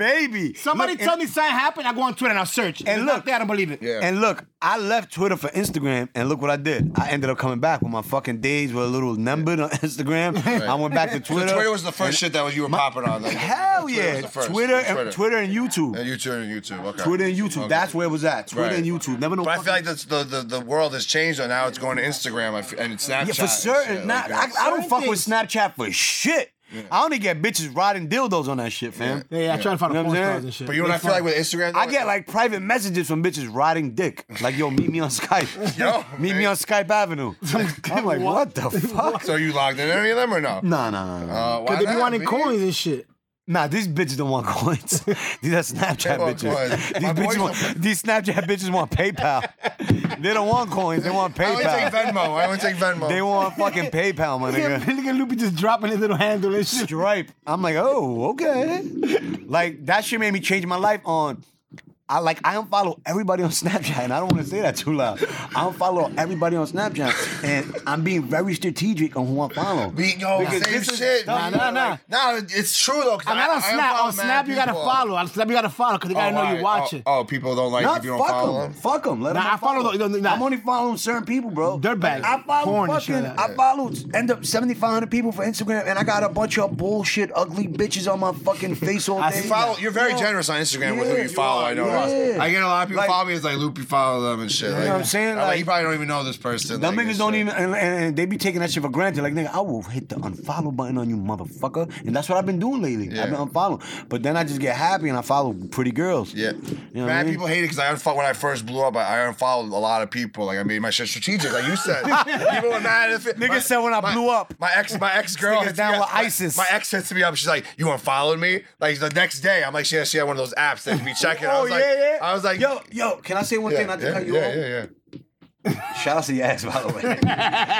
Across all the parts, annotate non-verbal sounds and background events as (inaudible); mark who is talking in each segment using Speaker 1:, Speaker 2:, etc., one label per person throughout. Speaker 1: baby.
Speaker 2: Somebody
Speaker 1: Look,
Speaker 2: tell
Speaker 1: and-
Speaker 2: me something happened. I go on Twitter and I search. And
Speaker 1: look-
Speaker 2: look, there, I don't believe it.
Speaker 3: Yeah.
Speaker 1: And look, I left Twitter for Instagram, and look what I did. I ended up coming back when my fucking days were a little numbered on (laughs) Instagram.
Speaker 3: (laughs)
Speaker 1: I went back to Twitter.
Speaker 3: Twitter was the first shit that was you were popping on. Like,
Speaker 1: Hell
Speaker 3: Twitter
Speaker 1: yeah,
Speaker 3: was the first.
Speaker 1: Twitter and Twitter and YouTube.
Speaker 3: And YouTube and YouTube. Okay.
Speaker 1: Twitter and YouTube.
Speaker 3: Okay.
Speaker 1: That's where it was at. Twitter
Speaker 3: Right.
Speaker 1: and YouTube. Never know.
Speaker 3: But I
Speaker 1: fucking-
Speaker 3: feel like that's the, the the world has changed. And now it's going to Instagram I f- and it's Snapchat.
Speaker 1: yeah, for
Speaker 3: and
Speaker 1: certain.
Speaker 3: shit
Speaker 1: not,
Speaker 3: like that.
Speaker 1: I, I don't
Speaker 2: Certain
Speaker 1: fuck with Snapchat for shit. I only get bitches riding dildos on that shit, fam.
Speaker 2: Yeah, yeah, I try to find
Speaker 1: You
Speaker 2: the
Speaker 1: know what
Speaker 2: porn
Speaker 1: I'm saying?
Speaker 2: stars and shit.
Speaker 3: but you know what I feel like with Instagram?
Speaker 1: I
Speaker 3: though?
Speaker 1: get like private messages from bitches riding dick. Like, yo, meet me on Skype.
Speaker 3: (laughs) Yo,
Speaker 1: meet me
Speaker 3: man.
Speaker 1: on Skype
Speaker 3: (laughs)
Speaker 1: Avenue. I'm like, what the fuck?
Speaker 3: So you logged in any of them or no?
Speaker 1: Nah, nah, nah, nah.
Speaker 3: Uh, why
Speaker 2: Because they be
Speaker 3: not,
Speaker 2: wanting
Speaker 3: man?
Speaker 2: coins and shit.
Speaker 1: Nah, these bitches don't want
Speaker 3: (laughs)
Speaker 1: coins. these are Snapchat
Speaker 3: They want
Speaker 1: bitches.
Speaker 3: coins.
Speaker 1: These,
Speaker 3: My boys
Speaker 1: bitches want,
Speaker 3: don't-
Speaker 1: these Snapchat bitches want PayPal.
Speaker 3: (laughs)
Speaker 1: they don't want coins. They want
Speaker 3: I only take
Speaker 1: PayPal.
Speaker 3: Venmo. I only
Speaker 1: (laughs)
Speaker 3: take Venmo.
Speaker 1: They want fucking
Speaker 3: (laughs)
Speaker 1: PayPal, my
Speaker 2: Yeah, (laughs)
Speaker 1: nigga.
Speaker 2: look at Loopy just dropping his little handle and shit.
Speaker 1: Stripe. I'm like, oh, okay. Like that shit made me change my life on. I like I don't follow everybody on Snapchat, and I don't want to say that too loud. I don't follow everybody on Snapchat, and I'm being very strategic on who I follow.
Speaker 3: Be, yo,
Speaker 1: Because
Speaker 3: same
Speaker 1: this is-
Speaker 3: shit.
Speaker 2: Nah,
Speaker 3: man.
Speaker 2: nah, nah.
Speaker 3: Like, Nah, it's true though. 'cause
Speaker 2: I mean, I don't
Speaker 3: I
Speaker 2: snap.
Speaker 1: Oh,
Speaker 3: unfollow
Speaker 2: On
Speaker 3: mad
Speaker 2: Snap, you gotta
Speaker 3: people.
Speaker 2: follow. On Snap, you gotta follow because they gotta know
Speaker 3: why?
Speaker 2: you're watching.
Speaker 3: Oh, oh, people don't like
Speaker 1: Nah,
Speaker 3: if you don't
Speaker 1: fuck
Speaker 3: follow
Speaker 1: them.
Speaker 3: them.
Speaker 1: Fuck them. Let
Speaker 2: Nah,
Speaker 1: them
Speaker 2: I follow
Speaker 1: unfollow.
Speaker 2: those- nah.
Speaker 1: I'm only following certain people, bro.
Speaker 2: Dirtbags.
Speaker 1: I follow
Speaker 2: Porn and shit
Speaker 1: fucking.
Speaker 2: like that.
Speaker 1: I followed. End up 7,500 people for Instagram, and I got a bunch of bullshit, ugly bitches on my fucking face all
Speaker 2: I
Speaker 1: day.
Speaker 3: You follow. You're very
Speaker 1: You know-
Speaker 3: generous on Instagram with who
Speaker 1: Yeah,
Speaker 3: you follow.
Speaker 1: are,
Speaker 3: I know.
Speaker 1: yeah.
Speaker 3: I get a lot of people
Speaker 1: Like-
Speaker 3: follow me. It's like Loopy follow them and shit. You
Speaker 1: what I'm saying?
Speaker 3: Like,
Speaker 1: Like-
Speaker 3: you probably don't even know this person.
Speaker 1: Them
Speaker 3: like,
Speaker 1: niggas
Speaker 3: and
Speaker 1: don't
Speaker 3: shit.
Speaker 1: even, and, and- and they be taking that shit for granted. Like, nigga, I will hit the unfollow button on you, motherfucker. And that's what I've been doing lately. I've
Speaker 3: Yeah.
Speaker 1: been unfollowing. But then I just get happy and I follow pretty girls.
Speaker 3: Yeah.
Speaker 1: You know what I
Speaker 3: Mad
Speaker 1: mean?
Speaker 3: people hate it because I unfollowed when I first blew up. I, I unfollowed a lot of people. Like I made my shit strategic, like
Speaker 1: (laughs)
Speaker 3: you said. people were mad if it.
Speaker 1: Nigga
Speaker 3: my-
Speaker 1: said when I
Speaker 3: my-
Speaker 1: blew up.
Speaker 3: my ex, my ex girl
Speaker 1: nigga's
Speaker 3: hits
Speaker 1: down
Speaker 3: me up-
Speaker 1: with
Speaker 3: my-
Speaker 1: ISIS.
Speaker 3: My, ex hits me up. She's like, "You unfollowed me?" Like the next day, I'm like, "She had, she had one of those apps that you be checking." I
Speaker 1: Oh,
Speaker 3: was
Speaker 1: yeah,
Speaker 3: like,
Speaker 1: yeah.
Speaker 3: I was like,
Speaker 1: yo, yo, can I say one
Speaker 3: yeah,
Speaker 1: thing? Not to
Speaker 3: yeah,
Speaker 1: cut you
Speaker 3: yeah,
Speaker 1: off.
Speaker 3: yeah, yeah.
Speaker 1: Shout out to your ass, by the way. (laughs) yo, my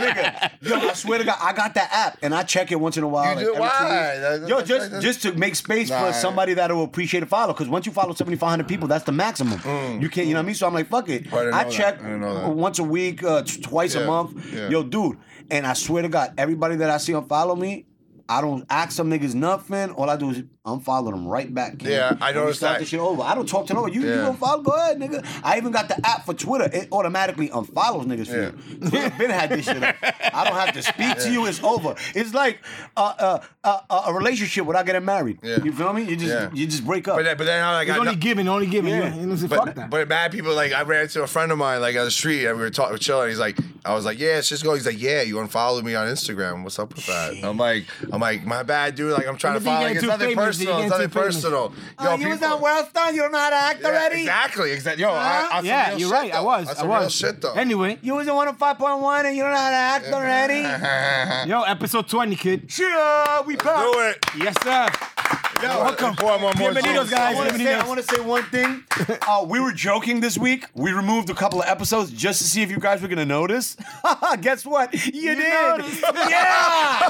Speaker 1: nigga. Yo, I swear to God, I got that app and I check it once in a while.
Speaker 3: You do-
Speaker 1: every
Speaker 3: why?
Speaker 1: two weeks.
Speaker 3: That-
Speaker 1: Yo,
Speaker 3: that's-
Speaker 1: just
Speaker 3: that's-
Speaker 1: just to make space
Speaker 3: Nah.
Speaker 1: for somebody that will appreciate a follow. Because once you follow seventy five hundred people, that's the maximum. You can't, you know what I mean? So I'm like, fuck it.
Speaker 3: I Mm. didn't know that.
Speaker 1: check
Speaker 3: I didn't know that.
Speaker 1: once a week, uh, t- twice
Speaker 3: Yeah,
Speaker 1: a month.
Speaker 3: yeah.
Speaker 1: Yo, dude, and I swear to God, everybody that I see on follow me. I don't ask some niggas nothing. All I do is unfollow them right back. kid.
Speaker 3: Yeah, I
Speaker 1: And we
Speaker 3: noticed
Speaker 1: start
Speaker 3: that.
Speaker 1: this shit over. I don't talk to no. You you
Speaker 3: Yeah.
Speaker 1: don't follow? Go ahead, nigga. I even got the app for Twitter. It automatically unfollows niggas for
Speaker 3: Yeah.
Speaker 1: (laughs) you. Twitter been had this shit. Up. I don't have to speak to you. It's over. It's like a uh, uh, uh, a relationship without getting married.
Speaker 3: Yeah.
Speaker 1: You feel me? You just
Speaker 3: Yeah.
Speaker 1: you just break up.
Speaker 3: But then, but then I
Speaker 2: It's
Speaker 3: got
Speaker 2: only
Speaker 3: no-
Speaker 2: giving, only giving.
Speaker 1: Yeah.
Speaker 2: You know, you know,
Speaker 3: But,
Speaker 2: fuck that.
Speaker 3: but mad people like I ran into a friend of mine like on the street and we were talking chilling. He's like, I was like, yeah, it's just going. He's like, yeah, you unfollowed me on Instagram. What's up with that? I'm like, I'm like, my bad, dude. Like I'm trying to
Speaker 2: But you
Speaker 3: follow.
Speaker 2: getting
Speaker 3: Like, it's
Speaker 2: too
Speaker 3: nothing
Speaker 2: famous, you
Speaker 3: personal. It's nothing
Speaker 2: getting too famous.
Speaker 3: personal.
Speaker 1: Oh, you was not well done. You don't know how to act
Speaker 3: Yeah,
Speaker 1: already.
Speaker 3: exactly, exactly. Yo, I, I some
Speaker 2: yeah,
Speaker 3: real
Speaker 2: you're
Speaker 3: shit,
Speaker 2: right. I
Speaker 3: though.
Speaker 2: was.
Speaker 3: That's
Speaker 2: I
Speaker 3: some
Speaker 2: was.
Speaker 3: real shit though.
Speaker 2: Anyway,
Speaker 1: You was in one of five point one, and you don't know how to act
Speaker 3: (laughs)
Speaker 1: already.
Speaker 3: do
Speaker 2: yo, episode 20, kid.
Speaker 1: Sure, we back.
Speaker 3: it.
Speaker 2: Yes, sir.
Speaker 3: Yo, welcome. Pour one more
Speaker 2: Bienvenidos,
Speaker 3: juice.
Speaker 1: I
Speaker 2: guys.
Speaker 1: want to say, I wanna say one
Speaker 3: (laughs)
Speaker 1: thing. Uh, we were joking this week. We removed a couple of episodes just to see if you guys were gonna notice. (laughs) Guess what? You, did.
Speaker 2: noticed.
Speaker 1: (laughs)
Speaker 2: (laughs)
Speaker 1: yeah.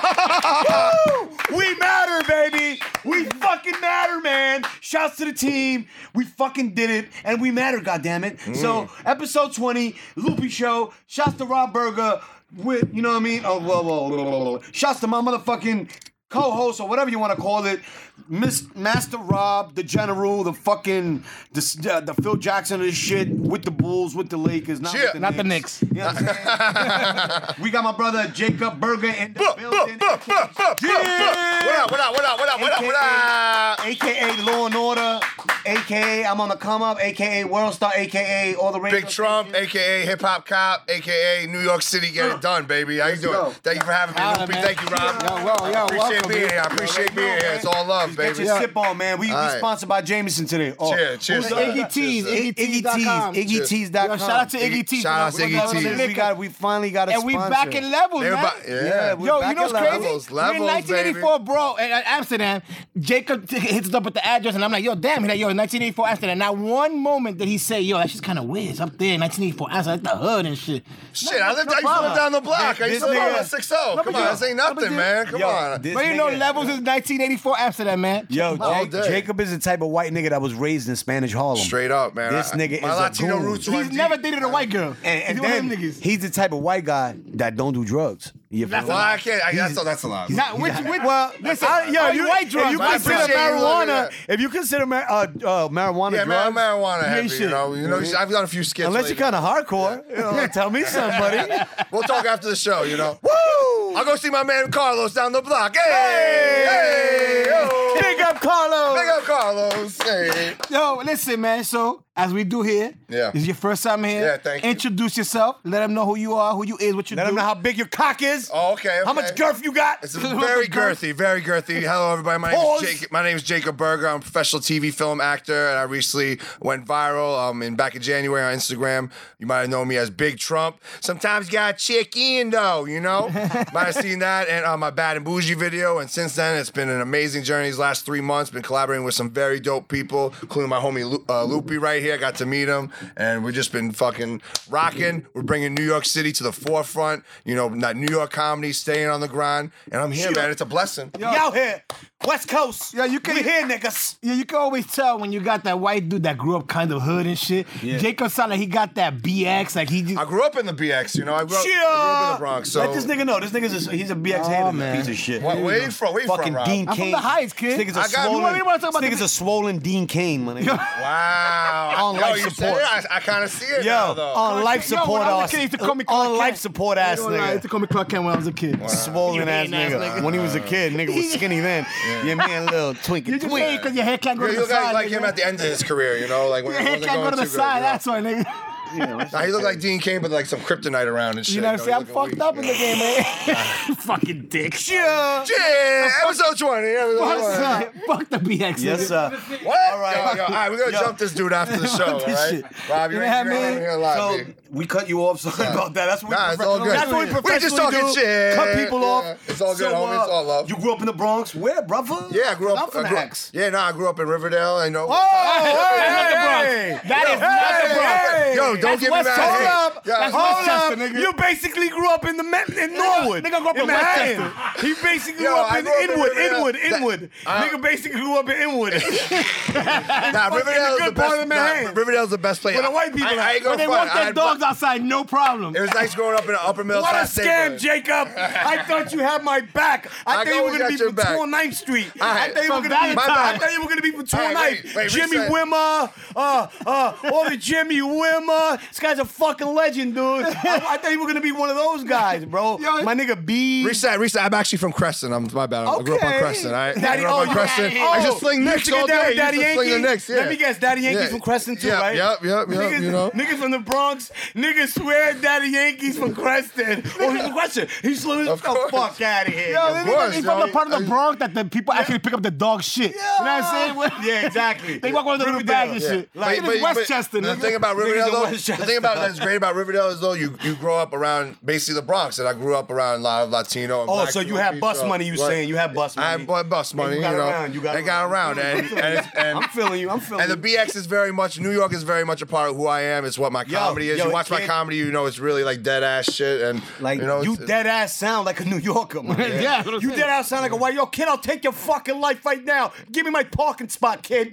Speaker 1: Woo! We matter, baby. We fucking matter, man. Shouts to the team. We fucking did it, and we matter. goddammit. it. So episode twenty, Loopy Show. Shouts to Rob Burger. With you know what I mean? Oh, whoa, whoa, whoa, whoa, whoa. Shouts to my motherfucking co-host or whatever you want to call it, Miss Master Rob, the general, the fucking the, uh, the Phil Jackson of this shit with the Bulls, with the Lakers, not
Speaker 3: Yeah.
Speaker 1: with the
Speaker 2: Not the
Speaker 1: Knicks.
Speaker 2: Knicks.
Speaker 1: You know what I'm saying? we got my brother Jacob Berger in the
Speaker 3: Buh, buh,
Speaker 1: building,
Speaker 3: buh, buh, buh, buh.
Speaker 1: Yeah.
Speaker 3: What up? What up? What up? What up? What up? What up?
Speaker 1: aka Law and Order, aka I'm on the come up, aka World Star, aka all the radio
Speaker 3: Big Trump, aka Hip Hop Cop, aka New York City, get it done, baby. How you doing?
Speaker 1: go.
Speaker 3: Thank you for having me,
Speaker 2: Holla,
Speaker 3: Loopy.
Speaker 2: man.
Speaker 3: Thank you, Rob.
Speaker 2: Yo, yo, yo,
Speaker 3: I appreciate
Speaker 2: welcome,
Speaker 3: being
Speaker 2: man.
Speaker 3: here. I appreciate being here. It's all love,
Speaker 1: Get
Speaker 3: baby.
Speaker 1: your sip on, man. We, we
Speaker 3: All right.
Speaker 1: sponsored by Jameson today. Oh.
Speaker 3: Cheers, cheers.
Speaker 1: Who's the other-
Speaker 2: Iggy Tees,
Speaker 1: Iggy
Speaker 2: Iggy
Speaker 1: Tees,
Speaker 2: Tees.com.
Speaker 1: Iggy Tees.com.
Speaker 2: Yo, shout out to Iggy T.
Speaker 3: Shout out to Iggy T.
Speaker 1: Tees. We got, we finally got a
Speaker 2: And we
Speaker 1: sponsor.
Speaker 2: back in levels, man.
Speaker 3: Everybody, yeah.
Speaker 1: Yeah, we-
Speaker 2: Yo,
Speaker 1: back
Speaker 2: you know what's
Speaker 1: at
Speaker 2: crazy?
Speaker 3: levels,
Speaker 2: We're in
Speaker 3: levels,
Speaker 2: 1984, bro, at, at Amsterdam. Jacob t- hits it up at the address, and I'm like, yo, damn, he's like, yo, 1984 Amsterdam. Not one moment did he say, yo, that's just kind of weird. It's up there, 1984 Amsterdam, that's the hood and shit.
Speaker 3: Shit, I lived,
Speaker 2: no
Speaker 3: I used to live
Speaker 2: problem.
Speaker 3: down the block. I
Speaker 1: This
Speaker 3: used to live
Speaker 1: nigga-
Speaker 3: on 6 0.
Speaker 2: No,
Speaker 3: Come
Speaker 2: but
Speaker 3: on,
Speaker 2: yo,
Speaker 3: this ain't
Speaker 2: no, but
Speaker 3: nothing,
Speaker 2: dude-
Speaker 3: man. Come
Speaker 1: Yo,
Speaker 3: on.
Speaker 1: this
Speaker 2: But you know,
Speaker 1: nigga-
Speaker 2: levels is 1984 Amsterdam, man.
Speaker 1: Yo,
Speaker 3: All
Speaker 1: Jake-
Speaker 3: day.
Speaker 1: Jacob is the type of white nigga that was raised in Spanish Harlem.
Speaker 3: Straight up, man.
Speaker 1: This
Speaker 3: I-
Speaker 1: nigga
Speaker 3: my
Speaker 1: is a
Speaker 3: Latino
Speaker 1: goon.
Speaker 3: roots
Speaker 2: He's
Speaker 3: run deep.
Speaker 2: never dated a white girl.
Speaker 1: Uh, And, and
Speaker 2: he's one of
Speaker 1: then
Speaker 2: them niggas.
Speaker 1: he's the type of white guy that don't do drugs. You feel
Speaker 3: Well,
Speaker 1: me?
Speaker 3: I can't. I, that's, that's a lot.
Speaker 1: (laughs)
Speaker 2: Not which, which,
Speaker 1: Well,
Speaker 2: listen,
Speaker 1: I- yo,
Speaker 2: all
Speaker 1: you,
Speaker 2: you white
Speaker 1: if
Speaker 2: drugs,
Speaker 1: you
Speaker 2: I
Speaker 1: consider
Speaker 3: appreciate you looking
Speaker 1: marijuana,
Speaker 3: at
Speaker 1: if you consider mar- uh, uh, marijuana
Speaker 3: yeah,
Speaker 1: drugs,
Speaker 3: man, marijuana heavy, you
Speaker 1: shit.
Speaker 3: know. You know, I've done a few skits.
Speaker 1: unless you're kind of hardcore, you know, tell
Speaker 3: (laughs)
Speaker 1: me something, buddy.
Speaker 3: We'll talk after the show, you know.
Speaker 1: Woo!
Speaker 3: I'll go see my man Carlos down the block. Hey! Hey! yo!
Speaker 1: Big up Carlos.
Speaker 3: Big up Carlos. Hey.
Speaker 2: Yo, listen, man. So as we do here,
Speaker 3: Yeah.
Speaker 2: this is your first time here.
Speaker 3: Yeah, thank you.
Speaker 2: Introduce yourself. Let them know who you are, who you is, what you
Speaker 1: Let
Speaker 2: do.
Speaker 1: him know how big your cock is.
Speaker 3: Oh, okay.
Speaker 1: How much
Speaker 3: okay.
Speaker 1: girth you got?
Speaker 3: It's
Speaker 1: (laughs)
Speaker 3: very girthy, very girthy. Hello, everybody. My name,
Speaker 1: Pause.
Speaker 3: is Jacob, my name is Jacob Berger. I'm a professional TV film actor, and I recently went viral um, in back in January on Instagram. You might have known me as Big Trump. Sometimes you gotta check in, though, you know? might have seen that and uh, my Bad and Bougie video. And since then, it's been an amazing journey these last three months. Been collaborating with some very dope people, including my homie Lu- uh, Loopy right here. Got to meet him, and we've just been fucking rocking. We're bringing New York City to the forefront. You know, not New York comedy, staying on the grind. And I'm here,
Speaker 1: Shit.
Speaker 3: man. It's a blessing.
Speaker 1: Y'all here, West Coast.
Speaker 2: Yeah, you can-
Speaker 1: We here, niggas.
Speaker 2: Yeah, you can always tell when you got that white dude that grew up kind of hood and shit. Jacob Sala, he got that BX, like he just. (laughs)
Speaker 3: I grew up in the BX. You know, I grew up, I grew up in the
Speaker 1: Yeah.
Speaker 3: Bronx. So
Speaker 1: Let this nigga know. This nigga's a, he's a BX hater,
Speaker 2: man.
Speaker 1: Piece of shit.
Speaker 3: Wha- where you from? Where you
Speaker 1: Fucking
Speaker 3: from, Rob?
Speaker 1: Dean
Speaker 2: I'm from
Speaker 1: Cain.
Speaker 2: the Heights, kid.
Speaker 1: This nigga's a
Speaker 3: I got-
Speaker 1: swollen.
Speaker 2: You want me to wanna talk about
Speaker 1: this nigga's
Speaker 2: the-
Speaker 1: a swollen Dean Kane, my nigga.
Speaker 2: (laughs)
Speaker 3: wow.
Speaker 1: On
Speaker 3: Yo,
Speaker 1: life
Speaker 3: you
Speaker 1: support.
Speaker 3: said it? I, I kind of see it now,
Speaker 1: Yo,
Speaker 3: though.
Speaker 2: oh,
Speaker 1: on life
Speaker 2: Yo, when I
Speaker 1: support
Speaker 2: was a
Speaker 1: ass.
Speaker 2: kid, he used to call me Clark
Speaker 1: On life
Speaker 2: Kent.
Speaker 1: support ass
Speaker 2: You know, I used to
Speaker 1: nigga.
Speaker 2: call me Clark Kent when I was a kid.
Speaker 1: Swollen ass
Speaker 2: mean ass
Speaker 1: nigga.
Speaker 2: nigga.
Speaker 1: When he was a kid, nigga was skinny
Speaker 2: (laughs)
Speaker 1: then. Yeah, me and little
Speaker 2: You
Speaker 1: Twinkie.
Speaker 2: just say because your hair can't go
Speaker 3: Yeah,
Speaker 2: to the
Speaker 3: you look like,
Speaker 2: side.
Speaker 3: like him
Speaker 2: nigga.
Speaker 3: at the end of his career, you
Speaker 2: (laughs)
Speaker 3: know, like when
Speaker 2: Your
Speaker 3: it
Speaker 2: hair
Speaker 3: wasn't
Speaker 2: can't go
Speaker 3: going
Speaker 2: to the
Speaker 3: too good,
Speaker 2: side.
Speaker 3: yeah.
Speaker 2: That's why, nigga.
Speaker 3: Nah, he looked like Dean Kane, but like some kryptonite around and shit.
Speaker 2: You know what I'm
Speaker 3: he
Speaker 2: saying? I'm
Speaker 3: looking
Speaker 2: fucked
Speaker 3: weak.
Speaker 2: up in the game, man. (laughs) Fucking dick.
Speaker 1: Yeah.
Speaker 3: Yeah, episode 20. Episode
Speaker 2: Fuck
Speaker 3: 20.
Speaker 2: fuck the BX.
Speaker 1: Yes,
Speaker 2: nigga.
Speaker 1: sir.
Speaker 3: What?
Speaker 1: All
Speaker 3: All
Speaker 1: right.
Speaker 3: right, yo, yo, all right, we're going to
Speaker 1: Yo.
Speaker 3: jump this dude
Speaker 2: (laughs)
Speaker 3: after the show, all
Speaker 2: this
Speaker 3: right?
Speaker 2: shit.
Speaker 3: Rob, you're
Speaker 2: You know
Speaker 3: going
Speaker 2: what I
Speaker 3: to
Speaker 2: mean?
Speaker 3: hear a lot,
Speaker 1: So
Speaker 3: B.
Speaker 1: we cut you off. Sorry about that. That's what
Speaker 3: Nah,
Speaker 1: we
Speaker 3: it's all good.
Speaker 1: That's what we
Speaker 3: We're just
Speaker 1: professionally
Speaker 3: talking
Speaker 1: do.
Speaker 3: shit.
Speaker 1: Cut people
Speaker 3: Yeah.
Speaker 1: off.
Speaker 3: It's all good,
Speaker 1: So,
Speaker 3: homie. It's
Speaker 1: uh,
Speaker 3: all love.
Speaker 1: You grew up in the Bronx. Where, brother?
Speaker 3: Yeah, I grew up.
Speaker 1: I'm from the
Speaker 3: I grew up-
Speaker 1: X.
Speaker 3: Yeah, no, I grew up in Riverdale. I know.
Speaker 1: Oh, hey, hey.
Speaker 2: That is not the Bronx.
Speaker 1: hey.
Speaker 3: Yo, don't
Speaker 2: That's
Speaker 3: give me
Speaker 2: West
Speaker 3: mad
Speaker 2: Coast.
Speaker 3: hate.
Speaker 1: Hold up.
Speaker 3: Yeah.
Speaker 2: That's
Speaker 3: Hold
Speaker 1: Hold up.
Speaker 2: Westchester, nigga.
Speaker 1: You basically grew up in the Ma- in Norwood.
Speaker 2: nigga grew up in
Speaker 1: Manhattan.
Speaker 2: Westchester.
Speaker 1: He basically grew
Speaker 3: Yo,
Speaker 1: up
Speaker 3: I
Speaker 1: in
Speaker 3: grew up in
Speaker 1: Inwood,
Speaker 3: Riverdale.
Speaker 1: Inwood,
Speaker 3: That-
Speaker 1: Inwood.
Speaker 3: uh,
Speaker 1: nigga basically grew up in Inwood.
Speaker 3: Nah,
Speaker 1: Fucking
Speaker 3: Riverdale's
Speaker 1: good
Speaker 3: the best.
Speaker 1: part of Manhattan.
Speaker 3: Nah, Riverdale's the best place.
Speaker 1: Where the white people
Speaker 3: I, I,
Speaker 1: at.
Speaker 2: When
Speaker 3: ain't gonna
Speaker 2: they
Speaker 3: front.
Speaker 2: walk
Speaker 3: I-
Speaker 2: their dogs outside, no problem.
Speaker 3: It was nice growing up in an upper middle
Speaker 1: What a
Speaker 3: class
Speaker 1: scam,
Speaker 3: neighborhood.
Speaker 1: Jacob! I thought you had my back. I,
Speaker 3: I
Speaker 1: thought you were
Speaker 3: always
Speaker 1: gonna be
Speaker 3: got your
Speaker 1: from
Speaker 3: back.
Speaker 1: 29th Street.
Speaker 3: All
Speaker 1: I
Speaker 3: right.
Speaker 1: thought you were
Speaker 2: From
Speaker 1: gonna be.
Speaker 2: Valentine's.
Speaker 1: I thought you were gonna be from 29th.
Speaker 3: All right, wait, wait,
Speaker 1: Jimmy
Speaker 3: reset.
Speaker 1: Wimmer, uh, uh, all the Jimmy Wimmer. This guy's a fucking legend, dude. I, I thought you were gonna be one of those guys, bro.
Speaker 2: (laughs) Yo,
Speaker 1: my nigga B.
Speaker 3: Reset, reset. I'm actually from Creston. I'm my bad. I grew up on
Speaker 1: Okay.
Speaker 3: Creston. All right,
Speaker 1: Daddy,
Speaker 3: I grew
Speaker 1: oh,
Speaker 3: up on
Speaker 1: you- Oh,
Speaker 3: Creston. I just sling
Speaker 1: you
Speaker 3: Knicks
Speaker 1: used to
Speaker 3: all
Speaker 1: get down
Speaker 3: day.
Speaker 1: with Daddy
Speaker 3: used to sling
Speaker 1: Yankee.
Speaker 3: the Knicks. Yeah.
Speaker 1: Let me guess, Daddy Yankees
Speaker 3: Yeah.
Speaker 1: from Creston too,
Speaker 3: Yep,
Speaker 1: right?
Speaker 3: Yep, yep, yep.
Speaker 1: Niggas,
Speaker 3: you know.
Speaker 1: niggas from the Bronx, niggas swear Daddy Yankees from
Speaker 3: (laughs)
Speaker 1: Creston. Oh, he's from Creston. He's from the
Speaker 3: Of course.
Speaker 1: fuck out of here.
Speaker 2: Yo,
Speaker 1: yo.
Speaker 2: they-
Speaker 3: course,
Speaker 2: they- they from
Speaker 3: yo.
Speaker 2: the part of the Bronx that the people actually pick up the dog shit. You know what I'm
Speaker 3: (laughs)
Speaker 2: saying?
Speaker 1: Yeah, exactly.
Speaker 2: They walk around with a little bag and
Speaker 1: Riverdale.
Speaker 2: shit. Like,
Speaker 3: But-
Speaker 2: it is
Speaker 3: but- but
Speaker 2: Westchester,
Speaker 3: The
Speaker 2: nigga.
Speaker 3: thing about
Speaker 1: Niggas
Speaker 3: Riverdale,
Speaker 1: in
Speaker 3: though, the
Speaker 1: Westchester.
Speaker 3: thing about that's great about Riverdale is though you, you grow up around basically the Bronx, and I grew up around a lot of Latino. And
Speaker 1: Oh,
Speaker 3: black
Speaker 1: so you
Speaker 3: people,
Speaker 1: had bus
Speaker 3: so-
Speaker 1: money? You
Speaker 3: Right.
Speaker 1: saying you had bus money?
Speaker 3: I had bu- bus money.
Speaker 1: You
Speaker 3: You,
Speaker 1: got
Speaker 3: know,
Speaker 1: around, you got
Speaker 3: I got
Speaker 1: around.
Speaker 3: around, and and, it's- and
Speaker 1: I'm feeling you. I'm feeling
Speaker 3: And the
Speaker 1: you.
Speaker 3: BX is very much New York is very much a part of who I am. It's what my
Speaker 1: Yo,
Speaker 3: comedy is.
Speaker 1: yo,
Speaker 3: you watch my
Speaker 1: kid.
Speaker 3: comedy, you know it's really like dead ass shit, and
Speaker 1: Like
Speaker 3: you
Speaker 1: you,
Speaker 3: know it's-
Speaker 1: dead ass sound like a New Yorker, man.
Speaker 2: Yeah, that's what I'm
Speaker 1: you
Speaker 2: saying.
Speaker 1: dead ass sound like a white yo kid. I'll take your fucking life right now. Give me my parking spot,
Speaker 3: (laughs)
Speaker 1: kid.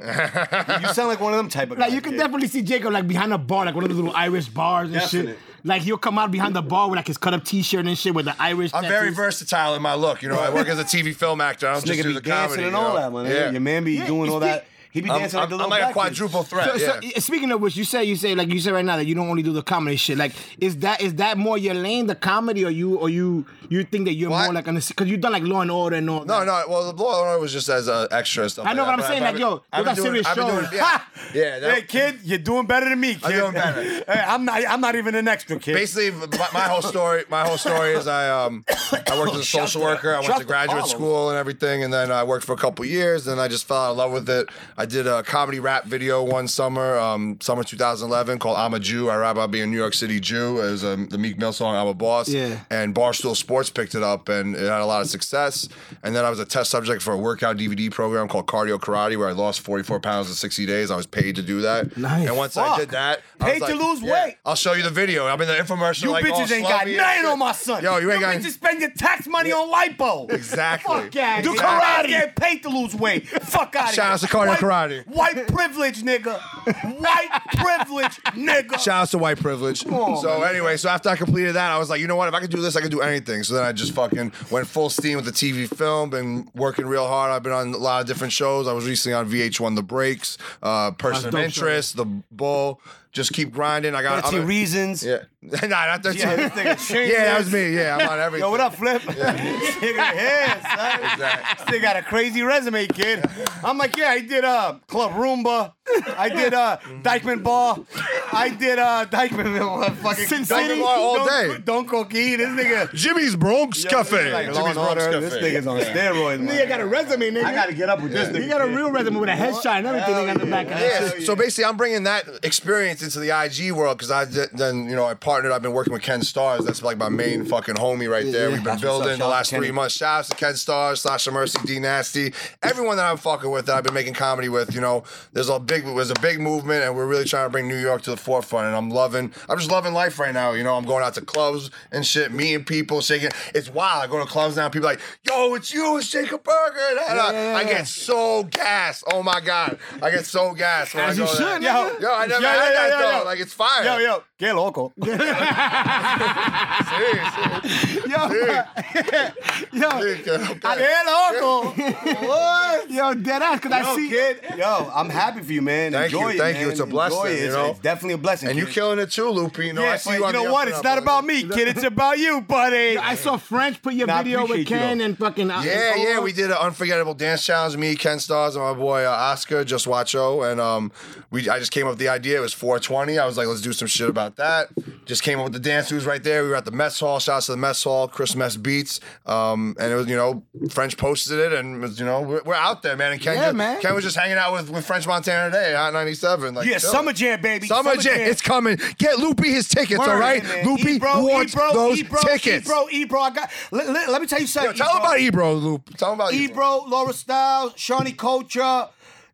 Speaker 1: you sound like one of them type of
Speaker 2: Like
Speaker 1: guys,
Speaker 2: you can
Speaker 1: kid.
Speaker 2: definitely see Jacob like behind a bar, like one of those little Irish bars and shit.
Speaker 1: Definite.
Speaker 2: Like he'll come out behind the bar with like his cut up T-shirt and shit with the Irish.
Speaker 3: I'm very
Speaker 2: tattoos.
Speaker 3: versatile in my look. You know, I work as a TV film actor. I don't
Speaker 1: This
Speaker 3: just
Speaker 1: nigga
Speaker 3: do
Speaker 1: be
Speaker 3: the
Speaker 1: dancing
Speaker 3: comedy.
Speaker 1: and
Speaker 3: you
Speaker 1: all
Speaker 3: know?
Speaker 1: that, man.
Speaker 3: Yeah.
Speaker 1: Your man be
Speaker 2: Yeah,
Speaker 1: doing
Speaker 2: he's
Speaker 1: all that.
Speaker 2: big.
Speaker 1: He be
Speaker 3: I'm,
Speaker 1: dancing like
Speaker 3: I'm,
Speaker 1: the little
Speaker 3: I'm like a
Speaker 1: black kid.
Speaker 3: quadruple threat.
Speaker 2: So,
Speaker 1: (laughs)
Speaker 3: yeah.
Speaker 2: so, y- speaking of which, you say you say like you said right now that you don't only do the comedy shit. Like, is that is that more your lane, the comedy, or you or you you think that you're
Speaker 3: Well, I-
Speaker 2: more like on the because you've done like Law and Order and all.
Speaker 3: No,
Speaker 2: that.
Speaker 3: no. Well, the blow on was just as an extra and stuff.
Speaker 2: I know
Speaker 3: like
Speaker 2: what I'm
Speaker 3: that,
Speaker 2: saying,
Speaker 3: but
Speaker 2: like, yo,
Speaker 3: I've
Speaker 2: we got
Speaker 3: been doing-
Speaker 2: serious
Speaker 3: I've been doing-
Speaker 2: shows. (laughs)
Speaker 3: Yeah, yeah.
Speaker 1: (laughs)
Speaker 3: that-
Speaker 1: Hey kid, you're doing better than me, kid.
Speaker 3: I'm doing better.
Speaker 1: (laughs) hey, I'm not. I'm not even an extra kid.
Speaker 3: Basically, my, my whole story, my whole story is I um I worked as
Speaker 1: (coughs)
Speaker 3: a
Speaker 1: Shut
Speaker 3: social
Speaker 1: the-
Speaker 3: worker. I went
Speaker 1: shut
Speaker 3: to
Speaker 1: the
Speaker 3: graduate
Speaker 1: follow.
Speaker 3: school and everything, and then I worked for a couple years. Then I just fell out of love with it. I did a comedy rap video one summer, um, summer 2011, called "I'm a Jew." I rap about being a New York City Jew. It was um, the Meek Mill song "I'm a Boss."
Speaker 2: Yeah.
Speaker 3: And Barstool Sports picked it up, and it had a lot of success. And then I was a test subject for a workout DVD program called Cardio Karate, where I lost 44 pounds in 60 days. I was paid to do that.
Speaker 2: Nice.
Speaker 3: And once
Speaker 1: Fuck.
Speaker 3: I did that, I
Speaker 1: Paid
Speaker 3: was
Speaker 1: to
Speaker 3: like,
Speaker 1: lose
Speaker 3: yeah,
Speaker 1: weight.
Speaker 3: I'll show you the video. I'm in the infomercial.
Speaker 1: You
Speaker 3: like, all
Speaker 1: bitches ain't got
Speaker 3: sloppy and
Speaker 1: nothing
Speaker 3: shit.
Speaker 1: on my son.
Speaker 3: Yo, you ain't got
Speaker 1: bitches spend your tax money on lipo.
Speaker 3: (laughs) Exactly.
Speaker 1: Fuck yeah.
Speaker 3: Do
Speaker 1: You guys
Speaker 3: karate.
Speaker 1: Get paid to lose weight. Fuck out of here.
Speaker 3: Shout out to Cardio
Speaker 1: White
Speaker 3: karate.
Speaker 1: White privilege, nigga. White privilege, nigga.
Speaker 3: Shout out to white privilege. so anyway, so after I completed that, I was like, you know what? If I could do this, I could do anything. So then I just fucking went full steam with the TV film. Been working real hard. I've been on a lot of different shows. I was recently on VH1 The Breaks, uh, Person of
Speaker 2: dope show,
Speaker 3: Interest, The Bull. Just keep grinding. I got
Speaker 1: 30
Speaker 3: other-
Speaker 1: reasons.
Speaker 3: Yeah, (laughs) nah, not 13.
Speaker 1: Yeah, this (laughs) nigga changed
Speaker 3: Yeah, that
Speaker 1: it.
Speaker 3: was me. Yeah, I'm on everything.
Speaker 1: Yo, what up, Flip? (laughs) Nigga, yeah, son.
Speaker 3: Exactly.
Speaker 1: Still got a crazy resume, kid. I'm like, yeah, I did uh Club Roomba, I did uh Dykeman Ball, I did uh Dykeman fucking
Speaker 2: Sin
Speaker 1: Dykeman
Speaker 2: City?
Speaker 1: Ball all
Speaker 3: Don't-
Speaker 1: day. Don't Cookie, this nigga.
Speaker 3: Jimmy's Bronx Cafe.
Speaker 1: Like Law
Speaker 3: Jimmy's
Speaker 1: and
Speaker 3: Bronx
Speaker 1: Order,
Speaker 3: Cafe.
Speaker 1: This nigga's on steroids, man.
Speaker 2: Nigga got a resume, nigga.
Speaker 1: I gotta get up with this nigga.
Speaker 2: You got a
Speaker 1: kid.
Speaker 2: real resume with a headshot and everything on the back of that
Speaker 3: Yeah.
Speaker 2: shit.
Speaker 3: So basically, I'm bringing that experience into the IG world because I did- then you know I partnered. I've been working with Ken Stars. That's like my main fucking homie right there. We've been
Speaker 1: That's what's up.
Speaker 3: building
Speaker 1: Shout
Speaker 3: the
Speaker 1: out to
Speaker 3: last three
Speaker 1: Kenny.
Speaker 3: months. Shout out to Ken Stars, Sasha Mercy, D Nasty, everyone that I'm fucking with that I've been making comedy with. You know, there's a big there's a big movement, and we're really trying to bring New York to the forefront. And I'm loving. I'm just loving life right now. You know, I'm going out to clubs and shit, meeting people, shaking. It's wild. I go to clubs now. People are like, yo, it's you, it's Jacob Burger. And I- I get so gassed. Oh my god, I get so gassed. when I
Speaker 2: As you
Speaker 3: go there.
Speaker 2: should,
Speaker 1: Yo,
Speaker 2: nigga.
Speaker 3: Yo, I never
Speaker 1: Yo,
Speaker 3: had
Speaker 1: yo, yo,
Speaker 3: that though.
Speaker 1: yo, yo.
Speaker 3: Like it's fire.
Speaker 1: Yo, yo, get local. (laughs)
Speaker 3: Seriously.
Speaker 2: Yo,
Speaker 3: Okay.
Speaker 1: Get local. What?
Speaker 2: yo, dead ass, cause
Speaker 1: Yo,
Speaker 2: I see.
Speaker 1: kid, yo, I'm happy for you, man.
Speaker 3: Thank you,
Speaker 1: Enjoy it.
Speaker 3: thank you.
Speaker 1: man.
Speaker 3: It's a blessing,
Speaker 1: Enjoy it.
Speaker 3: you
Speaker 1: It's-
Speaker 3: know?
Speaker 1: It's definitely a blessing.
Speaker 3: And you
Speaker 1: kid.
Speaker 3: killing it too, Loopy. You know, I
Speaker 1: yeah,
Speaker 3: see
Speaker 1: but
Speaker 3: you.
Speaker 1: you
Speaker 3: on
Speaker 1: know
Speaker 3: the
Speaker 1: what?
Speaker 3: up
Speaker 1: It's
Speaker 3: and up,
Speaker 1: not about
Speaker 3: buddy.
Speaker 1: me, kid. It's about you, buddy.
Speaker 2: I saw French put your
Speaker 1: Nah, I
Speaker 2: video with
Speaker 1: appreciate you,
Speaker 2: Ken
Speaker 1: though.
Speaker 2: and fucking. uh,
Speaker 3: Yeah,
Speaker 2: and
Speaker 3: yeah,
Speaker 2: all.
Speaker 3: we did an unforgettable dance challenge. Me, Ken Stars, and my boy uh, Oscar, just Watcho, and um, we. I just came up with the idea. It was 420. I was like, let's do some shit about that. Just came up with the dance moves right there. We were at the mess hall. Shouts to the mess hall, Chris Mess Beats. Um, and it was you know French posted it, and it was, you know we're, we're out there, man. And Ken,
Speaker 2: Yeah,
Speaker 3: just-
Speaker 2: man.
Speaker 3: Ken was just hanging out with, with French Montana today, Hot 97. Like,
Speaker 1: Yeah,
Speaker 3: chilling.
Speaker 1: summer jam, baby.
Speaker 3: Summer, jam. It's coming. Get Loopy his tickets,
Speaker 1: Word,
Speaker 3: all right?
Speaker 1: man.
Speaker 3: Loopy
Speaker 1: Ebro,
Speaker 3: wants
Speaker 1: Ebro,
Speaker 3: those
Speaker 1: Ebro,
Speaker 3: tickets.
Speaker 1: Ebro, Ebro, I got. Let, let, let me tell you
Speaker 3: Yo,
Speaker 1: something.
Speaker 3: tell him about Ebro, Loop. Tell him about
Speaker 1: Ebro, Laura Styles, Shawnee Culture,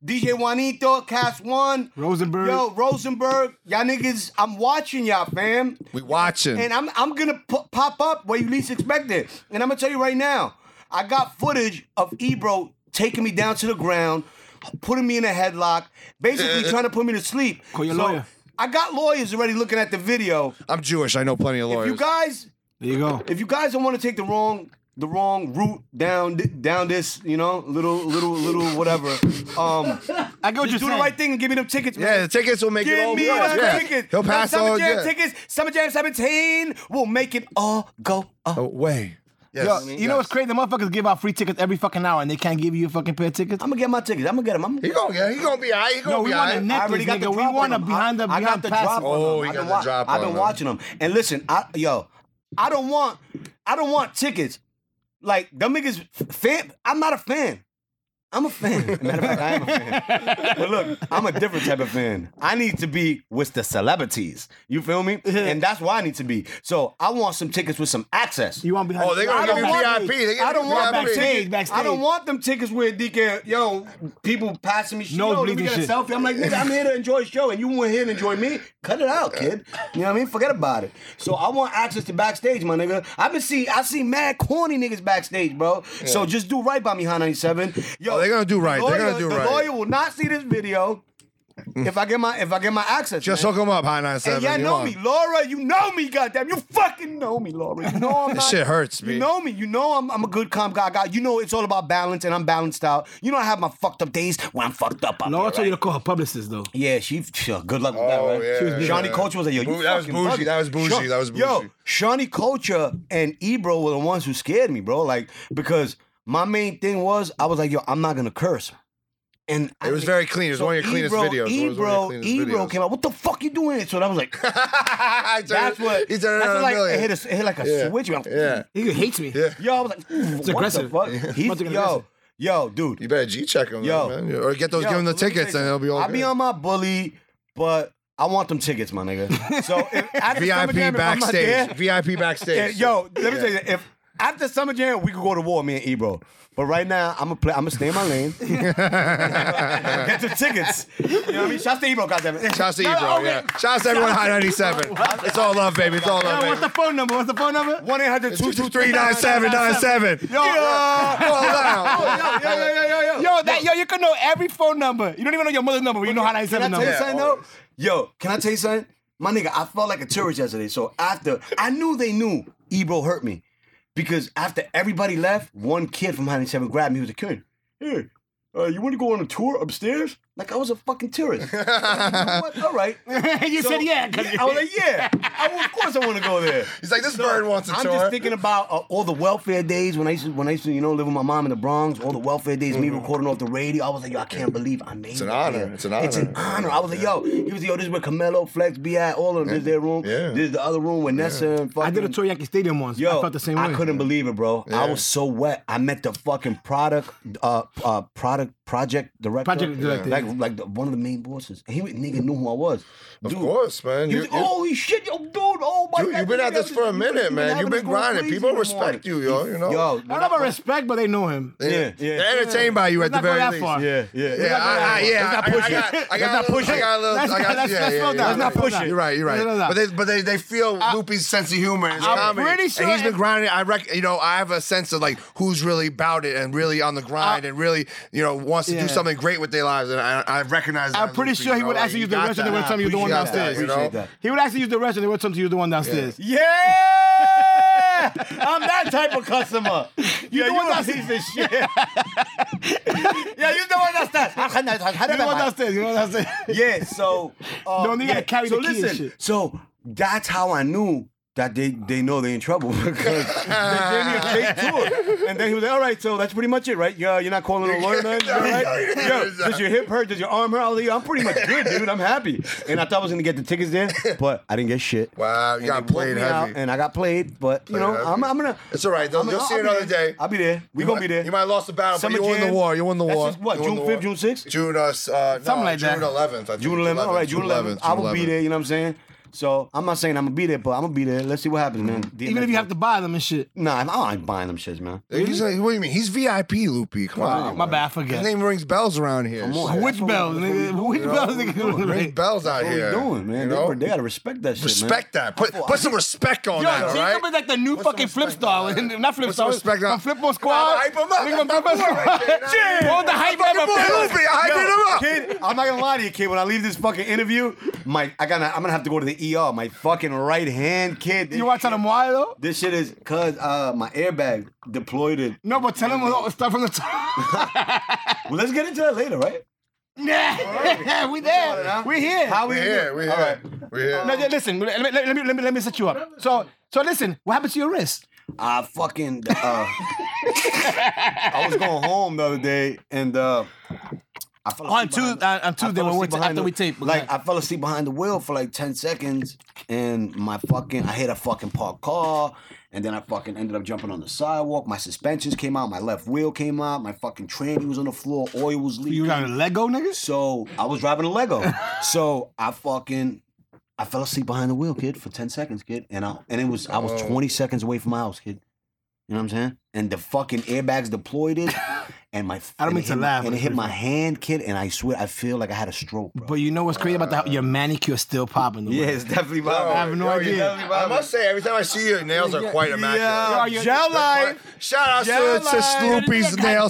Speaker 1: DJ Juanito, Cast One,
Speaker 2: Rosenberg.
Speaker 1: Yo, Rosenberg, y'all niggas. I'm watching y'all, fam.
Speaker 3: We watching.
Speaker 1: and I'm I'm gonna po- pop up where you least expect it. And I'm gonna tell you right now, I got footage of Ebro taking me down to the ground, putting me in a headlock, basically
Speaker 3: (laughs)
Speaker 1: trying to put me to sleep.
Speaker 2: Call your lawyer.
Speaker 1: I got lawyers already looking at the video.
Speaker 3: I'm Jewish. I know plenty of lawyers.
Speaker 1: You guys,
Speaker 2: There you go.
Speaker 1: if you guys don't want to take the wrong the wrong route down th- down this, you know, little little little whatever. Um,
Speaker 2: I go just
Speaker 1: do the right thing and give me them tickets, man.
Speaker 3: yeah, the tickets will make it all
Speaker 1: Give me
Speaker 3: work.
Speaker 1: those
Speaker 3: Yeah.
Speaker 1: tickets.
Speaker 3: He'll
Speaker 1: Those
Speaker 3: pass
Speaker 1: Summer
Speaker 3: all.
Speaker 1: Jam
Speaker 3: Yeah.
Speaker 1: tickets. Summer Jam 17 will make it all go up.
Speaker 3: Away. Yes.
Speaker 2: Yo, you know what's crazy? The motherfuckers give out free tickets every fucking hour, and they can't give you a fucking pair of tickets.
Speaker 1: I'm gonna get my tickets. I'm gonna get them. I'm
Speaker 3: He gonna get. He gonna be all right. He gonna
Speaker 2: No, we
Speaker 3: be all
Speaker 2: want
Speaker 3: right.
Speaker 2: a necklace,
Speaker 1: I already got
Speaker 2: nigga.
Speaker 1: the drop
Speaker 2: we want
Speaker 1: on
Speaker 2: a
Speaker 1: 'em.
Speaker 2: behind the
Speaker 1: I, I
Speaker 2: behind
Speaker 1: got the drop. On
Speaker 2: passive.
Speaker 3: Oh,
Speaker 1: 'em.
Speaker 3: he
Speaker 1: I've
Speaker 3: got
Speaker 1: been
Speaker 3: the drop
Speaker 1: I've
Speaker 3: on
Speaker 1: been
Speaker 3: 'em.
Speaker 1: watching them. And listen, I yo, I don't want, I don't want tickets. Like them niggas, f- fan. I'm not a fan. I'm a fan. Matter of fact, I am a fan. But look, I'm a different type of fan. I need to be with the celebrities. You feel
Speaker 2: (laughs)
Speaker 1: me? And that's why I need to be. So I want some tickets with some access.
Speaker 2: You want behind?
Speaker 3: Oh, they
Speaker 1: I
Speaker 3: gonna give
Speaker 1: don't
Speaker 3: you
Speaker 1: want
Speaker 3: VIP. They
Speaker 1: I don't want them
Speaker 3: gonna give you
Speaker 2: backstage.
Speaker 3: VIP.
Speaker 1: tickets. I don't want them tickets where DK, yo, people passing me shit. Yo, let me
Speaker 2: Nosebleed
Speaker 1: get a
Speaker 2: and shit.
Speaker 1: selfie. I'm like, nigga, I'm here to enjoy a show, and you weren't here to enjoy me. Cut it out, kid. You know what I mean? Forget about it. So I want access to backstage, my nigga. I've been see, I see mad corny niggas backstage, bro. So just do right by me, Hot 97. Yo,
Speaker 3: Oh, they're gonna do right.
Speaker 1: the
Speaker 3: They're gonna
Speaker 1: lawyer-
Speaker 3: do
Speaker 1: the
Speaker 3: right. Mm.
Speaker 1: lawyer will not see this video if I get my if I get my access.
Speaker 3: Just
Speaker 1: man.
Speaker 3: hook him up, High Nine
Speaker 1: And
Speaker 3: Seven.
Speaker 1: y'all know me, Laura. You know me, goddamn. You fucking know me, Laura. You know I'm
Speaker 3: This
Speaker 1: not-
Speaker 3: shit hurts,
Speaker 1: You
Speaker 3: B. (laughs)
Speaker 1: know me. You know I'm, I'm a good calm guy. guy. You know it's all about balance, and I'm balanced out. You know I have my fucked up days when I'm fucked up. out
Speaker 2: Laura
Speaker 1: here,
Speaker 2: told you
Speaker 1: right?
Speaker 2: to call her publicist though.
Speaker 1: Yeah, she. sure, good luck with that,
Speaker 3: Oh,
Speaker 1: right?
Speaker 3: yeah, She was busy.
Speaker 1: Shawnee Culture was like, yo, you
Speaker 3: Boo- that was
Speaker 1: fucking
Speaker 3: bougie,
Speaker 1: bugging.
Speaker 3: that was bougie,
Speaker 1: Shawn-
Speaker 3: that was
Speaker 1: Yo,
Speaker 3: bougie.
Speaker 1: Shawnee Culture and Ebro were the ones who scared me, bro. Like because my main thing was I was like, yo, I'm not gonna curse. And I
Speaker 3: It was
Speaker 1: think-
Speaker 3: very clean. It was
Speaker 1: so
Speaker 3: one of your cleanest
Speaker 1: Ebro-
Speaker 3: videos. It was one of
Speaker 1: Ebro,
Speaker 3: your cleanest
Speaker 1: Ebro
Speaker 3: videos.
Speaker 1: came out. What the fuck you doing? So I was
Speaker 3: (laughs)
Speaker 1: like, that's
Speaker 3: that's
Speaker 1: what.
Speaker 3: He
Speaker 1: that's
Speaker 3: turned it on
Speaker 1: what,
Speaker 3: a
Speaker 1: like it
Speaker 3: million.
Speaker 1: hit, a, it hit like a
Speaker 3: Yeah.
Speaker 1: switch. I'm-
Speaker 3: Yeah.
Speaker 2: He hates me. Yeah.
Speaker 1: Yo, I was like, "Ooh, what
Speaker 2: aggressive.
Speaker 1: the fuck? He's,
Speaker 2: Motherfucking
Speaker 1: yo,
Speaker 2: aggressive.
Speaker 1: yo, dude.
Speaker 3: You better G check him,
Speaker 1: Yo.
Speaker 3: man. Or get those,
Speaker 1: Yo,
Speaker 3: give him the
Speaker 1: let me tell you
Speaker 3: tickets, and it'll be all
Speaker 1: I'll
Speaker 3: good.
Speaker 1: be on my bully, but I want them tickets, my nigga. So if,
Speaker 2: (laughs)
Speaker 1: after Summer
Speaker 3: VIP
Speaker 1: Jam, if I'm not there-
Speaker 3: backstage. VIP
Speaker 1: yeah,
Speaker 3: backstage.
Speaker 1: yo, let me tell you, if after Summer Jam
Speaker 3: (laughs)
Speaker 1: (laughs) we could go to war, me and Ebro. But right now, I'm gonna play. I'm gonna stay in my lane. Get the tickets. You know what I mean? Shouts to Ebro, goddammit.
Speaker 3: Shouts to
Speaker 1: No,
Speaker 3: you, bro.
Speaker 1: no,
Speaker 3: Yeah. Shouts to everyone
Speaker 1: (laughs)
Speaker 3: high 97. It's all love, baby. It's all love,
Speaker 2: Yo, what's the
Speaker 3: baby.
Speaker 2: phone number? What's the phone number?
Speaker 1: 1 800 (laughs) 223
Speaker 3: 39797. Yo, call
Speaker 1: (laughs)
Speaker 3: out.
Speaker 1: Yo, yo, yo, yo, yo.
Speaker 2: Yo, that yo, you can know every phone number. You don't even know your mother's number. but You know how
Speaker 1: Can
Speaker 2: 97
Speaker 1: I tell
Speaker 2: number.
Speaker 1: you something though? Yo, can I tell you something? My nigga, I felt like a tourist yesterday. So after I knew they knew Ebro hurt me. Because after everybody left, one kid from 97 grabbed me. He was like, kid. Hey, uh, you want to go on a tour upstairs? Like I was a fucking
Speaker 2: (laughs)
Speaker 1: tourist. You know what? All right.
Speaker 2: you
Speaker 1: So-
Speaker 2: said yeah. 'cause
Speaker 1: I was like, yeah. I, of course I want to go there.
Speaker 3: He's like, this bird wants a
Speaker 1: I'm
Speaker 3: tour.
Speaker 1: just thinking about uh, all the welfare days when I used to, when I used to, you know, live with my mom in the Bronx. All the welfare days, me recording off the radio. I was like, yo, I can't believe I made it. It's
Speaker 3: an honor. Mm-hmm. It's an
Speaker 1: It's an honor. I was like, yo, he was yo, this is where Camelo Flex be at. All of them. This is their room.
Speaker 3: Yeah.
Speaker 1: This is the other room with Nessa and fucking.
Speaker 2: I did a tour Yankee Stadium once.
Speaker 1: Yo,
Speaker 2: I felt the same
Speaker 1: I
Speaker 2: way.
Speaker 1: couldn't believe it, bro. I was so wet. I met the fucking product, uh, uh, product project director,
Speaker 2: Project director.
Speaker 1: like like the, one of the main bosses. He nigga knew who I was.
Speaker 3: Of
Speaker 1: Dude,
Speaker 3: course, man.
Speaker 1: you
Speaker 3: You,
Speaker 1: think,
Speaker 3: you-
Speaker 1: holy shit, yo, dude! Oh my
Speaker 3: you-
Speaker 1: god,
Speaker 3: you've been at this for a minute, man. You've been grinding. People respect you, yo. You know.
Speaker 1: Yo,
Speaker 2: I don't know about respect, but they know him.
Speaker 1: yeah, yeah.
Speaker 3: They're entertained by you at the
Speaker 2: Let's not go
Speaker 3: very
Speaker 2: that
Speaker 3: least.
Speaker 2: far.
Speaker 1: yeah, yeah,
Speaker 3: Yeah, I, I, yeah.
Speaker 1: Let's not
Speaker 3: I-
Speaker 1: push
Speaker 3: I
Speaker 1: it.
Speaker 3: got, I got
Speaker 1: Let's not
Speaker 3: a little,
Speaker 1: push
Speaker 3: I
Speaker 1: it.
Speaker 3: got a little.
Speaker 2: Let's
Speaker 3: I
Speaker 2: not-
Speaker 3: got,
Speaker 2: let's-
Speaker 3: yeah,
Speaker 2: let's
Speaker 3: yeah,
Speaker 2: slow down.
Speaker 3: yeah, yeah.
Speaker 2: Let's not push it.
Speaker 3: You're right. You're right.
Speaker 2: Let's slow down.
Speaker 3: But they, but they, they feel Loopy's sense of humor and his
Speaker 2: I'm
Speaker 3: comedy.
Speaker 2: pretty sure
Speaker 3: And he's been
Speaker 2: if-
Speaker 3: grinding. I rec- you know, I have a sense of like who's really about it and really on the grind and really, you know, wants to
Speaker 2: Yeah.
Speaker 3: do something great with their lives. And I, I recognize. that
Speaker 2: I'm
Speaker 3: in
Speaker 2: pretty
Speaker 3: Loopy,
Speaker 2: sure he
Speaker 3: you
Speaker 2: would
Speaker 3: know,
Speaker 2: actually use
Speaker 3: like,
Speaker 2: the
Speaker 3: you got
Speaker 2: restroom. They
Speaker 3: that.
Speaker 2: would tell you the one
Speaker 3: Appreciate that,
Speaker 2: downstairs.
Speaker 3: You know.
Speaker 1: Appreciate that.
Speaker 2: He would actually use the restroom. They would tell you the one downstairs.
Speaker 1: Yeah, I'm that type of
Speaker 3: (laughs)
Speaker 1: customer. yeah,
Speaker 2: the
Speaker 1: you
Speaker 2: one
Speaker 1: a
Speaker 2: that's-
Speaker 1: piece of shit. (laughs) yeah, you the one that's that.
Speaker 2: You know what I'm saying? You know what I'm
Speaker 3: (laughs)
Speaker 2: saying?
Speaker 1: Yeah, so uh,
Speaker 2: Don't they
Speaker 1: yeah.
Speaker 2: gotta carry
Speaker 1: so
Speaker 2: the key and
Speaker 1: listen,
Speaker 2: shit?
Speaker 1: So that's how I knew that they they know they in trouble (laughs) because they gave me a
Speaker 3: (laughs)
Speaker 1: fake tour, and then he was like, "All right, so that's pretty much it, right? Yeah, you're not calling a lawyer,
Speaker 3: (laughs)
Speaker 1: man. All right? Yo, does your hip hurt? Does your arm hurt? I was like, I'm pretty much good, dude. I'm happy. And I thought I was gonna get the tickets
Speaker 3: (laughs)
Speaker 1: there, but I didn't get shit.
Speaker 3: Wow, you
Speaker 1: And
Speaker 3: got
Speaker 1: they booked
Speaker 3: played
Speaker 1: me
Speaker 3: heavy.
Speaker 1: out, and I got played, but you
Speaker 3: Played
Speaker 1: know,
Speaker 3: heavy.
Speaker 1: I'm, I'm gonna.
Speaker 3: It's all right. They'll-
Speaker 1: I'm
Speaker 3: you'll
Speaker 1: gonna-
Speaker 3: see
Speaker 1: I'll
Speaker 3: it
Speaker 1: be
Speaker 3: another
Speaker 1: there.
Speaker 3: day.
Speaker 1: I'll be there. We
Speaker 3: You
Speaker 1: gonna
Speaker 3: might-
Speaker 1: be there.
Speaker 3: You might have lost the battle,
Speaker 1: Summer
Speaker 3: but you won
Speaker 1: Jam.
Speaker 3: the war. You won the
Speaker 1: That's
Speaker 3: war.
Speaker 1: just what,
Speaker 3: You won
Speaker 1: June 5th,
Speaker 3: the war.
Speaker 1: June 6th?
Speaker 3: June, uh, s- uh,
Speaker 2: Something
Speaker 3: no,
Speaker 2: like that.
Speaker 3: June 11th. I think.
Speaker 1: June 11th. All right, June 11th. I will be there. You know what I'm saying? So I'm not saying I'm gonna be there, but I'm gonna be there. Let's see what happens, man.
Speaker 2: Even if you have to buy them and shit.
Speaker 1: nah, I'm, I ain't buying them shits, man.
Speaker 3: He's like, what do you mean? He's VIP, Loopy. Come on.
Speaker 2: My bad, I
Speaker 3: His
Speaker 2: forget.
Speaker 3: name rings bells around here.
Speaker 1: on.
Speaker 3: Shit.
Speaker 2: Which bells, nigga? Which bells, nigga?
Speaker 3: Rings
Speaker 2: Right.
Speaker 3: bells out
Speaker 1: What
Speaker 3: here.
Speaker 1: we doing, man?
Speaker 3: You know?
Speaker 1: They, they gotta respect that shit, man.
Speaker 3: Respect that. Put, put some respect on
Speaker 2: Yo,
Speaker 3: that, all
Speaker 2: Jacob
Speaker 3: right?
Speaker 2: is like the new
Speaker 3: Put some
Speaker 2: fucking flip
Speaker 3: respect
Speaker 2: star.
Speaker 3: on that.
Speaker 2: Not flip
Speaker 3: Put some
Speaker 2: star.
Speaker 3: respect
Speaker 2: from
Speaker 3: on-
Speaker 2: Flip Mode
Speaker 3: Come on,
Speaker 2: Squad.
Speaker 3: hype him up.
Speaker 2: Nigga from
Speaker 3: That's
Speaker 2: Flip Mode
Speaker 3: my boy right there.
Speaker 2: Squad.
Speaker 3: Nah,
Speaker 2: Hold the
Speaker 3: that's
Speaker 2: hype
Speaker 3: my
Speaker 2: man
Speaker 3: fucking
Speaker 2: up.
Speaker 3: boy, Loopy. I
Speaker 1: Yo,
Speaker 3: hyped him up.
Speaker 1: Kid, I'm not gonna lie to you, kid. When I leave this fucking interview, my I gotta I'm gonna have to go to the ER. My fucking right hand, kid. This,
Speaker 2: You want to tell him why, though?
Speaker 1: this shit is cause uh my airbag deployed it.
Speaker 2: No, but tell him all the stuff from the top. (laughs)
Speaker 1: Well, let's get into that later, right?
Speaker 2: Nah, we there. We here.
Speaker 1: How we gonna do
Speaker 3: We're here.
Speaker 1: it?
Speaker 3: We're
Speaker 1: All right.
Speaker 3: here. We're
Speaker 2: No,
Speaker 3: here.
Speaker 2: yeah, listen. Let me, let, me, let, me, let me set you up. So, so listen. What happened to your wrist?
Speaker 1: I fucking uh, I was going home the other day and uh I fell
Speaker 2: On
Speaker 1: asleep behind
Speaker 2: Tuesday,
Speaker 1: the-
Speaker 2: on Tuesday
Speaker 1: I fell
Speaker 2: when we
Speaker 1: asleep behind
Speaker 2: after
Speaker 1: the-
Speaker 2: we taped.
Speaker 1: Like I fell asleep behind the wheel for like ten seconds, and my fucking I hit a fucking parked car, and then I fucking ended up jumping on the sidewalk. My suspensions came out, my left wheel came out, my fucking tranny was on the floor, oil was leaking.
Speaker 2: you were on Lego, niggas.
Speaker 1: So I was driving a Lego.
Speaker 3: (laughs)
Speaker 1: so I fucking I fell asleep behind the wheel, kid, for ten seconds, kid, and I and it was I was
Speaker 3: Oh.
Speaker 1: twenty seconds away from my house, kid. You know what I'm saying? And the fucking airbags deployed
Speaker 3: (laughs)
Speaker 1: it, and my
Speaker 2: I don't
Speaker 1: and
Speaker 2: mean
Speaker 1: it
Speaker 2: to
Speaker 1: hit-
Speaker 2: laugh,
Speaker 1: and
Speaker 2: but
Speaker 1: it hit
Speaker 2: it's
Speaker 1: my
Speaker 2: pretty
Speaker 1: hand, kid, and I swear I feel like I had a stroke, bro.
Speaker 2: But you know what's crazy about that? Your manicure still popping. though.
Speaker 1: it's definitely
Speaker 3: Yo,
Speaker 2: I have no
Speaker 3: yo,
Speaker 2: idea.
Speaker 3: you- I must say, every time I see you, your nails are quite immaculate.
Speaker 2: Yo,
Speaker 1: Gel
Speaker 3: Like,
Speaker 1: life.
Speaker 3: Shout out
Speaker 1: Gel
Speaker 3: to, to
Speaker 1: line.
Speaker 3: Sloopy's
Speaker 2: You got
Speaker 3: nail
Speaker 2: a gel- you got a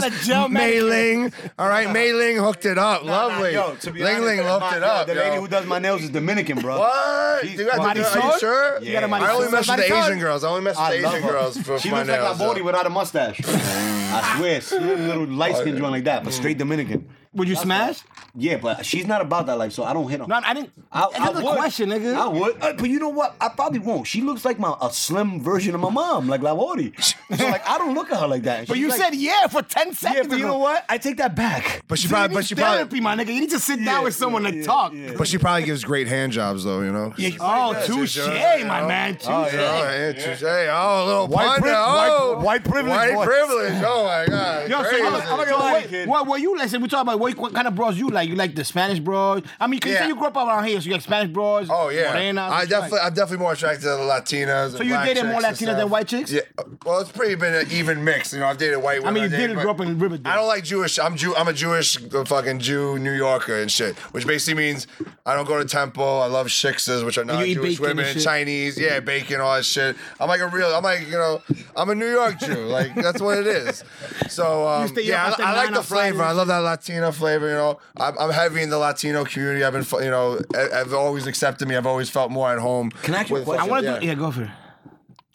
Speaker 3: stylist,
Speaker 2: gel
Speaker 3: Mei
Speaker 2: manicure.
Speaker 3: Ling. All right, Mei Ling hooked it up. Lovely.
Speaker 1: Nah, yo, to be
Speaker 3: Ling
Speaker 1: honest,
Speaker 3: Ling hooked
Speaker 1: my-
Speaker 3: it up.
Speaker 1: The
Speaker 3: yo.
Speaker 1: lady who does my nails is Dominican, bro.
Speaker 3: What?
Speaker 1: She's-
Speaker 3: you got the,
Speaker 2: Marisol?
Speaker 3: are you sure?
Speaker 2: You got a
Speaker 1: Yeah.
Speaker 3: I only
Speaker 2: manicure.
Speaker 3: mess with the
Speaker 2: Marisol?
Speaker 3: Asian girls. I only mess with
Speaker 1: I
Speaker 3: the
Speaker 1: love
Speaker 3: Asian
Speaker 1: her.
Speaker 3: girls for
Speaker 1: she
Speaker 3: for my
Speaker 1: looks
Speaker 3: nails.
Speaker 1: like Labori
Speaker 3: yo.
Speaker 1: without a mustache. I swear, she little light skinned joint like that,
Speaker 3: Mm.
Speaker 1: but straight Dominican.
Speaker 2: Would you smash?
Speaker 1: Yeah, but she's not about that life, so I don't hit on.
Speaker 2: No, I didn't.
Speaker 1: I,
Speaker 2: that's
Speaker 1: I
Speaker 2: the
Speaker 1: would.
Speaker 2: question, nigga.
Speaker 1: I would, Uh, but you know what? I probably won't. She looks like my a slim version of my mom, like Lavori. So like, I don't look at her like that.
Speaker 2: But
Speaker 1: She's
Speaker 2: you
Speaker 1: like-
Speaker 2: said yeah for ten
Speaker 1: yeah,
Speaker 2: seconds.
Speaker 1: but you
Speaker 2: ago.
Speaker 1: know what? I take that back.
Speaker 3: But she
Speaker 2: You
Speaker 3: probably,
Speaker 2: need
Speaker 3: but she
Speaker 2: therapy,
Speaker 3: probably,
Speaker 2: my nigga. You need to sit down with someone and
Speaker 1: yeah,
Speaker 2: talk.
Speaker 1: yeah.
Speaker 3: but she probably gives great hand jobs though. You know.
Speaker 2: Yeah, Oh,
Speaker 3: Yeah,
Speaker 2: touche,
Speaker 3: touche,
Speaker 2: my
Speaker 3: yo.
Speaker 2: man. Touche.
Speaker 3: Oh, yeah, touche. Oh, a little
Speaker 1: White
Speaker 3: pun
Speaker 1: priv-
Speaker 3: there. Oh,
Speaker 1: white- white privilege,
Speaker 3: White
Speaker 1: boy.
Speaker 3: privilege. Oh my god.
Speaker 2: Yo, so
Speaker 3: Crazy.
Speaker 2: I'm, I'm
Speaker 1: Crazy.
Speaker 2: gonna lie,
Speaker 1: Crazy.
Speaker 2: What were you? Listen, we talking about what, what kind of bros you like? You like the Spanish bros? I mean, 'cause you
Speaker 3: Yeah.
Speaker 2: say you grew up around here, so you like Spanish bros.
Speaker 3: Oh yeah,
Speaker 2: morenas,
Speaker 3: I
Speaker 2: what you like?
Speaker 3: definitely, I'm definitely more attracted to the Latinas. So
Speaker 2: you dated more Latinas than white chicks?
Speaker 3: Yeah. uh, Well, it's pretty been an even mix. You know, I've dated white.
Speaker 2: I mean,
Speaker 3: women,
Speaker 2: you
Speaker 3: dated-
Speaker 2: did
Speaker 3: but
Speaker 2: grow up in Riverdale.
Speaker 3: I don't like Jewish. I'm Jew. I'm a Jewish uh, fucking Jew, New Yorker and shit, which basically means I don't go to temple. I love shiksas, which are not
Speaker 2: you eat
Speaker 3: Jewish
Speaker 2: bacon and
Speaker 3: women,
Speaker 2: shit.
Speaker 3: Chinese, yeah, bacon, all that shit. I'm like a real. I'm like you know, I'm a New York Jew. (laughs) Like that's what it is. So um,
Speaker 2: stay
Speaker 3: yeah,
Speaker 2: up after
Speaker 3: I, I
Speaker 2: nine
Speaker 3: like
Speaker 2: oh
Speaker 3: the
Speaker 2: on Fridays.
Speaker 3: flavor. I love that Latino flavor. You know, I'm, I'm heavy in the Latino community. I've been, fu- you know, I- I've always accepted me. I've always felt more at home.
Speaker 1: Can I ask you a
Speaker 3: with-
Speaker 1: question?
Speaker 2: I want to
Speaker 3: yeah.
Speaker 2: do. Yeah, go for it.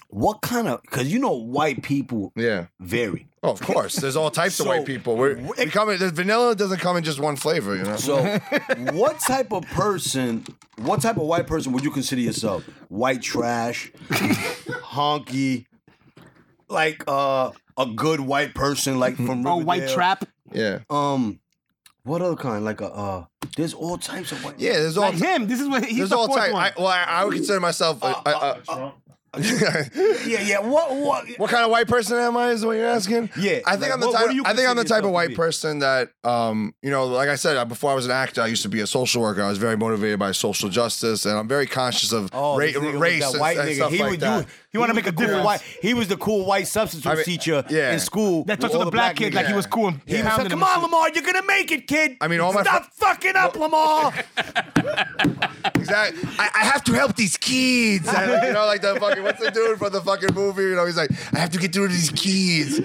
Speaker 1: What kind of? Because you know, white people
Speaker 3: Yeah.
Speaker 1: vary.
Speaker 3: Oh, of course. There's all
Speaker 2: (laughs)
Speaker 3: types of
Speaker 1: So-
Speaker 3: white people. We're, we come in, the vanilla doesn't come in just one flavor, you
Speaker 2: (laughs)
Speaker 3: know?
Speaker 1: So, what type of person? What type of white person would you consider yourself? White trash, (laughs) honky, like uh, a good white person, like from
Speaker 2: Oh, white
Speaker 1: Riverdale.
Speaker 2: trap.
Speaker 3: yeah.
Speaker 1: Um, what other kind? Like a uh, there's all types of white.
Speaker 3: Yeah, there's all
Speaker 2: Like him. This is what he's
Speaker 3: there's
Speaker 2: the
Speaker 3: all
Speaker 2: fourth
Speaker 3: type.
Speaker 2: one.
Speaker 3: I, well, I, I would consider myself. A, a, a,
Speaker 1: yeah, yeah. What, what?
Speaker 3: (laughs) what kind of white person am I? Is what you're asking?
Speaker 1: Yeah,
Speaker 3: I think
Speaker 1: like,
Speaker 3: I'm the
Speaker 1: what- what
Speaker 3: type.
Speaker 1: do you
Speaker 3: I think I'm the
Speaker 1: consider yourself
Speaker 3: type of
Speaker 1: to
Speaker 3: white
Speaker 1: be?
Speaker 3: person that, um, you know, like I said uh, before, I was an actor. I used to be a social worker. I was very motivated by social justice, and I'm very conscious of
Speaker 1: Oh,
Speaker 3: ra-
Speaker 1: this nigga was
Speaker 3: race
Speaker 1: that
Speaker 3: and,
Speaker 1: white
Speaker 3: and
Speaker 1: nigga.
Speaker 3: stuff
Speaker 1: he
Speaker 3: like
Speaker 1: would,
Speaker 3: that.
Speaker 1: You, he want to make a different
Speaker 2: cool.
Speaker 1: white. He was the cool white substitute
Speaker 3: I mean,
Speaker 1: teacher
Speaker 3: yeah.
Speaker 1: in school.
Speaker 2: that
Speaker 1: with
Speaker 2: talks to
Speaker 1: all
Speaker 2: the black
Speaker 1: kids.
Speaker 2: kid like he
Speaker 3: Yeah.
Speaker 2: was cool and
Speaker 1: He was like,
Speaker 2: pounding
Speaker 1: "Come
Speaker 2: him.
Speaker 1: on, Lamar, you're gonna make it, kid.
Speaker 3: I mean, all my
Speaker 1: stop fucking up,
Speaker 3: (laughs)
Speaker 1: Lamar."
Speaker 3: Exactly. I, I have to help these kids. I- you know, like the fucking what's the dude from the fucking movie? You know, he's like, I have to get through to these kids.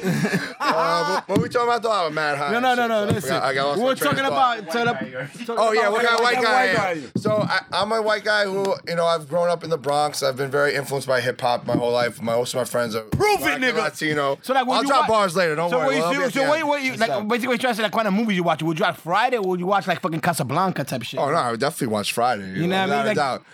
Speaker 3: uh, what, what we talking about? though? I'm mad high.
Speaker 2: No,
Speaker 3: and
Speaker 2: no,
Speaker 3: shit,
Speaker 2: no, no.
Speaker 3: so I
Speaker 2: Listen,
Speaker 3: forgot- I got lost my
Speaker 2: we're
Speaker 3: train of
Speaker 2: talking
Speaker 3: thought.
Speaker 2: about. talking about-
Speaker 3: Oh yeah, what kind of white
Speaker 1: What kind
Speaker 3: guy?
Speaker 1: of
Speaker 3: I
Speaker 1: white
Speaker 3: am?
Speaker 1: guy are you?
Speaker 3: So I, I'm a white guy who, you know, I've grown up in the Bronx. I've been very influenced by hip hop my whole life. My most of my friends are
Speaker 1: Prove it,
Speaker 3: black and
Speaker 1: nigga.
Speaker 3: Latino.
Speaker 2: So like, when
Speaker 3: I'll
Speaker 2: you
Speaker 3: drop
Speaker 2: watch-
Speaker 3: bars later. Don't
Speaker 2: so
Speaker 3: worry.
Speaker 2: What you,
Speaker 3: Well, I'll be
Speaker 2: so
Speaker 3: at the
Speaker 2: so what,
Speaker 3: end.
Speaker 2: what you like? Basically, what you're trying to say, like, what kind of movies you watch? Would you watch Friday? or Would you watch like fucking Casablanca type shit?
Speaker 3: Oh no, I would definitely watch Friday. You,
Speaker 2: You know
Speaker 3: know,
Speaker 2: what I mean?
Speaker 3: without a
Speaker 2: Like-
Speaker 3: doubt.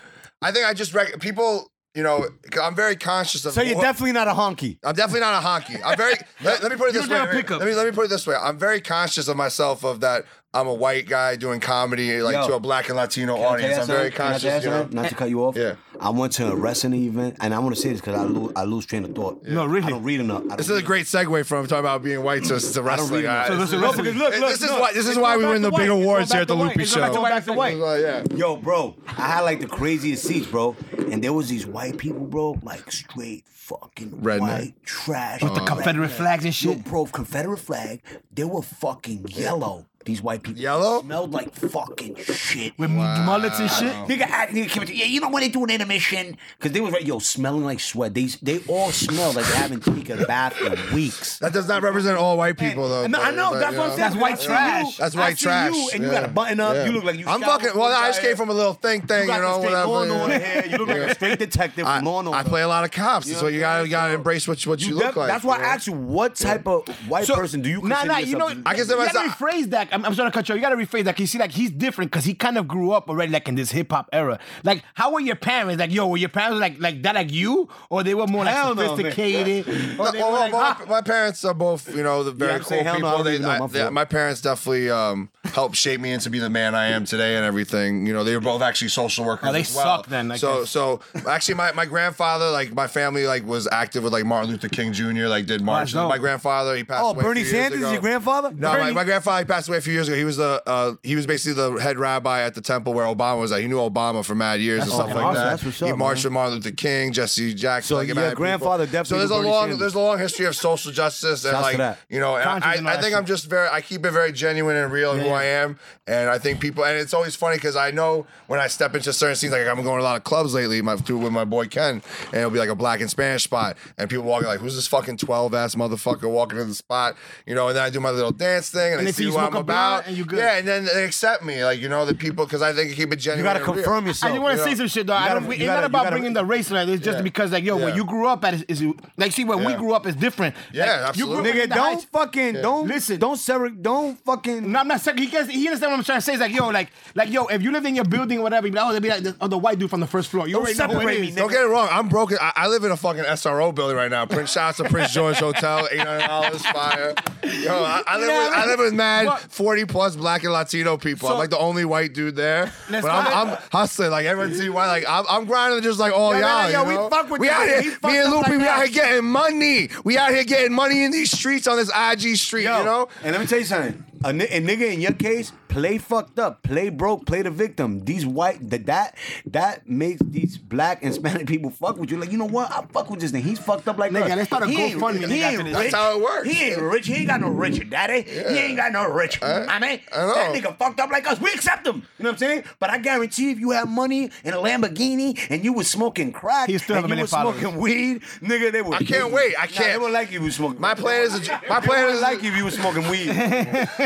Speaker 3: I think I just rec- people. You know, I'm very conscious of.
Speaker 1: so you're
Speaker 3: wh-
Speaker 1: definitely not a honky.
Speaker 3: I'm definitely not a honky.
Speaker 1: (laughs)
Speaker 3: I'm very. let, let me put it this
Speaker 2: don't
Speaker 3: way.
Speaker 2: have a
Speaker 3: Let me,
Speaker 2: pickup.
Speaker 3: let me let me put it this way. I'm very conscious of myself of that. I'm a white guy doing comedy like
Speaker 1: Yo.
Speaker 3: to a black and Latino
Speaker 1: Can I
Speaker 3: audience.
Speaker 1: tell you
Speaker 3: I'm very
Speaker 1: something? Can I tell
Speaker 3: conscious. You
Speaker 1: you
Speaker 3: know?
Speaker 1: something? Not to cut you off.
Speaker 3: Yeah.
Speaker 1: I went to a wrestling event, and I want to say this because I lose, I lose train of thought.
Speaker 2: No, really.
Speaker 1: I don't read enough. I don't
Speaker 3: This is a
Speaker 1: read
Speaker 3: great segue from talking about being white to, to
Speaker 1: don't
Speaker 3: wrestling.
Speaker 1: really know.
Speaker 3: All right.
Speaker 1: So
Speaker 2: this is
Speaker 3: This is-
Speaker 2: wrestling.
Speaker 1: Because look,
Speaker 3: this
Speaker 1: look,
Speaker 3: is
Speaker 1: look.
Speaker 3: why this is
Speaker 1: It's
Speaker 3: why
Speaker 1: going
Speaker 3: we
Speaker 1: back to
Speaker 3: win the big
Speaker 1: white. It's
Speaker 3: awards
Speaker 2: going
Speaker 3: here at the
Speaker 2: back to
Speaker 3: Loopy
Speaker 2: white. It's going back
Speaker 3: Show.
Speaker 2: to white. It's going back to
Speaker 3: Well, yeah.
Speaker 1: Yo, bro, I had like the craziest seats, bro, and there was these white people, bro, like straight fucking
Speaker 3: Redneck.
Speaker 1: white trash
Speaker 2: With the Confederate flags and
Speaker 1: Yo,
Speaker 2: shit.
Speaker 1: bro, Confederate flag, they were fucking yellow. These white people
Speaker 3: Yellow?
Speaker 1: smelled like fucking shit.
Speaker 2: With mullets and shit.
Speaker 1: Nigga, act, nigga came up to- yeah, you know when they do an intermission? Because they was right, yo, smelling like sweat. They they all smell like they haven't taken a bath in weeks.
Speaker 3: That does not represent all white people though.
Speaker 1: No, I
Speaker 3: but-
Speaker 1: know.
Speaker 3: but,
Speaker 1: that's
Speaker 3: you
Speaker 1: what
Speaker 3: know.
Speaker 1: I'm saying.
Speaker 2: That's white
Speaker 1: I see
Speaker 2: trash.
Speaker 1: you,
Speaker 3: That's
Speaker 1: I
Speaker 3: white
Speaker 1: see
Speaker 3: trash.
Speaker 1: You, and you
Speaker 3: yeah.
Speaker 1: got a button up.
Speaker 3: Yeah.
Speaker 1: You look like you.
Speaker 3: I'm
Speaker 1: showered
Speaker 3: fucking. Well, I just
Speaker 1: right here.
Speaker 3: came from a little think thing,
Speaker 1: You
Speaker 3: you,
Speaker 1: got
Speaker 3: know.
Speaker 1: the straight lawn
Speaker 3: whatever,
Speaker 1: order
Speaker 3: yeah.
Speaker 1: here. You look like
Speaker 3: Yeah.
Speaker 1: a straight detective
Speaker 3: I,
Speaker 1: from Lawn
Speaker 3: I
Speaker 1: Order.
Speaker 3: play a lot of cops. That's
Speaker 1: know
Speaker 3: what you
Speaker 1: what I'm
Speaker 3: gotta
Speaker 1: saying?
Speaker 3: gotta
Speaker 1: So,
Speaker 3: embrace what what you,
Speaker 1: You
Speaker 3: look
Speaker 1: def-
Speaker 3: like.
Speaker 1: that's why
Speaker 3: you
Speaker 1: I
Speaker 3: know?
Speaker 1: asked you what type of white person do you
Speaker 2: Nah,
Speaker 1: consider
Speaker 2: nah, you know,
Speaker 1: yourself to be?
Speaker 3: I consider
Speaker 2: you gotta
Speaker 3: myself-
Speaker 2: rephrase that. I'm, I'm sorry to cut you. off. You gotta rephrase that. 'cause you see, like he's different because he kind of grew up already, like in this hip hop era. Like, how were your parents? Like, yo, were your parents like like that, like you, or they were more like
Speaker 1: Hell no, man. (laughs) Oh,
Speaker 2: sophisticated? or
Speaker 3: No,
Speaker 2: they
Speaker 3: well,
Speaker 2: were
Speaker 3: well,
Speaker 2: like,
Speaker 3: my,
Speaker 2: ah.
Speaker 3: my parents are both, you know, the very
Speaker 1: I'm
Speaker 3: cool
Speaker 1: saying hell no, I
Speaker 3: people.
Speaker 1: don't
Speaker 3: They-
Speaker 1: even know
Speaker 3: I-
Speaker 1: my
Speaker 3: they-
Speaker 1: fault.
Speaker 3: my parents definitely um, helped shape me into be the man I am today and everything. You know, they were both actually social workers.
Speaker 2: Oh, they
Speaker 3: as well.
Speaker 2: suck then, I
Speaker 3: so,
Speaker 2: guess.
Speaker 3: so actually, my, my grandfather, like my family, like was active with like Martin Luther King Jr. Like did marches.
Speaker 2: dope.
Speaker 3: my grandfather, he passed
Speaker 1: Oh,
Speaker 3: away. a
Speaker 1: Bernie
Speaker 3: few years
Speaker 1: Sanders is
Speaker 3: ago.
Speaker 1: your grandfather?
Speaker 3: No, my,
Speaker 1: Bernie-
Speaker 3: my grandfather he passed away a few years ago. He was the uh, he was basically the head rabbi at the temple where Obama was at. He knew Obama for mad years and stuff
Speaker 2: fucking
Speaker 3: like
Speaker 2: awesome.
Speaker 3: that.
Speaker 1: That's what's
Speaker 3: he
Speaker 1: up,
Speaker 3: marched with Martin Luther King, Jesse Jackson.
Speaker 1: So
Speaker 3: like,
Speaker 1: your
Speaker 3: mad people.
Speaker 1: grandfather definitely
Speaker 3: So there's a
Speaker 1: was Bernie
Speaker 3: long
Speaker 1: Sanders.
Speaker 3: there's a long history of social justice and
Speaker 1: Shouts to
Speaker 3: like
Speaker 1: that.
Speaker 3: you know. And
Speaker 2: Conscious and all
Speaker 3: I, I
Speaker 2: that
Speaker 3: think
Speaker 2: shit.
Speaker 3: I'm just very I keep it very genuine and real in who
Speaker 2: yeah.
Speaker 3: I am, and I think people and it's always funny because I know when I step into certain scenes like I'm going to a lot of clubs lately. My through with my boy Ken, and it'll be like a black and Spanish spot, and people walking like, who's this fucking twelve ass motherfucker walking into the spot, you know? And then I do my little dance thing,
Speaker 2: And
Speaker 3: and, they
Speaker 2: they see
Speaker 3: see
Speaker 2: you
Speaker 3: what
Speaker 2: smoke
Speaker 3: I'm
Speaker 2: a blunt,
Speaker 3: about,
Speaker 2: and you good.
Speaker 3: yeah, and then they accept me, like you know the people because I think I keep it
Speaker 1: You
Speaker 3: genuine.
Speaker 1: gotta
Speaker 3: and real.
Speaker 1: confirm yourself.
Speaker 2: I just want
Speaker 1: you
Speaker 2: to
Speaker 1: know?
Speaker 2: say some shit though.
Speaker 1: You
Speaker 2: I
Speaker 1: gotta-
Speaker 2: don't,
Speaker 1: you
Speaker 2: it's
Speaker 1: gotta-
Speaker 2: not
Speaker 1: you
Speaker 2: about
Speaker 1: gotta-
Speaker 2: bringing the race in. it. It's just
Speaker 3: Yeah.
Speaker 2: because like yo,
Speaker 3: Yeah.
Speaker 2: when you grew up at is, is like see when we
Speaker 3: Yeah.
Speaker 2: grew up is different.
Speaker 3: Yeah,
Speaker 2: like, you grew up
Speaker 3: absolutely.
Speaker 2: in
Speaker 1: Nigga,
Speaker 2: the
Speaker 1: don't
Speaker 2: heights.
Speaker 1: fucking don't
Speaker 2: Listen.
Speaker 1: listen. Don't ser- don't fucking.
Speaker 2: No, I'm not saying he gets. He understand what I'm trying to say. It's like yo, like like yo, if you lived in your building or whatever, you'd be like, oh, they'd be like the, oh, the white dude from the first floor. You
Speaker 1: Don't
Speaker 2: already know who
Speaker 1: separate
Speaker 2: it
Speaker 1: me,
Speaker 2: is.
Speaker 1: nigga.
Speaker 3: Don't get it wrong. I'm broken. I, I live in a fucking SRO building right now. Prince shouts to Prince
Speaker 1: (laughs)
Speaker 3: George Hotel, eight hundred dollars fire. Yo, I, I
Speaker 2: You
Speaker 3: live
Speaker 2: know what
Speaker 3: with
Speaker 2: I
Speaker 3: I live with mad
Speaker 2: What?
Speaker 3: forty plus black and Latino people. I'm
Speaker 2: So-
Speaker 3: like the only white dude there,
Speaker 2: Let's
Speaker 3: but I'm,
Speaker 2: find-
Speaker 3: I'm hustling. Like everyone see why? Like I'm, I'm grinding just like all
Speaker 1: Yo,
Speaker 3: y'all.
Speaker 1: man, yo,
Speaker 3: you
Speaker 1: we
Speaker 3: know?
Speaker 1: fuck with
Speaker 3: we
Speaker 1: you,
Speaker 3: out
Speaker 1: nigga.
Speaker 3: here.
Speaker 1: He fucked
Speaker 3: me and
Speaker 1: up
Speaker 3: Loopy,
Speaker 1: like
Speaker 3: we out
Speaker 1: that.
Speaker 3: here getting money. We out here getting money in these streets on this IG street.
Speaker 1: Yo,
Speaker 3: You know.
Speaker 1: (laughs) and let me tell you something. A, ni- a nigga in your case, play fucked up, play broke, play the victim. These white that that that makes these black and Hispanic people fuck with you. Like you know what? I fuck with this nigga. He's fucked up like
Speaker 2: Nigga,
Speaker 1: us.
Speaker 2: they started
Speaker 1: He ain't-
Speaker 2: GoFundMe,
Speaker 1: He
Speaker 2: nigga,
Speaker 1: ain't
Speaker 2: after
Speaker 1: rich.
Speaker 2: this.
Speaker 3: That's how it works.
Speaker 1: He ain't rich. He ain't got no richer daddy. He ain't got no rich. I mean,
Speaker 3: I know.
Speaker 1: that nigga fucked up like us. We accept him. You know what I'm saying? But I guarantee, if you had money and a Lamborghini and you was smoking crack
Speaker 2: He still have
Speaker 1: and
Speaker 2: a
Speaker 1: you
Speaker 2: million
Speaker 1: was
Speaker 2: followers.
Speaker 1: smoking weed, nigga, they would.
Speaker 3: I can't wait. I
Speaker 1: Nah, they
Speaker 3: can't.
Speaker 1: wouldn't like you if you was smoking.
Speaker 3: My plan is a, my plan is
Speaker 1: like you if you was smoking weed.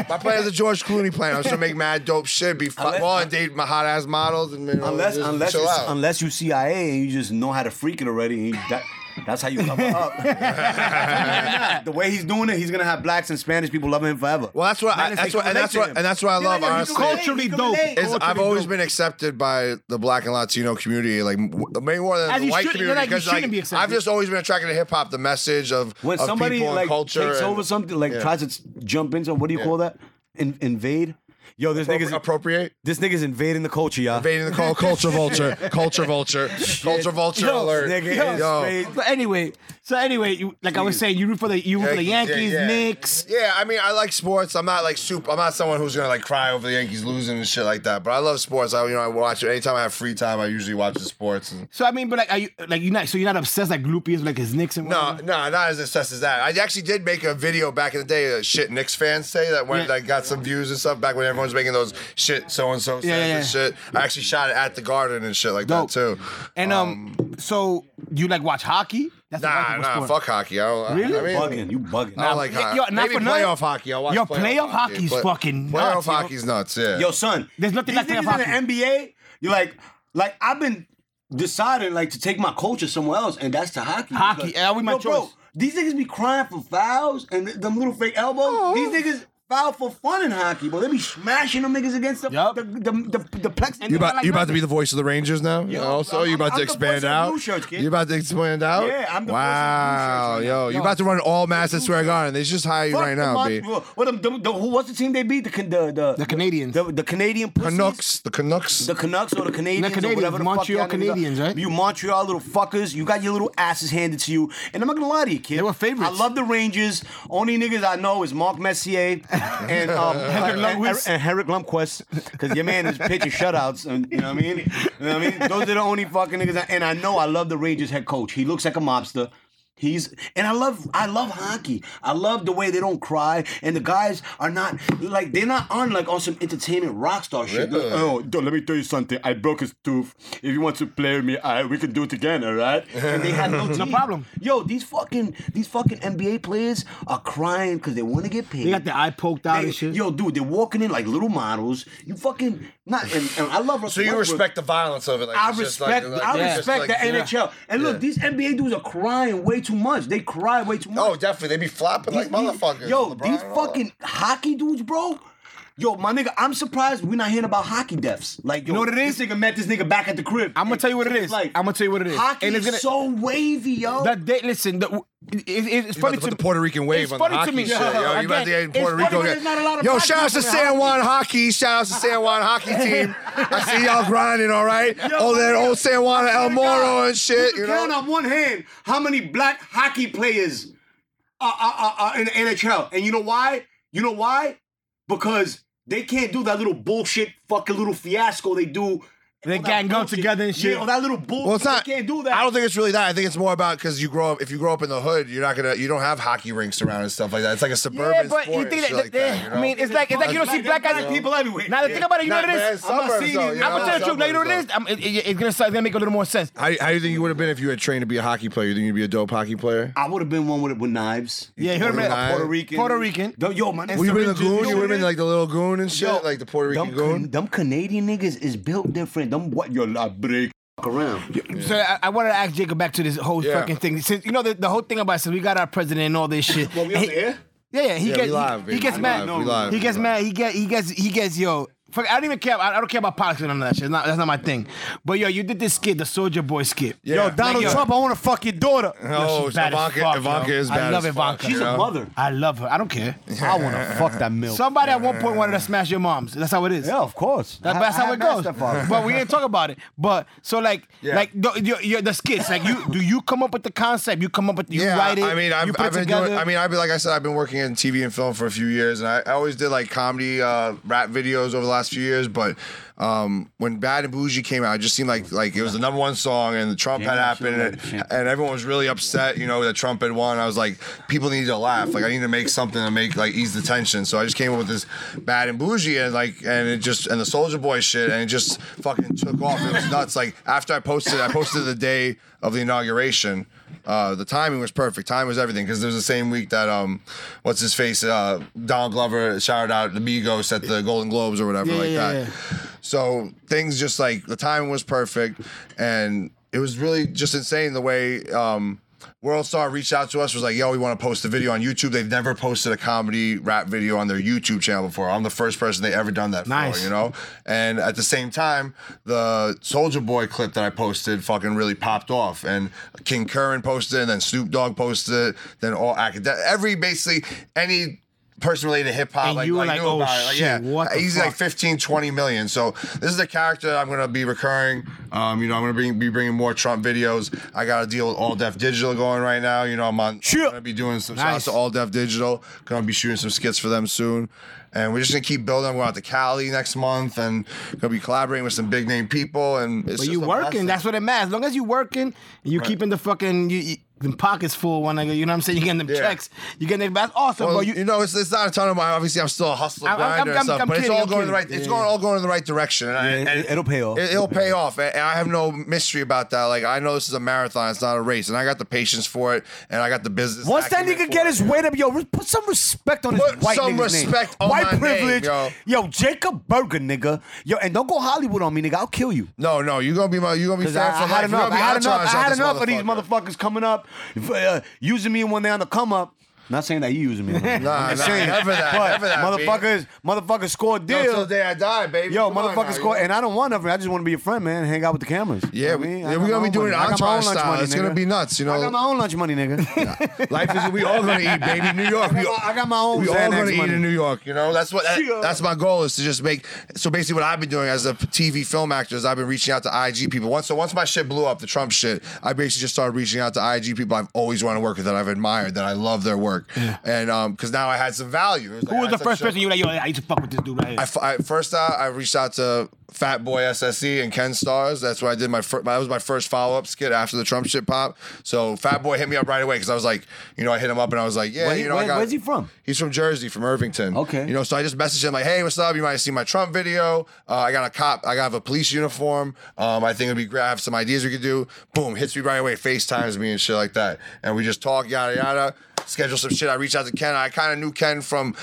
Speaker 3: my plan is a George Clooney plan. I was gonna make mad dope shit, be fuck
Speaker 1: Unless-
Speaker 3: well and date my hot ass models and you know,
Speaker 1: (laughs) unless
Speaker 3: just
Speaker 1: unless
Speaker 3: chill
Speaker 1: you,
Speaker 3: out.
Speaker 1: unless you CIA and you just know how to freak it already. And you, that, that's how you cover
Speaker 3: (laughs)
Speaker 1: up. (laughs) the way he's doing it, he's gonna have blacks and Spanish people loving him forever.
Speaker 3: well, that's what I,
Speaker 2: Man,
Speaker 3: that's
Speaker 2: if they
Speaker 3: what and
Speaker 2: relate
Speaker 3: that's
Speaker 2: to
Speaker 3: what
Speaker 2: him.
Speaker 3: and that's what I
Speaker 1: like,
Speaker 3: love.
Speaker 1: you
Speaker 3: honestly,
Speaker 1: can relate,
Speaker 2: Culturally
Speaker 1: you can
Speaker 2: dope.
Speaker 1: relate.
Speaker 3: is
Speaker 2: Culturally
Speaker 3: I've always
Speaker 2: dope.
Speaker 3: been accepted by the black and Latino community, like w- way more than
Speaker 2: As
Speaker 3: the
Speaker 2: you
Speaker 3: white
Speaker 2: should-
Speaker 3: community.
Speaker 2: yeah, like, you
Speaker 3: Because
Speaker 2: shouldn't be accepted.
Speaker 3: I've just always been attracted to hip hop, the message of
Speaker 1: when
Speaker 3: of
Speaker 1: somebody
Speaker 3: people
Speaker 1: like
Speaker 3: and culture
Speaker 1: takes
Speaker 3: and
Speaker 1: over something, like
Speaker 3: yeah.
Speaker 1: tries to s- jump into what do you call that? In, invade. Yo, this
Speaker 3: appropri-
Speaker 1: nigga's
Speaker 3: appropriate.
Speaker 1: this nigga's invading the culture, y'all.
Speaker 3: Invading
Speaker 1: (laughs)
Speaker 3: the call, culture vulture, culture vulture, culture vulture
Speaker 2: Yo,
Speaker 3: alert.
Speaker 1: nigga is
Speaker 3: Yo.
Speaker 1: straight-
Speaker 2: But anyway, so anyway, you, like I was saying, you root for the you root for the Yankees,
Speaker 3: yeah, yeah.
Speaker 2: Knicks.
Speaker 3: Yeah, I mean, I like sports. I'm not like super. I'm not someone who's gonna like cry over the Yankees losing and shit like that. But I love sports. I you know I watch it anytime I have free time. I usually watch the sports. And,
Speaker 2: So I mean, but like, are you like you not? So you're not obsessed like Loopy is like his Knicks and
Speaker 3: no,
Speaker 2: whatnot?
Speaker 3: no, not as obsessed as that. I actually did make a video back in the day. That shit Knicks fans say that went
Speaker 2: Yeah.
Speaker 3: that got some views and stuff. Back when everyone was making those shit so and so says
Speaker 2: yeah, yeah.
Speaker 3: and shit. I actually shot it at the Garden and shit like
Speaker 2: Dope.
Speaker 3: that too.
Speaker 2: And um, so you like watch hockey? That's a
Speaker 3: Nah,
Speaker 2: white
Speaker 3: nah,
Speaker 2: people
Speaker 3: fuck hockey. I don't.
Speaker 2: Really?
Speaker 3: I mean,
Speaker 1: bugging, you bugging.
Speaker 3: I don't like
Speaker 2: yo,
Speaker 3: hockey.
Speaker 2: not
Speaker 3: Maybe
Speaker 2: for nothing.
Speaker 3: playoff hockey. I'll watch
Speaker 2: Yo,
Speaker 3: playoff,
Speaker 2: playoff
Speaker 3: hockey.
Speaker 2: hockey's
Speaker 3: Play-
Speaker 2: fucking
Speaker 3: Playoff
Speaker 2: nuts, yo.
Speaker 3: hockey's nuts. Yeah.
Speaker 1: Yo, son.
Speaker 2: There's nothing
Speaker 1: these
Speaker 2: like playoff
Speaker 1: niggas
Speaker 2: hockey.
Speaker 1: in the NBA. You like, like I've been deciding like to take my culture somewhere else, and that's to hockey.
Speaker 2: Hockey,
Speaker 1: because-
Speaker 2: yeah, that was my
Speaker 1: Yo, bro,
Speaker 2: choice.
Speaker 1: these niggas be crying for fouls and th- them little fake elbows. These niggas. Foul for fun in hockey, bro. They be smashing them niggas against the
Speaker 2: Yup.
Speaker 1: the, the, the, the plex.
Speaker 3: You about you about to be the voice of the Rangers now? also,
Speaker 1: I'm-
Speaker 3: you about
Speaker 1: I'm the
Speaker 3: to
Speaker 1: voice of
Speaker 3: expand
Speaker 1: the
Speaker 3: out.
Speaker 1: Blue Shirts, kid.
Speaker 3: You about to expand out?
Speaker 1: Yeah, I'm the voice of the Blue
Speaker 3: Wow,
Speaker 1: Shirts right
Speaker 3: yo,
Speaker 1: now.
Speaker 3: you about to run all mass at Swear Garden. They just hire you
Speaker 1: Fuck
Speaker 3: right
Speaker 1: the
Speaker 3: now,
Speaker 1: Mon-
Speaker 3: B.
Speaker 1: What them, them- the- who was the team they beat? The Can- the the,
Speaker 2: The Canadians.
Speaker 1: The, the Canadian pussies?
Speaker 3: Canucks, the Canucks.
Speaker 1: The Canucks or the Canadians,
Speaker 2: Canadians,
Speaker 1: or whatever the
Speaker 2: Montreal
Speaker 1: fuck y'all niggas are.
Speaker 2: Canadians, right?
Speaker 1: You Montreal little fuckers, you got your little asses handed to you. And I'm not gonna lie to you, kid.
Speaker 2: They were favorites.
Speaker 1: I love the Rangers. Only niggas I know is Mark
Speaker 2: (laughs)
Speaker 1: Messier and um, and,
Speaker 2: Lundqvist.
Speaker 1: and Henrik Lundqvist, because your man is pitching shutouts. And, you know what I mean? You know what I mean? Those are the only fucking niggas. I, and I know I love the Rangers head coach. He looks like a mobster. He's and I love I love hockey. I love the way they don't cry and the guys are not like they're not on like on some entertainment rock star shit.
Speaker 3: Really?
Speaker 1: Like, Oh, don't, let me tell you something. I broke his tooth. If you want to play with me, I we can do it again, all right? And they had
Speaker 2: (laughs)
Speaker 1: no, team.
Speaker 2: problem.
Speaker 1: Yo, these fucking these fucking NBA players are crying because they want to get paid.
Speaker 2: They got their eye poked out
Speaker 1: They-
Speaker 2: and shit.
Speaker 1: Yo, dude, they're walking in like little models. You fucking not. And, and I love.
Speaker 3: So you respect the violence of it? Like,
Speaker 1: I
Speaker 3: it's just
Speaker 1: respect.
Speaker 3: like-
Speaker 1: I
Speaker 3: like, it's just
Speaker 1: respect
Speaker 3: like-
Speaker 1: the NHL. And look, these NBA dudes are crying way too much. They cry way too much.
Speaker 3: Oh, definitely, they be flopping like motherfuckers.
Speaker 1: Yo,
Speaker 3: LeBron
Speaker 1: these
Speaker 3: and all that.
Speaker 1: fucking hockey dudes, bro. Yo, my nigga, I'm surprised we're not hearing about hockey deaths. Like, yo,
Speaker 2: know what it is?
Speaker 1: This nigga met this nigga back at the crib.
Speaker 2: I'm gonna tell you what it is.
Speaker 1: Like,
Speaker 2: I'm gonna tell you what it is.
Speaker 1: Hockey
Speaker 2: And it's gonna-
Speaker 1: is so wavy, yo.
Speaker 2: That day, listen, the, it, it, it's
Speaker 3: You about
Speaker 2: funny
Speaker 3: to
Speaker 2: to
Speaker 3: put the Puerto Rican wave
Speaker 2: it's
Speaker 3: on the
Speaker 2: funny
Speaker 3: hockey
Speaker 2: to me.
Speaker 3: shit. Yo, you about to get
Speaker 2: Again,
Speaker 3: in Puerto
Speaker 2: it's funny
Speaker 3: Rico.
Speaker 2: when
Speaker 3: again.
Speaker 2: there's not a lot of
Speaker 3: Yo,
Speaker 2: black
Speaker 3: shout out to
Speaker 2: people in
Speaker 3: San Juan hockey. Shout out to San Juan hockey
Speaker 2: (laughs)
Speaker 3: team. I see y'all grinding, all right? Oh, that old San Juan El Moro and shit.
Speaker 1: you can
Speaker 3: You
Speaker 1: count
Speaker 3: know?
Speaker 1: on one hand how many black hockey players are, are, are, are in the NHL. And you know why? You know why? Because they can't do that little bullshit fucking little fiasco they do.
Speaker 2: They
Speaker 1: All that
Speaker 2: gang up
Speaker 1: bullshit.
Speaker 2: together and shit.
Speaker 1: Yeah, all that little bullshit.
Speaker 3: Well, it's not.
Speaker 1: They can't do that.
Speaker 3: I don't think it's really that. I think it's more about because you grow up. If you grow up in the hood, you're not gonna. You don't have hockey rinks around and stuff like that. It's like a suburban
Speaker 2: Yeah, but
Speaker 3: sport.
Speaker 2: you think
Speaker 3: and shit
Speaker 2: that,
Speaker 3: like that, you know?
Speaker 2: I mean, it's like it's like you don't see black guys
Speaker 1: people everywhere.
Speaker 2: Now the thing about it, you know
Speaker 3: Nah,
Speaker 2: what it
Speaker 3: man,
Speaker 2: is.
Speaker 3: suburbs, though, you
Speaker 2: I'm gonna
Speaker 3: know,
Speaker 2: tell you the truth. Now you know what it
Speaker 3: suburbs,
Speaker 2: is. I'm, it, it, it's gonna start, it's gonna make a little more sense.
Speaker 3: how, how do you think you would have been if you had trained to be a hockey player? You think you'd be a dope hockey player?
Speaker 1: I would have been one with with knives.
Speaker 2: Yeah, you heard me.
Speaker 3: Puerto Rican.
Speaker 1: Puerto Rican.
Speaker 2: Puerto Rican.
Speaker 1: Yo, Yo, man.
Speaker 3: Would you been the
Speaker 2: syringes,
Speaker 3: goon?
Speaker 2: you
Speaker 3: You
Speaker 2: know
Speaker 3: would have been
Speaker 2: what
Speaker 3: like the little goon and shit,
Speaker 1: Yo,
Speaker 3: like the Puerto
Speaker 1: Them,
Speaker 3: Rican
Speaker 1: Can-
Speaker 3: goon.
Speaker 1: them Canadian niggas is built different. Them what? Yo, I break around.
Speaker 2: So I, I wanted to ask Jacob back to this whole
Speaker 3: Yeah.
Speaker 2: fucking thing. Since you know the, the whole thing about since we got our president and all this shit.
Speaker 1: Well, we on
Speaker 2: he-
Speaker 1: the air?
Speaker 2: Yeah, yeah. He
Speaker 3: Yeah, we
Speaker 2: gets
Speaker 3: live,
Speaker 2: he,
Speaker 3: baby.
Speaker 2: he gets
Speaker 3: We
Speaker 2: mad.
Speaker 3: live, we live,
Speaker 2: he
Speaker 3: we
Speaker 2: gets
Speaker 3: live.
Speaker 2: mad. He get he gets he gets yo. Fuck, I don't even care. I I don't care about politics and none of that shit. It's not- that's not my thing. But yo, you did this skit, the Soldier Boy skit.
Speaker 3: Yeah.
Speaker 4: Yo, Donald
Speaker 2: Like, yo.
Speaker 4: Trump, I want to fuck your daughter.
Speaker 3: Oh,
Speaker 2: she's bad as
Speaker 3: Ivanka,
Speaker 2: fuck, yo.
Speaker 3: Ivanka is
Speaker 2: I
Speaker 3: bad.
Speaker 2: love
Speaker 3: as fuck,
Speaker 2: Ivanka. She's
Speaker 1: She's
Speaker 3: you know?
Speaker 1: a mother.
Speaker 2: I love her. I don't
Speaker 3: (laughs)
Speaker 2: care.
Speaker 4: I want to fuck that milk.
Speaker 2: Somebody at one point wanted to smash your moms. That's how it is.
Speaker 4: yeah, of course.
Speaker 2: That-
Speaker 4: I-
Speaker 2: that's
Speaker 4: I
Speaker 2: how
Speaker 4: have
Speaker 2: it goes.
Speaker 4: masterfathers.
Speaker 2: (laughs) But we didn't talk about it. But so like,
Speaker 3: Yeah.
Speaker 2: like the, your, your, the skits. Like you, do you come up with the concept? You come up with you
Speaker 3: yeah,
Speaker 2: write it.
Speaker 3: I mean, I've,
Speaker 2: you put
Speaker 3: I've
Speaker 2: it
Speaker 3: been
Speaker 2: together.
Speaker 3: doing. I mean, I've been like I said, I've been working in TV and film for a few years, and I, I always did like comedy, uh, rap videos over the last few years. But um, when Bad and Bougie came out, it just seemed like like it was the number one song, and the Trump had
Speaker 1: Yeah,
Speaker 3: happened,
Speaker 1: sure,
Speaker 3: and,
Speaker 1: shit.
Speaker 3: and everyone was really upset, you know, that Trump had won. I was like, people need to laugh. Like I need to make something to make like ease the tension. So I just came up with this Bad and Bougie, and like, and it just and the Soldier Boy shit, and it just fucking took off. It was nuts. Like after I posted, I posted it the day of the inauguration. Uh, the timing was perfect. Time was everything because it was the same week that um, what's his face, uh, Donald Glover shouted out the Migos at the Golden Globes or whatever like
Speaker 2: yeah,
Speaker 3: that. So things just like the timing was perfect, and it was really just insane the way um, World Star reached out to us was like, "Yo, we want to post a video on YouTube." They've never posted a comedy rap video on their YouTube channel before. I'm the first person they ever done that
Speaker 2: Nice.
Speaker 3: for. You know know? And at the same time, the Soldier Boy clip that I posted fucking really popped off. And King Curran posted it, and then Snoop Dogg posted it, then all academic, every basically any person related to hip hop,
Speaker 2: And
Speaker 3: like,
Speaker 2: you were
Speaker 3: like,
Speaker 2: like,
Speaker 3: knew
Speaker 2: "Oh,
Speaker 3: about it. Like,
Speaker 2: shit,
Speaker 3: yeah,
Speaker 2: what the
Speaker 3: he's
Speaker 2: fuck?
Speaker 3: like 15, 20 million. So this is the character I'm gonna be recurring. Um, you know, I'm gonna be, be bringing more Trump videos. I got a deal with All Deaf Digital going right now. You know, I'm on. I'm gonna be doing some shots
Speaker 2: Nice.
Speaker 3: to All Deaf Digital. Gonna be shooting some skits for them soon, and we're just gonna keep building. We're going out to Cali next month, and gonna be collaborating with some big name people. And it's
Speaker 2: But
Speaker 3: just
Speaker 2: you
Speaker 3: a
Speaker 2: working.
Speaker 3: blessing.
Speaker 2: That's what it matters. As long as you working, you keeping the fucking you, you, them pockets full. When I go, you know what I'm saying, you getting them
Speaker 3: Yeah.
Speaker 2: checks. You getting them. That's awesome,
Speaker 3: Well,
Speaker 2: bro.
Speaker 3: you,
Speaker 2: You,
Speaker 3: know, it's, it's not a ton of money. Obviously, I'm still a hustler,
Speaker 2: I'm- I'm-
Speaker 3: grinder,
Speaker 2: I'm-
Speaker 3: and stuff,
Speaker 2: I'm
Speaker 3: but it's
Speaker 2: kidding,
Speaker 3: all
Speaker 2: I'm
Speaker 3: going in the right.
Speaker 2: kidding.
Speaker 3: It's going all going in the right direction. And I-
Speaker 4: Yeah,
Speaker 3: and-
Speaker 4: it- it'll pay off.
Speaker 3: It, will pay off, and and I have no mystery about that. Like I know this is a marathon; it's not a race, and I got the patience for it, and I got the business.
Speaker 4: Once that
Speaker 3: acumen
Speaker 4: nigga
Speaker 3: for
Speaker 4: get
Speaker 3: it.
Speaker 4: his weight up, yo, re- put some respect on
Speaker 3: Put
Speaker 4: his white
Speaker 3: some
Speaker 4: nigga's name.
Speaker 3: respect on
Speaker 4: white
Speaker 3: my name,
Speaker 4: privilege,
Speaker 3: yo.
Speaker 4: yo, Jacob Burger, nigga, yo, and don't go Hollywood on me, nigga. I'll kill you.
Speaker 3: No, no, you're gonna be my, you're gonna be
Speaker 4: 'Cause
Speaker 3: fair
Speaker 4: I,
Speaker 3: for
Speaker 4: I had
Speaker 3: life. You're
Speaker 4: enough. I
Speaker 3: gonna be
Speaker 4: had enough.
Speaker 3: entourage
Speaker 4: I
Speaker 3: of
Speaker 4: had
Speaker 3: this
Speaker 4: enough of these
Speaker 3: motherfucker.
Speaker 4: motherfuckers coming up, uh, using me when they on the come up. Not saying that you
Speaker 3: (laughs)
Speaker 4: using me. Nah,
Speaker 3: Nah, nah, never that,
Speaker 4: But
Speaker 3: never that, B.
Speaker 4: motherfuckers, motherfuckers scored
Speaker 3: Yo,
Speaker 4: deals.
Speaker 3: till the day I die, baby.
Speaker 4: Yo,
Speaker 3: Come on now,
Speaker 4: motherfuckers
Speaker 3: you
Speaker 4: score,
Speaker 3: know?
Speaker 4: and I don't want nothing. I just want to be your friend, man. and Hang out with the cameras.
Speaker 3: Yeah,
Speaker 4: You know what I
Speaker 3: we-
Speaker 4: mean? I
Speaker 3: yeah,
Speaker 4: got
Speaker 3: we're gonna
Speaker 4: my
Speaker 3: be
Speaker 4: own
Speaker 3: doing
Speaker 4: money. I got my
Speaker 3: entourage
Speaker 4: own lunch
Speaker 3: style.
Speaker 4: money,
Speaker 3: It's gonna
Speaker 4: nigga.
Speaker 3: be nuts, you
Speaker 4: I
Speaker 3: know?
Speaker 4: got my own lunch money, nigga.
Speaker 3: Life is we all gonna eat, baby. New York.
Speaker 4: I
Speaker 3: We
Speaker 4: got
Speaker 3: all,
Speaker 4: my- I got my own
Speaker 3: We all
Speaker 4: Xanax
Speaker 3: gonna eat
Speaker 4: money.
Speaker 3: in New York. You know, that's what that-
Speaker 4: Yeah.
Speaker 3: that's my goal is to just make. So basically, what I've been doing as a TV film actor is I've been reaching out to IG people. Once so once my shit blew up, the Trump shit, I basically just started reaching out to IG people I've always wanted to work with that I've admired, that I love their work, and um, because now I had some value. It like,
Speaker 2: who
Speaker 3: I
Speaker 2: was
Speaker 3: had
Speaker 2: the
Speaker 3: some
Speaker 2: first
Speaker 3: shit-
Speaker 2: person you were like? Yo, I used to fuck with this dude right here.
Speaker 3: I f- I- first uh, I reached out to Fat Boy SSE and Ken Stars. That's where I did my first. That was my first follow up skit after the Trump shit pop. So Fat Boy hit me up right away because I was like, you know, I hit him up and I was like, yeah,
Speaker 4: Where-
Speaker 3: you know, I
Speaker 4: where-
Speaker 3: got,
Speaker 4: where's he from?
Speaker 3: He's from Jersey, from Irvington.
Speaker 4: Okay.
Speaker 3: You know, so I just messaged him like, hey, what's up? You might have seen my Trump video. Uh, I got a cop. I got a police uniform. Um, I think it'd be great. I have some ideas we could do. Boom, hits me right away. Facetimes me and shit like that, and we just talk yada yada. Schedule some shit. I reached out to Ken. I kind of knew Ken from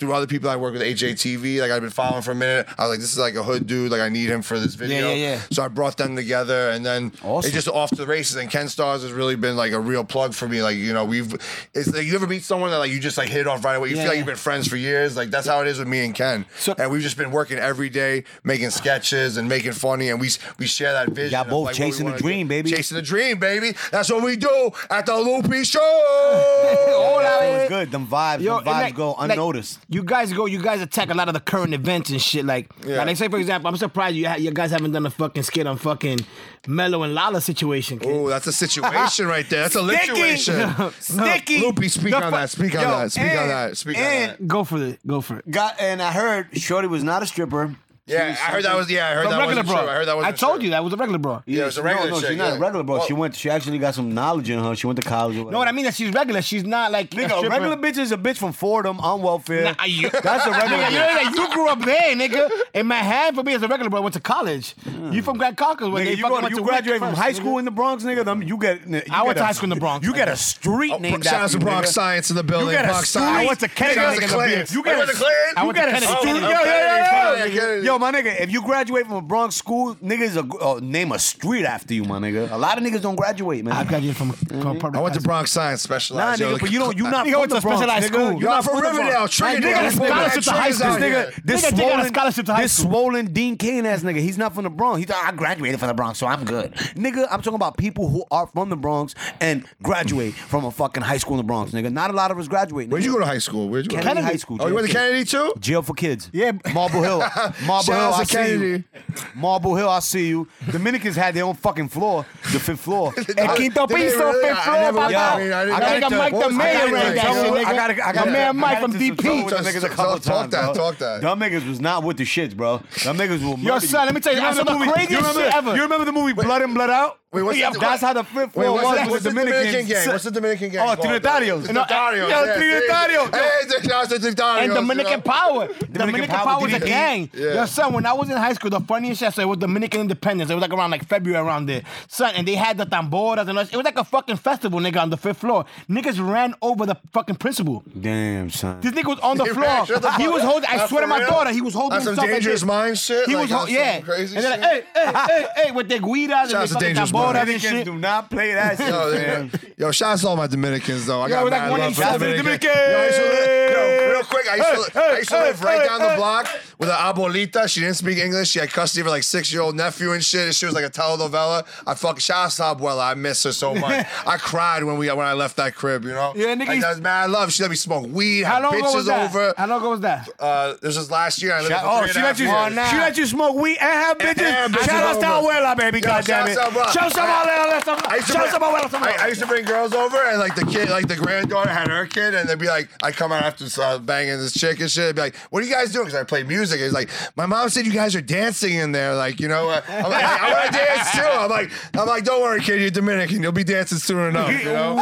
Speaker 3: through other people I work with, HATV. Like I've been following for a minute. I was like, this is like a hood dude. Like I need him for this video.
Speaker 2: yeah, yeah.
Speaker 3: So I brought them together, and then
Speaker 4: Awesome.
Speaker 3: it just off to the races. And Ken Stars has really been like a real plug for me. Like you know, we've it's like you ever meet someone that like you just like hit off right away. You
Speaker 2: Yeah,
Speaker 3: feel like
Speaker 2: yeah.
Speaker 3: you've been friends for years. Like that's how it is with me and Ken.
Speaker 2: So-
Speaker 3: and we've just been working every day, making sketches and making funny, and we we share that vision.
Speaker 4: Y'all
Speaker 3: of,
Speaker 4: both
Speaker 3: like, what
Speaker 4: chasing
Speaker 3: we
Speaker 4: the
Speaker 3: wanna
Speaker 4: dream,
Speaker 3: do.
Speaker 4: baby.
Speaker 3: Chasing the dream, baby. That's what we do at the Loopy
Speaker 4: (laughs)
Speaker 3: Show. All
Speaker 4: That
Speaker 3: out.
Speaker 4: was good. Them vibes, them vibes
Speaker 2: and like-
Speaker 4: go
Speaker 2: like,
Speaker 4: unnoticed.
Speaker 2: you guys go. You guys attack a lot of the current events and shit. Like,
Speaker 3: Yeah.
Speaker 2: like say for example, I'm surprised you ha- you guys haven't done a fucking skit on fucking Mello and Lala situation. Kid.
Speaker 3: Oh, that's a situation right there. That's a
Speaker 4: Sticky. (laughs)
Speaker 3: (laughs) situation.
Speaker 4: Sticky.
Speaker 3: Loopy, speak
Speaker 4: The
Speaker 3: on
Speaker 4: fu-
Speaker 3: that. Speak on
Speaker 4: Yo,
Speaker 3: that. Speak on
Speaker 4: and-
Speaker 3: that. Speak
Speaker 4: and-
Speaker 3: on that.
Speaker 2: Go for it. Go for it.
Speaker 4: Got and I heard Shorty was not a stripper.
Speaker 3: Yeah, I heard that was. Yeah, I heard
Speaker 2: A
Speaker 3: that
Speaker 2: regular
Speaker 3: wasn't true.
Speaker 2: bra.
Speaker 3: I heard that wasn't
Speaker 2: told
Speaker 3: true.
Speaker 2: you that was a regular bra.
Speaker 3: Yeah, it was a regular
Speaker 4: No, no,
Speaker 3: chick,
Speaker 4: she's not
Speaker 3: yeah.
Speaker 4: a regular, bro.
Speaker 3: Well-
Speaker 4: she went. She actually got some knowledge in her. She went to college. or
Speaker 2: Know
Speaker 4: whatever.
Speaker 2: what I mean? That she's regular. She's not like
Speaker 4: Nigga, a
Speaker 2: stripper.
Speaker 4: regular bitch is a bitch from Fordham on welfare.
Speaker 2: Nah, you-
Speaker 4: (laughs) That's a regular.
Speaker 2: Nigga, you,
Speaker 4: bitch.
Speaker 2: know, that you grew up there, nigga. In my hand for me as a regular bro, I went to college. You from Grand Caucus where
Speaker 4: Nigga,
Speaker 2: they
Speaker 4: you,
Speaker 2: fucking
Speaker 4: go to-
Speaker 2: went
Speaker 4: you
Speaker 2: to
Speaker 4: graduate
Speaker 2: Wick
Speaker 4: from
Speaker 2: first,
Speaker 4: high
Speaker 2: nigga.
Speaker 4: school in the Bronx, nigga. Them you get. you
Speaker 2: I went
Speaker 4: get
Speaker 2: to
Speaker 4: a-
Speaker 2: high school in the Bronx,
Speaker 4: You get
Speaker 2: nigga.
Speaker 4: a street
Speaker 3: Oh,
Speaker 4: named
Speaker 3: shout out
Speaker 4: after
Speaker 3: to
Speaker 4: you,
Speaker 3: Bronx
Speaker 4: nigga.
Speaker 3: Science in the building.
Speaker 4: You got a
Speaker 3: Bronx
Speaker 4: street.
Speaker 3: Science.
Speaker 4: I went to Kennedy
Speaker 3: Shout out
Speaker 4: in the
Speaker 3: Clinton.
Speaker 4: Bronx. You
Speaker 3: I
Speaker 4: got
Speaker 3: went
Speaker 4: a-
Speaker 3: to Clinton.
Speaker 2: I went to
Speaker 4: You got a
Speaker 2: Kennedy.
Speaker 4: street.
Speaker 2: Oh,
Speaker 4: Yo, yo, yo,
Speaker 3: Kennedy,
Speaker 4: yo.
Speaker 3: Kennedy, Kennedy.
Speaker 4: Yo,
Speaker 1: Yo, my nigga, if you graduate from a Bronx school, niggas are,
Speaker 4: oh,
Speaker 1: uh, name a street after you, my nigga. A lot of niggas don't graduate, man.
Speaker 2: I graduated from, from public
Speaker 3: Mm-hmm. I went to
Speaker 2: high
Speaker 3: Bronx Science
Speaker 1: Nah,
Speaker 3: specialized. yo.
Speaker 1: nigga, but you don't. You not
Speaker 2: Nigga
Speaker 1: from
Speaker 2: went
Speaker 1: the
Speaker 2: to
Speaker 1: Bronx,
Speaker 2: specialized
Speaker 1: nigga.
Speaker 2: school.
Speaker 1: You're
Speaker 3: Y'all
Speaker 1: not
Speaker 3: from
Speaker 1: the
Speaker 3: Riverdale,
Speaker 1: Bronx.
Speaker 3: Trinidad.
Speaker 1: Nah,
Speaker 3: That's
Speaker 1: Nigga,
Speaker 3: where
Speaker 1: got
Speaker 3: my
Speaker 1: scholarship to high
Speaker 3: trees
Speaker 1: school.
Speaker 3: out here.
Speaker 1: Nigga, this
Speaker 2: Nigga, they got a
Speaker 1: swollen,
Speaker 2: scholarship to high
Speaker 1: this
Speaker 2: school.
Speaker 1: swollen Dean Kane ass nigga. He's not from the Bronx. He thought I graduated from the Bronx, so I'm good. Nigga, I'm talking about people who are from the Bronx and graduate from a fucking high school in the Bronx, nigga. Not a lot of us graduate.
Speaker 3: Where'd
Speaker 1: nigga.
Speaker 3: you go to high school? Where'd you go? to-
Speaker 1: Kennedy High School.
Speaker 3: Oh, you went to
Speaker 1: JFK.
Speaker 3: Kennedy too?
Speaker 1: Jail for kids.
Speaker 2: Yeah.
Speaker 1: Marble Hill. Marble
Speaker 3: Shout
Speaker 1: Hill,
Speaker 3: out to
Speaker 1: I see you.
Speaker 3: Kennedy.
Speaker 1: Marble Hill, I see you. Dominicans had their own fucking floor, the fifth floor.
Speaker 2: El quinto
Speaker 3: Did they
Speaker 2: piso,
Speaker 3: really?
Speaker 2: fifth
Speaker 3: I
Speaker 2: floor,
Speaker 3: never-
Speaker 2: papá.
Speaker 1: Yo,
Speaker 3: I mean, I didn't-
Speaker 1: I
Speaker 2: That
Speaker 1: gotta
Speaker 2: nigga
Speaker 1: tell-
Speaker 2: Mike the
Speaker 1: I
Speaker 2: mayor
Speaker 1: gotta
Speaker 2: ran that
Speaker 1: tell
Speaker 2: shit,
Speaker 1: you,
Speaker 2: nigga.
Speaker 1: I gotta, I
Speaker 2: My
Speaker 1: gotta,
Speaker 2: man Mike
Speaker 1: I had
Speaker 2: from
Speaker 1: this
Speaker 2: DP.
Speaker 1: talk with them
Speaker 3: Talk-
Speaker 1: niggas a couple
Speaker 3: talk- talk
Speaker 1: times, bro.
Speaker 3: that, talk that.
Speaker 1: Dumb niggas was not with the shits, bro. Dumb niggas will.
Speaker 2: Yo,
Speaker 1: murder
Speaker 2: son,
Speaker 1: you.
Speaker 2: let me tell you,
Speaker 1: You
Speaker 2: I saw
Speaker 1: remember
Speaker 2: the
Speaker 1: movie-
Speaker 2: craziest
Speaker 1: you remember-
Speaker 2: shit ever.
Speaker 1: You remember the movie Blood in, Blood out?
Speaker 3: Wait, what's
Speaker 1: yeah,
Speaker 3: the-
Speaker 1: that's how the fifth
Speaker 3: Wait,
Speaker 1: floor
Speaker 3: what's,
Speaker 1: was
Speaker 3: the,
Speaker 1: with
Speaker 3: what's the
Speaker 1: Dominicans.
Speaker 3: Dominican gang? What's the Dominican gang?
Speaker 1: Oh,
Speaker 3: called?
Speaker 1: Trinitarios.
Speaker 3: The
Speaker 1: No,
Speaker 3: Trinitarios.
Speaker 1: yo,
Speaker 3: yeah,
Speaker 1: Trinitarios, yo.
Speaker 3: Hey, it's the- it's the Trinitarios.
Speaker 2: And
Speaker 3: you
Speaker 2: Dominican
Speaker 3: know? (laughs)
Speaker 2: Power. Dominican,
Speaker 1: Power,
Speaker 2: Power, was a
Speaker 1: DDP.
Speaker 2: gang.
Speaker 3: Yeah.
Speaker 2: Yo, son, when I was in high school, the funniest shit, so it was Dominican Independence. It was like around like February around there. Son, and they had the tamboras and all that. It was like a fucking festival, nigga, on the fifth floor. Niggas ran over the fucking principal.
Speaker 1: Damn, son.
Speaker 2: This nigga was on the
Speaker 3: He
Speaker 2: floor.
Speaker 3: ran- shut the
Speaker 2: he
Speaker 3: fuck
Speaker 2: was
Speaker 3: up.
Speaker 2: holding. I
Speaker 3: That's
Speaker 2: swear to
Speaker 3: for
Speaker 2: my
Speaker 3: real?
Speaker 2: daughter, he was holding
Speaker 3: That's some
Speaker 2: himself. like
Speaker 3: dangerous
Speaker 2: this.
Speaker 3: mind shit?
Speaker 2: He
Speaker 3: Like,
Speaker 2: was,
Speaker 3: that's
Speaker 2: ho-
Speaker 3: some
Speaker 2: yeah.
Speaker 3: crazy
Speaker 2: and they're
Speaker 3: shit?
Speaker 2: like, hey, hey, hey, hey, with their guidas
Speaker 3: Shout out
Speaker 2: and
Speaker 3: to
Speaker 2: their fucking
Speaker 3: Dangerous
Speaker 2: tamboras
Speaker 3: Minds.
Speaker 2: and
Speaker 1: Dominicans
Speaker 2: shit.
Speaker 1: do not play that shit. (laughs)
Speaker 3: Yo,
Speaker 1: man.
Speaker 3: yeah. yo, shout out to all my Dominicans though. I
Speaker 2: Yo,
Speaker 3: got
Speaker 2: we're like
Speaker 3: mad
Speaker 2: one
Speaker 3: love
Speaker 2: eight-
Speaker 3: for
Speaker 2: shout out to the
Speaker 3: Dominicans.
Speaker 1: Dominicans.
Speaker 3: Yo, I used to live, yo, real quick, I used to,
Speaker 1: Hey,
Speaker 3: li- I used to
Speaker 1: hey,
Speaker 3: live right
Speaker 1: hey,
Speaker 3: down the
Speaker 1: hey.
Speaker 3: block with an abuelita. She didn't speak English. She had custody of her like six year old nephew and shit. And she was like a telenovela. I fucking shout out to abuela. I miss her so much. I cried when we when I left that crib. You know.
Speaker 2: Yeah, nigga,
Speaker 3: Like,
Speaker 2: you-
Speaker 3: that was mad love. She let me smoke weed.
Speaker 2: How
Speaker 3: have
Speaker 2: long ago was
Speaker 3: bitches
Speaker 2: that?
Speaker 3: over.
Speaker 2: How long ago was that?
Speaker 3: Uh, this was last year. I lived
Speaker 1: Shout-
Speaker 3: for
Speaker 1: oh,
Speaker 3: three
Speaker 1: she
Speaker 3: and a
Speaker 1: let you,
Speaker 3: half
Speaker 1: she
Speaker 3: years.
Speaker 1: let you smoke weed and have bitches.
Speaker 3: and bitches
Speaker 1: shout out to
Speaker 3: over.
Speaker 1: abuela, baby.
Speaker 3: Yo,
Speaker 1: God damn
Speaker 3: shout
Speaker 1: it.
Speaker 3: out to abuela.
Speaker 1: Shout out to abuela. Shout out
Speaker 3: I used to
Speaker 1: to abuela.
Speaker 3: bring, I, I used to bring girls over and like the kid, like the granddaughter had her kid, and they'd be like, I come out after uh, banging this chick and shit. I'd be like, what are you guys doing? Because I play music. It's like, my mom said you guys are dancing in there. Like, you know, uh, I'm like, I want to dance too. I'm like, I'm like, don't worry, kid, you're Dominican. You'll be dancing soon enough. You know,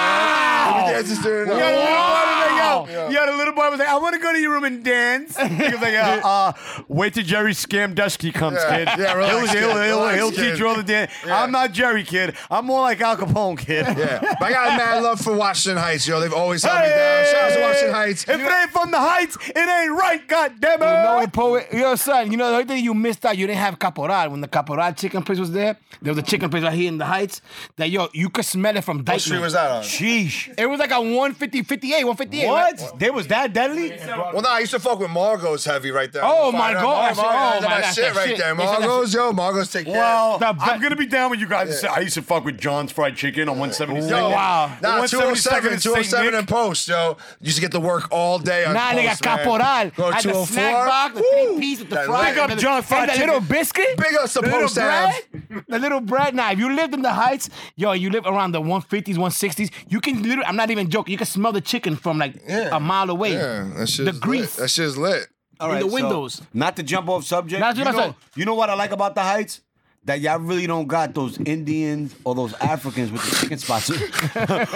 Speaker 3: you'll be dancing soon
Speaker 1: Yo,
Speaker 3: enough.
Speaker 1: the little boy was like, yo.
Speaker 3: Yeah.
Speaker 1: yo, the little boy was like, I want to go to your room and dance. He was like, uh, uh, wait till Jerry Scam Dusky comes,
Speaker 3: Yeah.
Speaker 1: kid.
Speaker 3: Yeah, relax,
Speaker 1: he'll, he'll,
Speaker 3: kid.
Speaker 1: he'll,
Speaker 3: Relax,
Speaker 1: he'll
Speaker 3: kid.
Speaker 1: teach you all the dance.
Speaker 3: Yeah.
Speaker 1: I'm not Jerry, kid. I'm more like Al Capone, kid.
Speaker 3: Yeah, but I got mad love for Washington Heights, yo. They've always held me down. Shout out to Washington Heights.
Speaker 1: If it ain't from the heights, it ain't right, goddamn it.
Speaker 2: You know what, poet? Yo, son, you know, the only thing you missed out, you didn't have caporal. When the caporal chicken place was there, there was a chicken place right here in the Heights that, yo, you could smell it from
Speaker 3: What street
Speaker 2: Dykeman.
Speaker 3: was that on?
Speaker 1: Sheesh.
Speaker 2: It was like a 150, 58, 158. right?
Speaker 1: What? They was that deadly?
Speaker 3: Well, no, I used to fuck with Margot's heavy right there.
Speaker 2: Oh, my
Speaker 3: Mar-
Speaker 2: gosh.
Speaker 3: Mar- Mar-
Speaker 2: Oh, my
Speaker 3: my
Speaker 2: gosh,
Speaker 3: shit
Speaker 2: that
Speaker 3: right
Speaker 2: shit.
Speaker 3: there.
Speaker 2: They said that
Speaker 3: Margot's, yo, Margot's take care.
Speaker 1: Well,
Speaker 2: The
Speaker 1: I'm
Speaker 2: ba-
Speaker 1: gonna be down with you guys. I used to fuck with John's fried chicken on 177.
Speaker 3: Yo,
Speaker 2: wow.
Speaker 3: Nah,
Speaker 1: 177
Speaker 3: 207,
Speaker 1: in Saint
Speaker 3: 207
Speaker 1: Nick.
Speaker 3: and post, yo. Used to get to work all day on
Speaker 2: Nah, nigga,
Speaker 3: post, man.
Speaker 2: caporal.
Speaker 3: Go
Speaker 2: Had the
Speaker 3: 204.
Speaker 2: snack box, the
Speaker 3: Woo!
Speaker 2: three piece with the
Speaker 3: That
Speaker 2: fries.
Speaker 3: leg.
Speaker 1: up
Speaker 2: the-
Speaker 1: John fried
Speaker 2: and the
Speaker 1: chicken.
Speaker 2: little biscuit.
Speaker 3: Big ups to
Speaker 2: the little
Speaker 3: post
Speaker 2: bread.
Speaker 3: abs.
Speaker 2: The little bread. Now, if you lived in the Heights, yo, you live around the 150s, 160s, you can literally, I'm not even joking, you can smell the chicken from like
Speaker 3: Yeah.
Speaker 2: a mile away.
Speaker 3: Yeah, that shit
Speaker 2: The
Speaker 3: is
Speaker 2: grease.
Speaker 3: Lit. That shit is lit.
Speaker 1: All
Speaker 2: in the
Speaker 1: so,
Speaker 2: windows.
Speaker 1: not to jump off subject.
Speaker 2: That's what
Speaker 1: you,
Speaker 2: I
Speaker 1: know,
Speaker 2: said.
Speaker 1: you know what I like about the heights? That y'all really don't got those Indians or those Africans with the chicken spots. (laughs)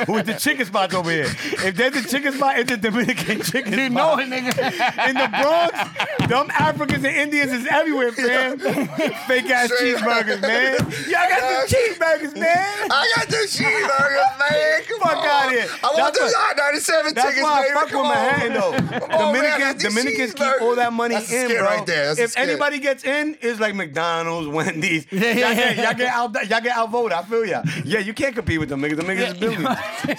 Speaker 1: with the chicken spots over here. If there's a chicken spot, it's a Dominican chicken
Speaker 2: You
Speaker 1: spot.
Speaker 2: know it, nigga.
Speaker 1: In the Bronx, dumb Africans and Indians is everywhere,
Speaker 3: (laughs)
Speaker 1: man. Fake ass
Speaker 3: Straight up.
Speaker 1: cheeseburgers, man. Y'all got the cheeseburgers, man.
Speaker 3: I got
Speaker 1: (laughs)
Speaker 3: the cheeseburgers, man. Come
Speaker 1: Fuck
Speaker 3: on.
Speaker 1: outta here.
Speaker 3: I want
Speaker 1: That's
Speaker 3: those
Speaker 1: what-
Speaker 3: hot 97
Speaker 1: That's
Speaker 3: tickets,
Speaker 1: why
Speaker 3: baby.
Speaker 1: I fuck
Speaker 3: Come
Speaker 1: with
Speaker 3: on. (laughs)
Speaker 1: Manhattan though.
Speaker 3: Come on, man. I
Speaker 1: Dominicans,
Speaker 3: got these
Speaker 1: Dominicans
Speaker 3: cheeseburgers.
Speaker 1: keep all that money
Speaker 3: That's a
Speaker 1: in,
Speaker 3: skit
Speaker 1: bro.
Speaker 3: right there. That's a
Speaker 1: if
Speaker 3: skit.
Speaker 1: anybody gets in, it's like McDonald's, (laughs) Wendy's.
Speaker 2: Yeah, yeah,
Speaker 1: y'all, get,
Speaker 2: yeah.
Speaker 1: y'all get out, y'all get outvoted. I feel y'all. Yeah, you can't compete with them niggas. The niggas is
Speaker 2: (laughs)
Speaker 1: billions.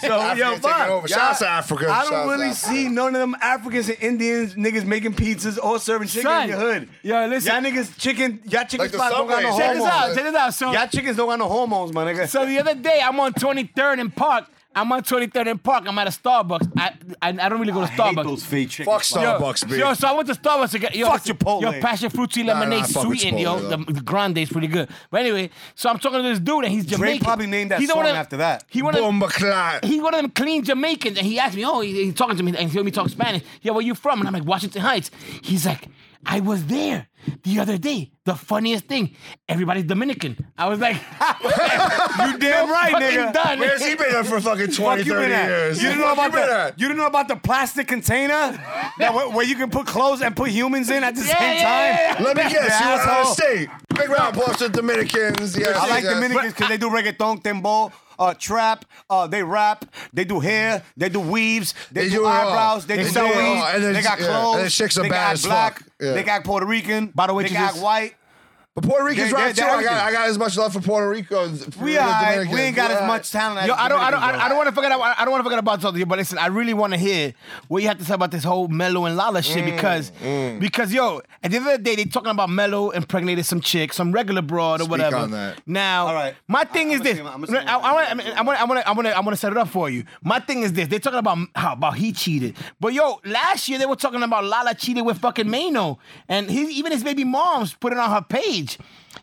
Speaker 1: So
Speaker 3: Africa
Speaker 1: yo,
Speaker 3: taking
Speaker 1: fuck.
Speaker 3: over. Shout
Speaker 1: Y'all-
Speaker 3: out to Africa.
Speaker 1: I
Speaker 3: Shout out
Speaker 1: don't
Speaker 3: to
Speaker 1: really
Speaker 3: Africa.
Speaker 1: see none of them Africans and Indians niggas making pizzas or serving chicken
Speaker 2: Son.
Speaker 1: in your hood.
Speaker 2: Yo, listen.
Speaker 1: y'all niggas chicken, y'all chicken
Speaker 3: Like the
Speaker 1: spots don't got no
Speaker 3: Subway.
Speaker 2: Check
Speaker 1: hormones.
Speaker 2: this out. Check this out. So,
Speaker 1: Y'all chickens don't got no hormones, my nigga.
Speaker 2: so the other day, I'm on 23rd and Park. I'm on 23rd and Park. I'm at a Starbucks. I I, I don't really go to
Speaker 1: I hate
Speaker 2: Starbucks.
Speaker 1: those fake chicken.
Speaker 3: Fuck
Speaker 1: spots.
Speaker 2: Yo,
Speaker 3: Starbucks, B.
Speaker 2: Yo, so I went to Starbucks to get yo,
Speaker 1: Fuck
Speaker 2: listen,
Speaker 1: Chipotle.
Speaker 2: Yo, passion fruit tea
Speaker 3: nah,
Speaker 2: lemonade,
Speaker 3: fuck with
Speaker 2: sweetened,
Speaker 3: Chipotle,
Speaker 2: yo. The,
Speaker 3: though.
Speaker 2: the grande's pretty good. But anyway, so I'm talking to this dude and he's Jamaican.
Speaker 1: probably named that
Speaker 2: He's the one
Speaker 1: song after that.
Speaker 2: He one of them-
Speaker 3: Bomba clat.
Speaker 2: he one of them clean Jamaicans, and he asked me, "Oh, he, he talking to me, and he heard me talk Spanish. Yeah, where you from?" And I'm like, "Washington Heights." He's like, "I was there the other day. The funniest thing, everybody's Dominican." I was like, (laughs)
Speaker 1: You damn right,
Speaker 2: fucking
Speaker 1: nigga.
Speaker 2: Done.
Speaker 3: (laughs) Where's he been at for fucking 20,
Speaker 1: Fuck you been
Speaker 3: 30
Speaker 1: at?
Speaker 3: years?
Speaker 1: You didn't know
Speaker 3: Fuck
Speaker 1: about
Speaker 3: been
Speaker 1: the
Speaker 3: at?
Speaker 1: you didn't know about the plastic container that where, where you can put clothes and put humans in at the
Speaker 2: Yeah,
Speaker 1: same
Speaker 2: yeah, yeah,
Speaker 1: time.
Speaker 3: Let me
Speaker 1: You
Speaker 3: guess. You were out
Speaker 1: asshole.
Speaker 3: of state. Big round applause to the Dominicans. Yes,
Speaker 1: I like
Speaker 3: yes.
Speaker 1: Dominicans because they do reggaeton, tembo, uh, trap, uh, they rap, they do hair, they do weaves, they,
Speaker 3: They
Speaker 1: do,
Speaker 3: do it all.
Speaker 1: eyebrows, they,
Speaker 3: They
Speaker 1: do
Speaker 3: do it
Speaker 1: weaves,
Speaker 3: all, and
Speaker 1: they
Speaker 3: it's-
Speaker 1: got
Speaker 3: yeah, and
Speaker 1: clothes,
Speaker 3: the chicks are
Speaker 1: they
Speaker 3: bad
Speaker 1: got
Speaker 3: as fuck.
Speaker 1: black,
Speaker 3: Yeah.
Speaker 1: they got Puerto Rican,
Speaker 2: By the way,
Speaker 1: they
Speaker 2: you
Speaker 1: got
Speaker 2: just-
Speaker 1: white.
Speaker 3: But Puerto Ricans
Speaker 1: They-
Speaker 3: right
Speaker 1: they-
Speaker 3: too.
Speaker 1: they're
Speaker 3: I got,
Speaker 1: everything.
Speaker 3: I got as much love for Puerto Rico. as for
Speaker 1: We
Speaker 3: the
Speaker 1: alright,
Speaker 3: Dominicans.
Speaker 1: we ain't got
Speaker 3: We
Speaker 1: as
Speaker 3: alright.
Speaker 1: much talent. as
Speaker 2: Yo, I don't, I don't,
Speaker 1: Dominicans,
Speaker 2: I I don't want to forget. About, I don't want to forget about something. But listen, I really want to hear what you have to say about this whole Mello and Lala shit
Speaker 3: Mm,
Speaker 2: because, because yo, at the end of the day, they talking about Mello impregnated some chick, some regular broad or
Speaker 3: Speak
Speaker 2: whatever.
Speaker 3: on that.
Speaker 2: Now,
Speaker 1: All right.
Speaker 2: my thing
Speaker 1: I-
Speaker 2: is
Speaker 1: I'ma
Speaker 2: this.
Speaker 1: see
Speaker 2: I
Speaker 1: him- I'ma
Speaker 2: want
Speaker 1: see him.
Speaker 2: to, I want, I want to, I want to, I want to set it up for you. My thing is this. They're talking about how about he cheated, but yo, last year they were talking about Lala cheated with fucking Mano, and he, even his baby mom's put it on her page.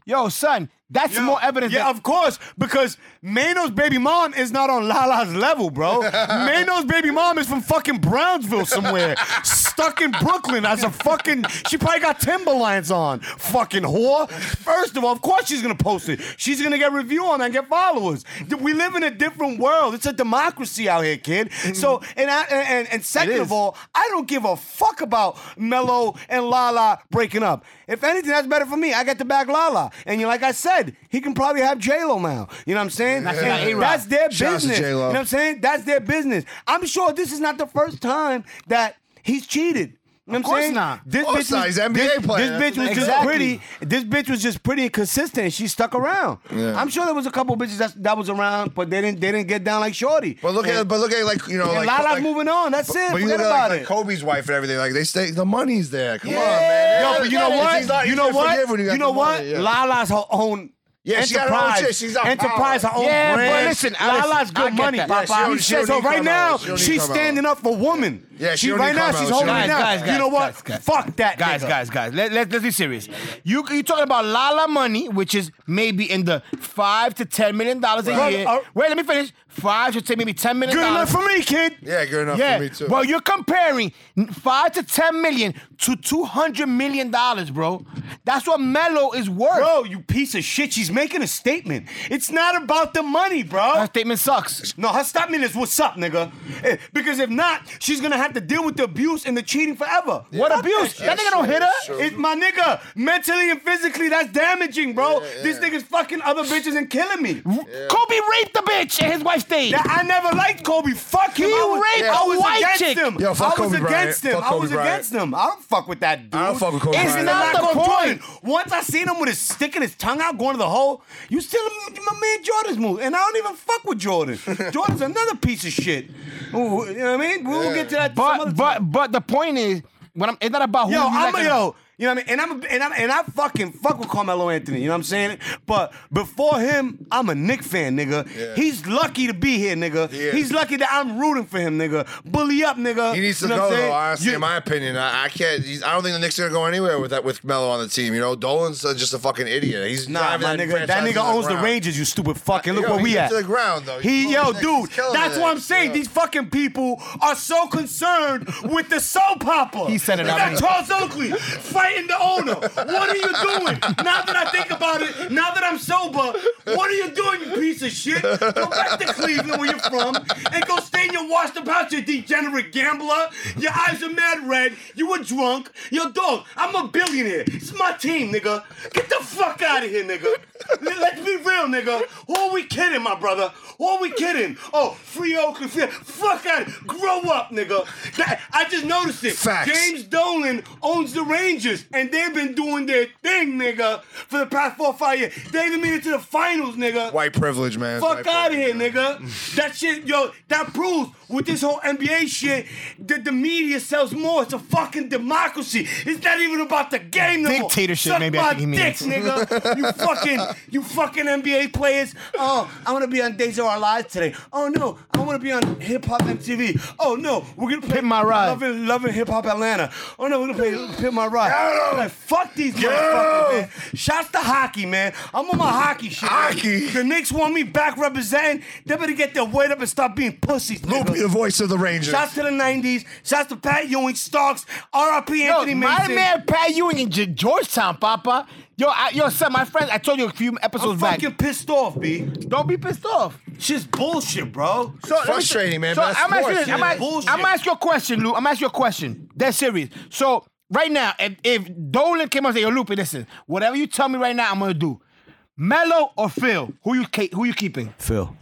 Speaker 2: Yo, son, that's
Speaker 1: Yeah.
Speaker 2: more evidence.
Speaker 1: Yeah,
Speaker 2: that-
Speaker 1: of course, because Mano's baby mom is not on Lala's level, bro.
Speaker 2: (laughs)
Speaker 1: Mano's baby mom is from fucking Brownsville somewhere, stuck in Brooklyn as a fucking. She probably got Timberlands on, fucking whore. First of all, of course she's gonna post it. She's gonna get review on that and get followers. We live in a different world. It's a democracy out here, kid. So and I, and and second
Speaker 2: is.
Speaker 1: of all, I don't give a fuck about Mello and Lala breaking up. If anything, that's better for me. I got to back Lala. And you know, like I said, he can probably have J-Lo now. You know what I'm saying?
Speaker 2: That's
Speaker 1: And
Speaker 2: right, A-Rod.
Speaker 1: that's their
Speaker 3: Shout out to
Speaker 1: business. You
Speaker 3: J-Lo.
Speaker 1: know what I'm saying? That's their business. I'm sure this is not the first time that he's cheated. You know
Speaker 2: Of
Speaker 1: what I'm
Speaker 2: course
Speaker 1: saying?
Speaker 2: not.
Speaker 1: This
Speaker 3: course
Speaker 1: bitch
Speaker 3: not.
Speaker 1: was-
Speaker 3: He's an
Speaker 1: this-
Speaker 3: NBA
Speaker 1: This
Speaker 3: player.
Speaker 1: bitch was just
Speaker 2: Exactly.
Speaker 1: pretty. This bitch was just pretty and consistent. and She stuck around.
Speaker 3: Yeah.
Speaker 1: I'm sure there was a couple bitches that, that was around, but they didn't they didn't get down like Shorty.
Speaker 3: But look at, but look at like you know, like,
Speaker 1: And Lala's
Speaker 3: like-
Speaker 1: moving on. That's it.
Speaker 3: But you
Speaker 1: Forget
Speaker 3: look at
Speaker 1: about
Speaker 3: like, like
Speaker 1: it.
Speaker 3: Kobe's wife and everything. Like they stay, the money's there. Come on,
Speaker 1: Yo,
Speaker 3: man.
Speaker 1: but you know what?
Speaker 3: He's not-
Speaker 1: you
Speaker 3: he's
Speaker 1: know
Speaker 3: gonna forgive
Speaker 1: what?
Speaker 3: when he
Speaker 1: You,
Speaker 3: got
Speaker 1: know
Speaker 3: the
Speaker 1: what?
Speaker 3: money, yeah.
Speaker 1: Lala's her own.
Speaker 3: Yeah,
Speaker 1: enterprise.
Speaker 3: she got her own shit. She's oh, not
Speaker 1: enterprise,
Speaker 3: power.
Speaker 1: her own
Speaker 2: Yeah, but
Speaker 1: brand.
Speaker 2: listen, I-
Speaker 1: Lala's
Speaker 2: listen, I
Speaker 1: good
Speaker 2: get
Speaker 1: money,
Speaker 2: that.
Speaker 1: Papa.
Speaker 3: Yeah, she don't-
Speaker 1: She
Speaker 3: she don't
Speaker 1: says so
Speaker 3: need
Speaker 1: right
Speaker 3: Carmelo.
Speaker 1: now.
Speaker 3: She don't need
Speaker 1: she's
Speaker 3: Carmelo.
Speaker 1: standing up for women.
Speaker 3: Yeah, she
Speaker 1: she
Speaker 3: don't
Speaker 1: right
Speaker 3: need
Speaker 1: now
Speaker 3: Carmelo.
Speaker 1: she's
Speaker 3: She don't
Speaker 1: holding
Speaker 3: need
Speaker 1: it
Speaker 2: Guys,
Speaker 1: down.
Speaker 2: guys,
Speaker 1: You know
Speaker 2: guys,
Speaker 1: what?
Speaker 2: guys, guys.
Speaker 1: Fuck that,
Speaker 2: guys,
Speaker 1: nigga.
Speaker 2: guys, guys. Let, let, let's be serious. You you talking about Lala money, which is maybe in the five to ten million dollars a
Speaker 1: Right.
Speaker 2: year.
Speaker 1: Uh,
Speaker 2: Wait, let me finish. Five to ten, maybe ten million.
Speaker 1: Good enough
Speaker 2: dollars.
Speaker 1: for me, kid.
Speaker 3: Yeah, good enough
Speaker 2: Yeah,
Speaker 3: for me too.
Speaker 2: well, you're comparing five to ten million to two hundred million dollars, bro. That's what Mello is worth.
Speaker 1: Bro, you piece of shit. She's making a statement. It's not about the money, bro.
Speaker 2: That statement sucks.
Speaker 1: No, her statement is what's up, nigga. Eh, Because if not, she's gonna have to deal with the abuse and the cheating forever.
Speaker 2: What
Speaker 1: Fuck
Speaker 2: abuse?
Speaker 1: That,
Speaker 2: That
Speaker 1: shit.
Speaker 2: nigga don't hit her.
Speaker 3: Sure.
Speaker 1: It's my nigga. Mentally and physically, that's damaging, bro. This nigga's fucking other bitches and killing me.
Speaker 2: Kobe raped the bitch and his wife stayed.
Speaker 1: That- I never liked Kobe. Fuck him.
Speaker 2: He
Speaker 1: I was,
Speaker 2: raped
Speaker 1: I was
Speaker 2: a white
Speaker 1: against
Speaker 2: chick.
Speaker 1: him.
Speaker 3: Yo, fuck
Speaker 1: I was
Speaker 3: Kobe Bryant.
Speaker 1: against him.
Speaker 3: Fuck
Speaker 1: I
Speaker 3: Kobe
Speaker 1: was
Speaker 3: Bryant.
Speaker 1: against him. I don't fuck with that dude.
Speaker 3: I don't fuck with Kobe
Speaker 2: It's
Speaker 3: Bryant.
Speaker 2: not
Speaker 1: Knock
Speaker 2: the
Speaker 1: on
Speaker 2: point.
Speaker 1: Jordan. Once I seen him with his sticking his tongue out, going to the hole, you still my man Jordan's move. And I don't even fuck with
Speaker 3: (laughs)
Speaker 1: Jordan. Jordan's another piece of shit. Ooh, you know what I mean? We'll get to that. some other
Speaker 2: but but
Speaker 1: time.
Speaker 2: but the point is, when I'm, it's not about who
Speaker 1: yo,
Speaker 2: you
Speaker 1: I'm
Speaker 2: like
Speaker 1: a
Speaker 2: or-
Speaker 1: yo. You know what I mean? And I'm a, and I'm and I fucking fuck with Carmelo Anthony. You know what I'm saying? But before him, I'm a Nick fan, nigga.
Speaker 3: Yeah.
Speaker 1: He's lucky to be here, nigga.
Speaker 3: He is.
Speaker 1: He's lucky that I'm rooting for him, nigga. Bully up, nigga.
Speaker 3: He needs to
Speaker 1: You know what
Speaker 3: go
Speaker 1: I'm saying?
Speaker 3: though. Honestly,
Speaker 1: You-
Speaker 3: in my opinion, I, I can't. He's, I don't think the Knicks are gonna go anywhere with that with Melo on the team. You know, Dolan's uh, just a fucking idiot. He's
Speaker 1: Nah,
Speaker 3: driving
Speaker 1: my
Speaker 3: that
Speaker 1: nigga, that
Speaker 3: franchise
Speaker 1: nigga
Speaker 3: to
Speaker 1: owns the
Speaker 3: ground. Uh,
Speaker 1: Rangers. You stupid fucking. Look
Speaker 3: Yo,
Speaker 1: where
Speaker 3: he
Speaker 1: we
Speaker 3: took
Speaker 1: at.
Speaker 3: to the ground, though. He's
Speaker 1: He, yo,
Speaker 3: killing the Knicks.
Speaker 1: dude.
Speaker 3: He's killing
Speaker 1: That's
Speaker 3: the
Speaker 1: what I'm
Speaker 3: Knicks,
Speaker 1: saying.
Speaker 3: yeah.
Speaker 1: These fucking people are so concerned with the soul popper.
Speaker 2: He said it
Speaker 1: You
Speaker 2: out
Speaker 1: got
Speaker 2: loud.
Speaker 1: Charles Oakley fighting the owner. What are you doing? Now that I think about it, now that I'm sober, what are you doing, you piece of shit? Go back to Cleveland where you're from and go stay in your washed about you degenerate gambler. Your eyes are mad red. You were drunk. Yo, dog, I'm a billionaire. It's my team, nigga. Get the fuck out of here, nigga. Let's be real, nigga. Who are we kidding, my brother? Who are we kidding? Oh, free Oakland. Free, fuck out. Grow up, nigga. That- I just noticed it.
Speaker 3: Facts.
Speaker 1: James James Dolan owns the Rangers, and they've been doing their thing, nigga, for the past four or five years. They even made it to the finals, nigga.
Speaker 3: White privilege, man. It's
Speaker 1: Fuck
Speaker 3: white
Speaker 1: out of
Speaker 3: privilege,
Speaker 1: here,
Speaker 3: man.
Speaker 1: nigga. That shit, yo, that proves with this whole NBA shit that the media sells more. It's a fucking democracy. It's not even about the game no more.
Speaker 2: Dictatorship,
Speaker 1: Suck
Speaker 2: maybe I
Speaker 1: my
Speaker 2: think he means.
Speaker 1: dicks, nigga.
Speaker 2: (laughs)
Speaker 1: You fucking, you fucking NBA players. Oh, I want to be on Days of Our Lives today. Oh no, I want to be on Hip Hop MTV. Oh no, we're gonna play
Speaker 2: Pimp My Ride.
Speaker 1: Loving, loving Hip Hop Atlanta. Oh no, we're gonna play Pimp My
Speaker 3: Get
Speaker 1: Ride.
Speaker 3: 'em.
Speaker 1: Like, fuck these
Speaker 3: Get 'em.
Speaker 1: motherfuckers, man. Shots to hockey, man. I'm on my hockey shit.
Speaker 3: Hockey.
Speaker 1: The Knicks want me back representing. They better get their weight up and stop being pussies. nigga.
Speaker 3: Loopy, the voice of the Rangers.
Speaker 1: Shouts to the 90s. Shouts to Pat Ewing, Starks, R.I.P.
Speaker 2: Yo,
Speaker 1: Anthony
Speaker 2: my
Speaker 1: Mason.
Speaker 2: man Pat Ewing in Ge- Georgetown, Papa. Yo, I, yo, son, my friend, I told you a few episodes
Speaker 1: I'm
Speaker 2: back.
Speaker 1: fucking pissed off, B.
Speaker 2: Don't be pissed off.
Speaker 1: Shit's bullshit, bro.
Speaker 2: So let me-
Speaker 3: frustrating, man,
Speaker 2: So
Speaker 3: but that's
Speaker 2: I'm asking
Speaker 3: sports,
Speaker 2: this. I'm,
Speaker 3: man.
Speaker 2: ask-
Speaker 1: Bullshit.
Speaker 2: I'm asking you a question, Lou. I'm asking you a question. That's serious. So right now, if, if Dolan came up and said, "Yo, Lupe, listen, whatever you tell me right now, I'm gonna do." Mello or Phil? Who you ca- who you keeping?
Speaker 1: Phil.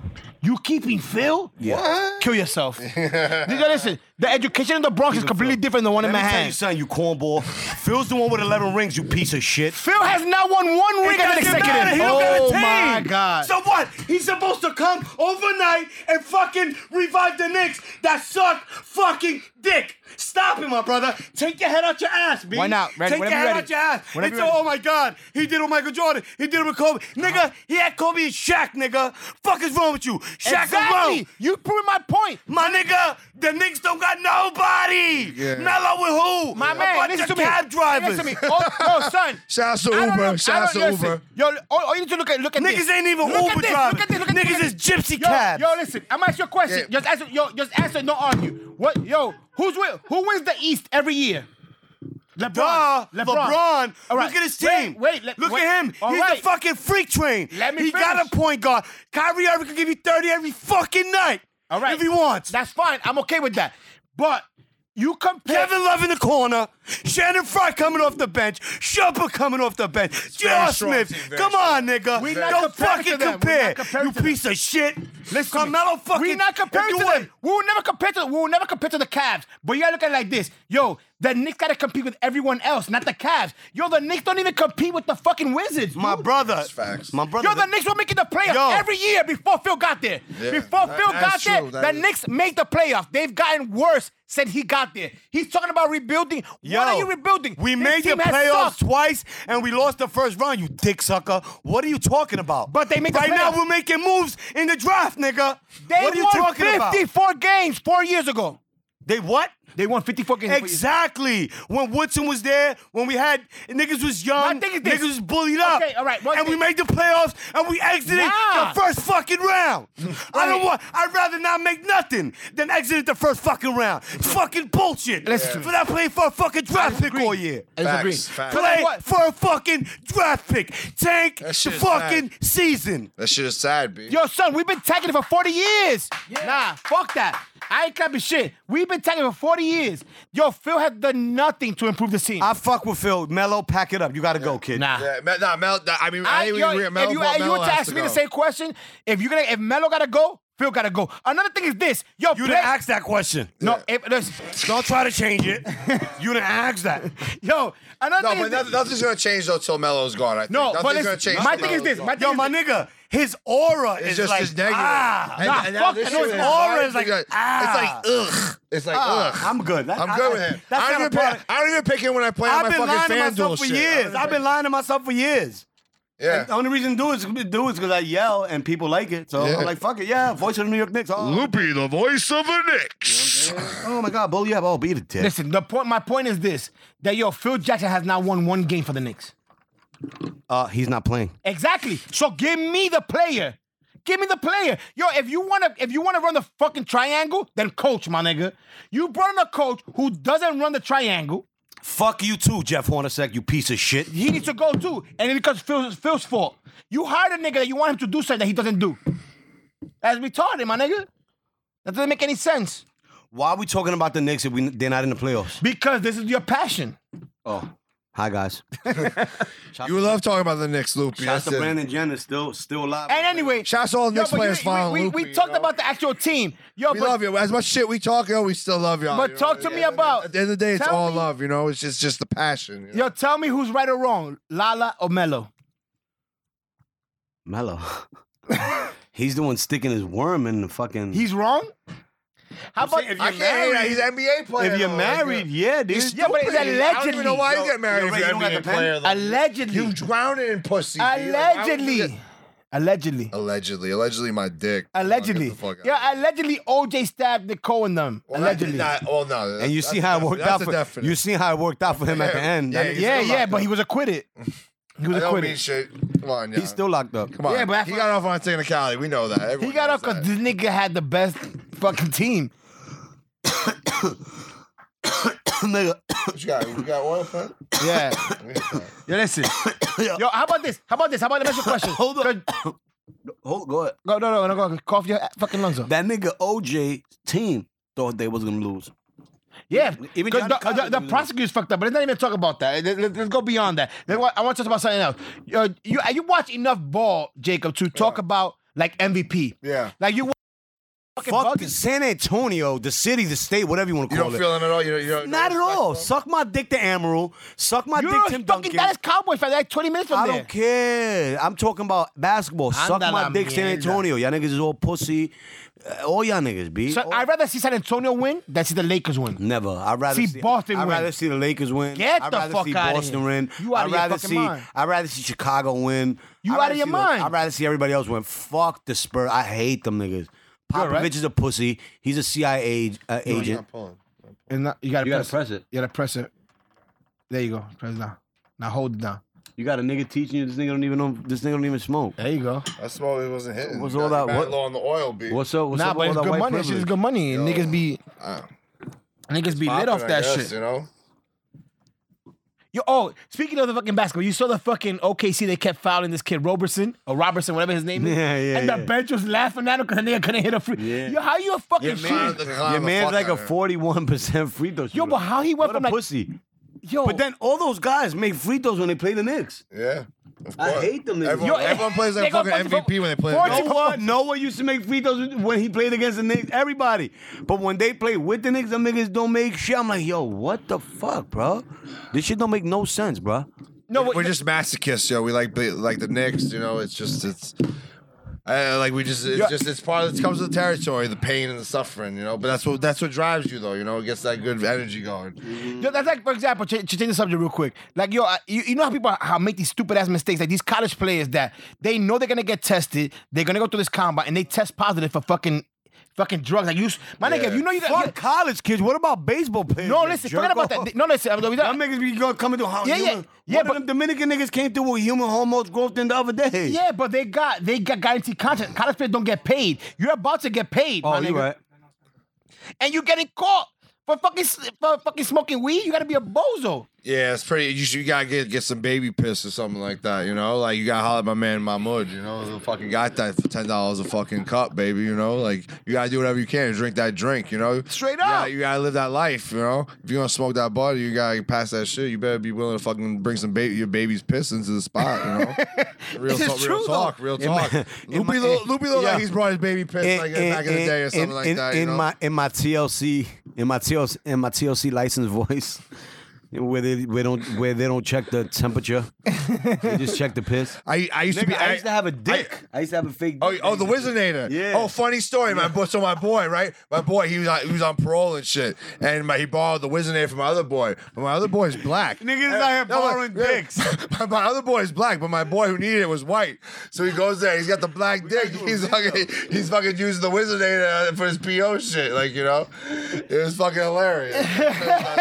Speaker 2: You keeping Phil?
Speaker 1: Yeah.
Speaker 2: Kill
Speaker 3: (laughs)
Speaker 2: yourself. you gotta listen. The education in the Bronx is completely different than the one in
Speaker 1: Let me tell
Speaker 2: Manhattan.
Speaker 1: you something, you cornball. Phil's the one with 11 rings, you piece of shit.
Speaker 2: Phil has not won one ring as an
Speaker 1: doesn't matter,
Speaker 2: executive.
Speaker 1: he don't got a
Speaker 2: oh
Speaker 1: team.
Speaker 2: my god.
Speaker 1: So what? He's supposed to come overnight and fucking revive the Knicks that suck fucking dick. Stop it, my brother. Take your head out your ass, B.
Speaker 5: Why not? Ready-
Speaker 1: Take your
Speaker 5: whenever
Speaker 1: head
Speaker 5: you're ready.
Speaker 1: out your ass.
Speaker 5: Whenever
Speaker 1: it's
Speaker 5: you're
Speaker 1: oh my god, he did it with Michael Jordan. He did it with Kobe.
Speaker 2: Uh-huh.
Speaker 1: Nigga, he had Kobe and Shaq, nigga. Fuck is wrong with you? Shaq alone.
Speaker 2: exactly. You proving my point.
Speaker 1: My nigga, the Knicks don't got nobody.
Speaker 3: Yeah.
Speaker 1: Mello with who?
Speaker 2: My
Speaker 1: a
Speaker 2: man,
Speaker 1: bunch
Speaker 2: listen
Speaker 1: of
Speaker 2: to me.
Speaker 1: cab drivers.
Speaker 2: Listen to me. Oh,
Speaker 1: (laughs)
Speaker 2: oh, son.
Speaker 3: Shout out to
Speaker 2: I don't
Speaker 3: Uber.
Speaker 2: know- I
Speaker 3: Shout out
Speaker 2: don't-
Speaker 3: to
Speaker 2: listen.
Speaker 3: Uber.
Speaker 2: Yo, all, all you need to look at look at
Speaker 1: Niggas
Speaker 2: this.
Speaker 1: ain't even
Speaker 2: look at
Speaker 1: Uber
Speaker 2: this,
Speaker 1: drivers.
Speaker 2: Look at this, look at
Speaker 1: Niggas
Speaker 2: this.
Speaker 1: is gypsy
Speaker 2: yo,
Speaker 1: cabs.
Speaker 2: Yo, listen. I'm asking you a question.
Speaker 3: Yeah.
Speaker 2: Just answer. Yo, just answer. No argue. What? Yo, who's win? Who wins the East every year? LeBron.
Speaker 1: Duh, LeBron.
Speaker 2: All right.
Speaker 1: Look at his
Speaker 2: Wait,
Speaker 1: team.
Speaker 2: wait, let-
Speaker 1: look
Speaker 2: wait.
Speaker 1: at him.
Speaker 2: All
Speaker 1: He's
Speaker 2: right.
Speaker 1: a fucking freak train.
Speaker 2: Let me
Speaker 1: he got
Speaker 2: finish.
Speaker 1: a point guard. Kyrie Irving can give you 30 every fucking night.
Speaker 2: All right.
Speaker 1: If he wants.
Speaker 2: That's fine. I'm okay with that. But you compare.
Speaker 1: Kevin Love in the corner. Shannon Fry coming off the bench. Shumpert coming off the bench. J.R.
Speaker 3: very strong
Speaker 1: Smith.
Speaker 3: team, very
Speaker 1: Come on, nigga.
Speaker 2: We not
Speaker 1: Don't
Speaker 2: comparing to
Speaker 1: fucking
Speaker 2: them. We
Speaker 1: compare.
Speaker 2: not comparing
Speaker 1: You
Speaker 2: to them.
Speaker 1: piece of shit.
Speaker 2: Listen, to me.
Speaker 1: Carmelo fucking.
Speaker 2: We not comparing
Speaker 1: if
Speaker 2: to
Speaker 1: you
Speaker 2: them.
Speaker 1: would-
Speaker 2: We will never compare to. We will never compare to the Cavs. But you gotta look at it like this, yo. The Knicks gotta compete with everyone else, not the Cavs. Yo, the Knicks don't even compete with the fucking Wizards.
Speaker 1: My
Speaker 2: dude.
Speaker 1: brother.
Speaker 3: facts.
Speaker 1: My brother.
Speaker 2: Yo, the Knicks were making the playoffs
Speaker 1: Yo.
Speaker 2: every year before Phil got there.
Speaker 3: Yeah,
Speaker 2: before
Speaker 3: that-
Speaker 2: Phil got
Speaker 3: that's
Speaker 2: there,
Speaker 3: true. That
Speaker 2: the
Speaker 3: is-
Speaker 2: Knicks made the playoffs. They've gotten worse since he got there. He's talking about rebuilding.
Speaker 1: Yo,
Speaker 2: what are you rebuilding?
Speaker 1: We
Speaker 2: This
Speaker 1: made the
Speaker 2: team has
Speaker 1: playoffs
Speaker 2: sucked.
Speaker 1: twice and we lost the first round, you dick sucker. What are you talking about?
Speaker 2: But they make the
Speaker 1: Right now
Speaker 2: playoffs.
Speaker 1: we're making moves in the draft, nigga.
Speaker 2: They
Speaker 1: what are you
Speaker 2: won
Speaker 1: talking about?
Speaker 2: 54 games four years ago.
Speaker 1: They what?
Speaker 2: They won 54 games. four years ago.
Speaker 1: Exactly. When Woodson was there, when we had niggas was young,
Speaker 2: My thing is this.
Speaker 1: niggas was bullied up.
Speaker 2: Okay, all right, one
Speaker 1: And we
Speaker 2: thing.
Speaker 1: made the playoffs and we exited
Speaker 2: Nah.
Speaker 1: the first fucking
Speaker 2: (laughs)
Speaker 1: round. I don't want I'd rather not make nothing than exit the first fucking round. It's fucking bullshit.
Speaker 2: Listen to me.
Speaker 1: For not playing for a fucking draft pick
Speaker 2: disagree.
Speaker 1: all year.
Speaker 2: I disagree.
Speaker 3: Facts, facts.
Speaker 2: But like
Speaker 1: play
Speaker 2: what?
Speaker 1: for a fucking draft pick. Tank the
Speaker 3: That shit is
Speaker 1: fucking season.
Speaker 3: That shit is sad, B.
Speaker 2: Yo, son, we've been tagging it for 40 years. Nah, fuck that. I ain't clapping shit. We've been tagging it for 40 years. Yo, Phil has done nothing to improve the team.
Speaker 1: I fuck with Phil. Mello, pack it up. You gotta go, kid.
Speaker 2: nah.
Speaker 3: Yeah, Mel, nah, Mel, nah, I mean, I,
Speaker 2: I,
Speaker 3: didn't
Speaker 2: yo,
Speaker 3: even agree.
Speaker 2: if
Speaker 3: Mel,
Speaker 2: you,
Speaker 3: Mel,
Speaker 2: if you were to
Speaker 3: has
Speaker 2: ask
Speaker 3: to
Speaker 2: me
Speaker 3: go.
Speaker 2: the same question, if you're gonna if Melo gotta go, Phil gotta go. Another thing is this, yo,
Speaker 1: You
Speaker 2: play-
Speaker 1: didn't ask that question.
Speaker 2: no, if, listen,
Speaker 1: Don't try to change it. you didn't ask
Speaker 3: (laughs)
Speaker 1: that.
Speaker 2: yo, another
Speaker 3: No,
Speaker 2: thing
Speaker 3: but
Speaker 2: is
Speaker 3: nothing,
Speaker 2: this,
Speaker 3: nothing's gonna change though till Melo's gone. I think.
Speaker 2: no,
Speaker 3: nothing's
Speaker 2: but
Speaker 3: gonna
Speaker 2: listen,
Speaker 3: change.
Speaker 2: my
Speaker 3: till
Speaker 2: thing is
Speaker 3: Melo's
Speaker 2: this,
Speaker 3: gone.
Speaker 2: my thing
Speaker 1: Yo,
Speaker 2: is
Speaker 1: my
Speaker 2: this.
Speaker 1: nigga, his aura
Speaker 3: it's
Speaker 1: is
Speaker 3: just
Speaker 1: like
Speaker 3: this negative.
Speaker 1: ah.
Speaker 3: And-
Speaker 2: nah,
Speaker 3: and
Speaker 2: fuck
Speaker 3: this
Speaker 2: that. No,
Speaker 3: shit
Speaker 2: his
Speaker 1: aura is
Speaker 3: it's
Speaker 1: like, ah.
Speaker 3: it's like ugh. It's like ugh.
Speaker 1: I'm good. That-
Speaker 3: I'm
Speaker 1: I-
Speaker 3: good
Speaker 1: I-
Speaker 3: with him.
Speaker 1: that's
Speaker 3: I
Speaker 1: not a
Speaker 3: don't, even pick,
Speaker 1: product.
Speaker 3: I don't even pick him when I play on
Speaker 1: I've
Speaker 3: my
Speaker 1: been lying
Speaker 3: fucking
Speaker 1: to
Speaker 3: fan duel
Speaker 1: myself for
Speaker 3: shit.
Speaker 1: years. I've been lying to myself for years.
Speaker 3: Yeah.
Speaker 4: The only reason to do is do is because I yell and people like it. So
Speaker 3: Yeah.
Speaker 4: I'm like, fuck it, yeah, voice of the New York Knicks. Oh,
Speaker 3: Loopy, the voice of the Knicks.
Speaker 4: oh my god, bully up, oh beat it, dick.
Speaker 2: Listen, the point. My point is this: that yo, Phil Jackson has not won one game for the Knicks.
Speaker 4: Uh, he's not playing.
Speaker 2: Exactly. So give me the player. Give me the player. Yo, if you wanna if you wanna run the fucking triangle, then coach, my nigga. You brought in a coach who doesn't run the triangle.
Speaker 1: Fuck you too, Jeff Hornacek, you piece of shit.
Speaker 2: He needs to go too. And it becomes Phil's, Phil's fault. You hired a nigga that you want him to do something that he doesn't do. That's retarded, my nigga. That doesn't make any sense.
Speaker 1: Why are we talking about the Knicks if we, they're not in the playoffs?
Speaker 2: Because this is your passion.
Speaker 4: Oh.
Speaker 1: Hi guys.
Speaker 3: You love talking about the Knicks, Loopy.
Speaker 4: That's
Speaker 3: That's
Speaker 4: to
Speaker 3: it.
Speaker 4: Brandon Jenner still still alive.
Speaker 2: And anyway,
Speaker 3: Shouts to all the
Speaker 2: yo,
Speaker 3: Knicks
Speaker 2: but you-
Speaker 3: players following
Speaker 2: we, we,
Speaker 3: Loopy.
Speaker 2: we talked
Speaker 3: you know?
Speaker 2: about the actual team. Yo,
Speaker 3: We
Speaker 2: but
Speaker 3: love you. As much shit we talk, yo, we still love y'all.
Speaker 2: But
Speaker 3: you know?
Speaker 2: talk to
Speaker 3: At
Speaker 2: me
Speaker 3: the end-
Speaker 2: about-
Speaker 3: At the end of the day, it's
Speaker 2: Tell
Speaker 3: all
Speaker 2: me-
Speaker 3: love. You know, it's just just the passion. You know?
Speaker 2: yo, tell me who's right or wrong. Lala or Melo.
Speaker 3: (laughs)
Speaker 4: Mello. he's the one sticking his worm in the fucking.
Speaker 2: He's wrong? How about
Speaker 4: saying if
Speaker 3: I
Speaker 4: you're
Speaker 3: can't hear that.
Speaker 4: married-
Speaker 3: He's an NBA player.
Speaker 4: if you're
Speaker 3: though.
Speaker 4: married, yeah, dude.
Speaker 3: He's
Speaker 2: Yeah, but it's
Speaker 3: stupid. I don't even know
Speaker 2: allegedly.
Speaker 3: why
Speaker 4: Yo,
Speaker 3: you get married
Speaker 4: yo,
Speaker 3: if
Speaker 4: Ray,
Speaker 3: you're
Speaker 4: you don't
Speaker 3: an
Speaker 4: got
Speaker 3: NBA
Speaker 4: the pen?
Speaker 3: player. though.
Speaker 2: allegedly?
Speaker 3: You drowning in pussy. dude. Like, why would you
Speaker 2: Allegedly.
Speaker 3: get-
Speaker 2: Allegedly.
Speaker 3: Allegedly, allegedly, my dick.
Speaker 2: Allegedly.
Speaker 3: Fuck out.
Speaker 2: Yeah, allegedly OJ stabbed Nicole and them.
Speaker 3: Well, that
Speaker 2: allegedly.
Speaker 3: did Not, well, no.
Speaker 1: And you
Speaker 3: that's
Speaker 1: see
Speaker 3: a
Speaker 1: how it
Speaker 3: definite-
Speaker 1: worked
Speaker 3: that's
Speaker 1: out
Speaker 3: a
Speaker 1: for
Speaker 3: definite.
Speaker 1: you seen how it worked out for him at the end.
Speaker 3: Yeah,
Speaker 1: That nigga-
Speaker 3: he's
Speaker 2: yeah,
Speaker 3: still
Speaker 2: yeah,
Speaker 3: locked
Speaker 2: but
Speaker 3: up.
Speaker 2: he was
Speaker 3: (laughs)
Speaker 2: acquitted. He was
Speaker 3: I don't mean
Speaker 2: acquitted.
Speaker 3: shit. Come on, yeah.
Speaker 1: He's still locked up.
Speaker 3: Come on.
Speaker 2: Yeah, but that's
Speaker 3: he
Speaker 2: why-
Speaker 3: got off on technicality. We know that. Everyone
Speaker 2: He got
Speaker 3: knows
Speaker 2: up because
Speaker 3: that.
Speaker 2: this nigga had the best fucking team.
Speaker 1: (coughs)
Speaker 4: nigga.
Speaker 3: What you got? You got one? huh? (coughs)
Speaker 2: Yeah.
Speaker 3: Yeah.
Speaker 2: Yo, listen. Yo, how about this? How about this? How about the next
Speaker 3: (coughs)
Speaker 2: question? Hold on.
Speaker 4: Oh god,
Speaker 2: Go, no, no, no, go, go. Cough your fucking lungs up.
Speaker 4: that nigga OJ team thought they was gonna lose.
Speaker 2: Yeah,
Speaker 4: Even
Speaker 2: even the,
Speaker 4: John
Speaker 2: the-
Speaker 4: Collins
Speaker 2: the
Speaker 4: was-
Speaker 2: prosecutors fucked up, but let's not even talk about that. Let, us go Uh, beyond that. Let- I want to talk about something else. Yo, you you watch enough ball, Jacob, to talk about
Speaker 6: like MVP.
Speaker 3: Yeah.
Speaker 6: Like you fucking
Speaker 1: Fuck
Speaker 6: bugging.
Speaker 1: San Antonio, the city, the state, whatever you want to
Speaker 3: You
Speaker 1: call
Speaker 3: don't
Speaker 1: it.
Speaker 3: feel him at all. You don't, you don't,
Speaker 1: Not at
Speaker 3: you don't
Speaker 1: all.
Speaker 3: respect
Speaker 1: Suck my dick to Amaral. Suck my
Speaker 2: You're
Speaker 1: dick Tim
Speaker 2: a fucking
Speaker 1: Duncan.
Speaker 2: Dallas Cowboys fan. They're Like 20 minutes from
Speaker 1: I
Speaker 2: there.
Speaker 1: don't care. I'm talking about basketball. Suck
Speaker 2: Anda
Speaker 1: my
Speaker 2: la
Speaker 1: dick, San
Speaker 2: mierda.
Speaker 1: Antonio. Y'all niggas is all pussy. Uh, all y'all niggas, be.
Speaker 2: So I'd rather see San Antonio win than see the Lakers win.
Speaker 1: Never. I'd rather
Speaker 2: See
Speaker 1: see,
Speaker 2: Boston
Speaker 1: I'd
Speaker 2: win.
Speaker 1: rather see the Lakers win.
Speaker 2: Get
Speaker 1: I'd
Speaker 2: the
Speaker 1: rather
Speaker 2: fuck
Speaker 1: see
Speaker 2: outta
Speaker 1: Boston
Speaker 2: here.
Speaker 1: win.
Speaker 2: You outta
Speaker 1: I'd
Speaker 2: your
Speaker 1: rather
Speaker 2: fucking
Speaker 1: see.
Speaker 2: mind.
Speaker 1: I'd rather see Chicago win.
Speaker 2: You
Speaker 1: I'd
Speaker 2: outta
Speaker 1: rather
Speaker 2: your
Speaker 1: see the-
Speaker 2: mind.
Speaker 1: I'd rather see everybody else win. Fuck the Spurs. I hate them niggas. Popovich
Speaker 2: right?
Speaker 1: is a pussy. He's a CIA uh,
Speaker 3: him.
Speaker 1: agent.
Speaker 3: Not pulling.
Speaker 2: And not- you gotta,
Speaker 1: You gotta
Speaker 2: press,
Speaker 1: press it.
Speaker 2: it. You gotta press it. There you go. Press it down. Now hold it down.
Speaker 1: You got a nigga teaching you. This nigga don't even know. This nigga don't even smoke.
Speaker 2: There you go.
Speaker 3: That's why it wasn't hitting.
Speaker 1: What's
Speaker 3: You
Speaker 1: all
Speaker 3: got-
Speaker 1: that-
Speaker 3: you got
Speaker 1: what-
Speaker 3: Low on the oil, B.
Speaker 1: What's up? What's
Speaker 2: nah,
Speaker 1: up
Speaker 2: but
Speaker 1: with
Speaker 2: it's
Speaker 1: all that
Speaker 2: good
Speaker 1: white
Speaker 2: money. That shit is
Speaker 1: privilege?
Speaker 2: good money. And niggas be
Speaker 3: Uh,
Speaker 2: niggas be lit
Speaker 3: popping,
Speaker 2: off
Speaker 3: I
Speaker 2: that
Speaker 3: guess,
Speaker 2: shit.
Speaker 3: You know.
Speaker 2: Yo, oh, speaking of the fucking basketball, you saw the fucking OKC they kept fouling this kid Robertson or Robertson, whatever his name
Speaker 1: (laughs)
Speaker 2: is.
Speaker 1: Yeah, yeah,
Speaker 2: And the
Speaker 1: yeah.
Speaker 2: bench was laughing at him because nigga couldn't hit a free.
Speaker 1: Yeah.
Speaker 2: Yo, how you a fucking
Speaker 1: Yeah, man.
Speaker 2: shooter?
Speaker 3: Climb
Speaker 1: Your
Speaker 3: the
Speaker 1: man's
Speaker 3: fuck
Speaker 1: like
Speaker 3: out
Speaker 1: a
Speaker 3: of here.
Speaker 1: forty-one percent free throw shooter.
Speaker 2: Yo, but how he
Speaker 1: what
Speaker 2: went
Speaker 1: a
Speaker 2: from like
Speaker 1: pussy.
Speaker 2: yo,
Speaker 1: But then all those guys make free throws when they play the Knicks.
Speaker 3: Yeah. Of course.
Speaker 1: I hate them niggas.
Speaker 3: Everyone,
Speaker 2: Yo,
Speaker 1: eh,
Speaker 3: everyone plays
Speaker 2: they
Speaker 3: like
Speaker 2: go
Speaker 3: fucking
Speaker 2: fucking
Speaker 3: MVP when they play.
Speaker 2: forty-
Speaker 3: against-
Speaker 1: No one, no one used to make free throws when he played against the Knicks. Everybody, but when they play with the Knicks, them niggas don't make shit. I'm like, yo, what the fuck, bro? This shit don't make no sense, bro.
Speaker 2: no,
Speaker 3: We're
Speaker 2: but-
Speaker 3: just masochists, yo. We like be- like the Knicks, you know. It's just it's. I, like we just, it's
Speaker 2: Yeah.
Speaker 3: just, it's part. Of, it comes with the territory, the pain and the suffering, you know. But that's what that's what drives you, though. You know, it gets that good energy going.
Speaker 2: Yo, that's like, for example, ch- ch- change the subject real quick. Like, yo, I- you, you know how people are- how make these stupid ass mistakes? Like these college players that they know they're gonna get tested, they're gonna go through this combine, and they test positive for fucking, fucking drugs. Like you, s- my nigga, if you know you got,
Speaker 1: Fuck college kids. What about baseball players?
Speaker 2: no,
Speaker 1: you
Speaker 2: listen,
Speaker 1: jerk
Speaker 2: forget about
Speaker 1: off?
Speaker 2: that. No, listen, I'm,
Speaker 1: Them niggas be going coming to how
Speaker 2: Yeah, yeah,
Speaker 1: human-
Speaker 2: yeah,
Speaker 1: One
Speaker 2: but-
Speaker 1: of them Dominican niggas came through with human hormones growth in the other day.
Speaker 2: yeah, but they got they got guaranteed contract. College players don't get paid. You're about to get paid,
Speaker 1: Oh,
Speaker 2: my
Speaker 1: you
Speaker 2: nigga,
Speaker 1: right.
Speaker 2: and you getting caught for fucking s- for fucking smoking weed. You gotta be a bozo.
Speaker 3: Yeah, it's pretty. You, should, you gotta get get some baby piss or something like that, you know. Like you gotta holler at my man Mahmoud, you know. The fucking got that for ten dollars a fucking cup, baby. You know, like you gotta do whatever you can to drink that drink, you know.
Speaker 2: Straight
Speaker 3: You gotta-
Speaker 2: up.
Speaker 3: you gotta live that life, you know. If you gonna smoke that body, you gotta pass that shit. You better be willing to fucking bring some baby your baby's piss into the spot,
Speaker 2: (laughs)
Speaker 3: you know. Real,
Speaker 2: This is
Speaker 3: talk,
Speaker 2: true,
Speaker 3: real
Speaker 2: though.
Speaker 3: talk, real talk.
Speaker 1: in my-
Speaker 3: Loopy look, Loopy look
Speaker 1: yeah.
Speaker 3: like he's brought his baby piss like back in the day or something like
Speaker 1: Eh, in-
Speaker 3: that.
Speaker 1: in
Speaker 3: you know?
Speaker 1: my in my TLC in my TLC in my TLC license voice, where they where don't where they don't check the temperature, they just check the piss.
Speaker 3: (laughs) I, I used to be
Speaker 1: Nigga, I used to have a dick. I, used to have a fake.
Speaker 3: Oh,
Speaker 1: dick.
Speaker 3: oh, the Wizinator.
Speaker 1: Yeah.
Speaker 3: Oh, funny story. My boy, so my boy, right? My boy, he was on, he was on parole and shit, and my, he borrowed the Wizinator from my other boy, but my other boy's black.
Speaker 1: Niggas out here
Speaker 3: No, but-
Speaker 1: borrowing
Speaker 3: yeah.
Speaker 1: dicks.
Speaker 3: (laughs) my, my other boy's black, but my boy who needed it was white. So he goes there. He's got the black dick. He's fucking he's fucking using the Wizinator for his PO shit. Like you know, it was fucking hilarious. he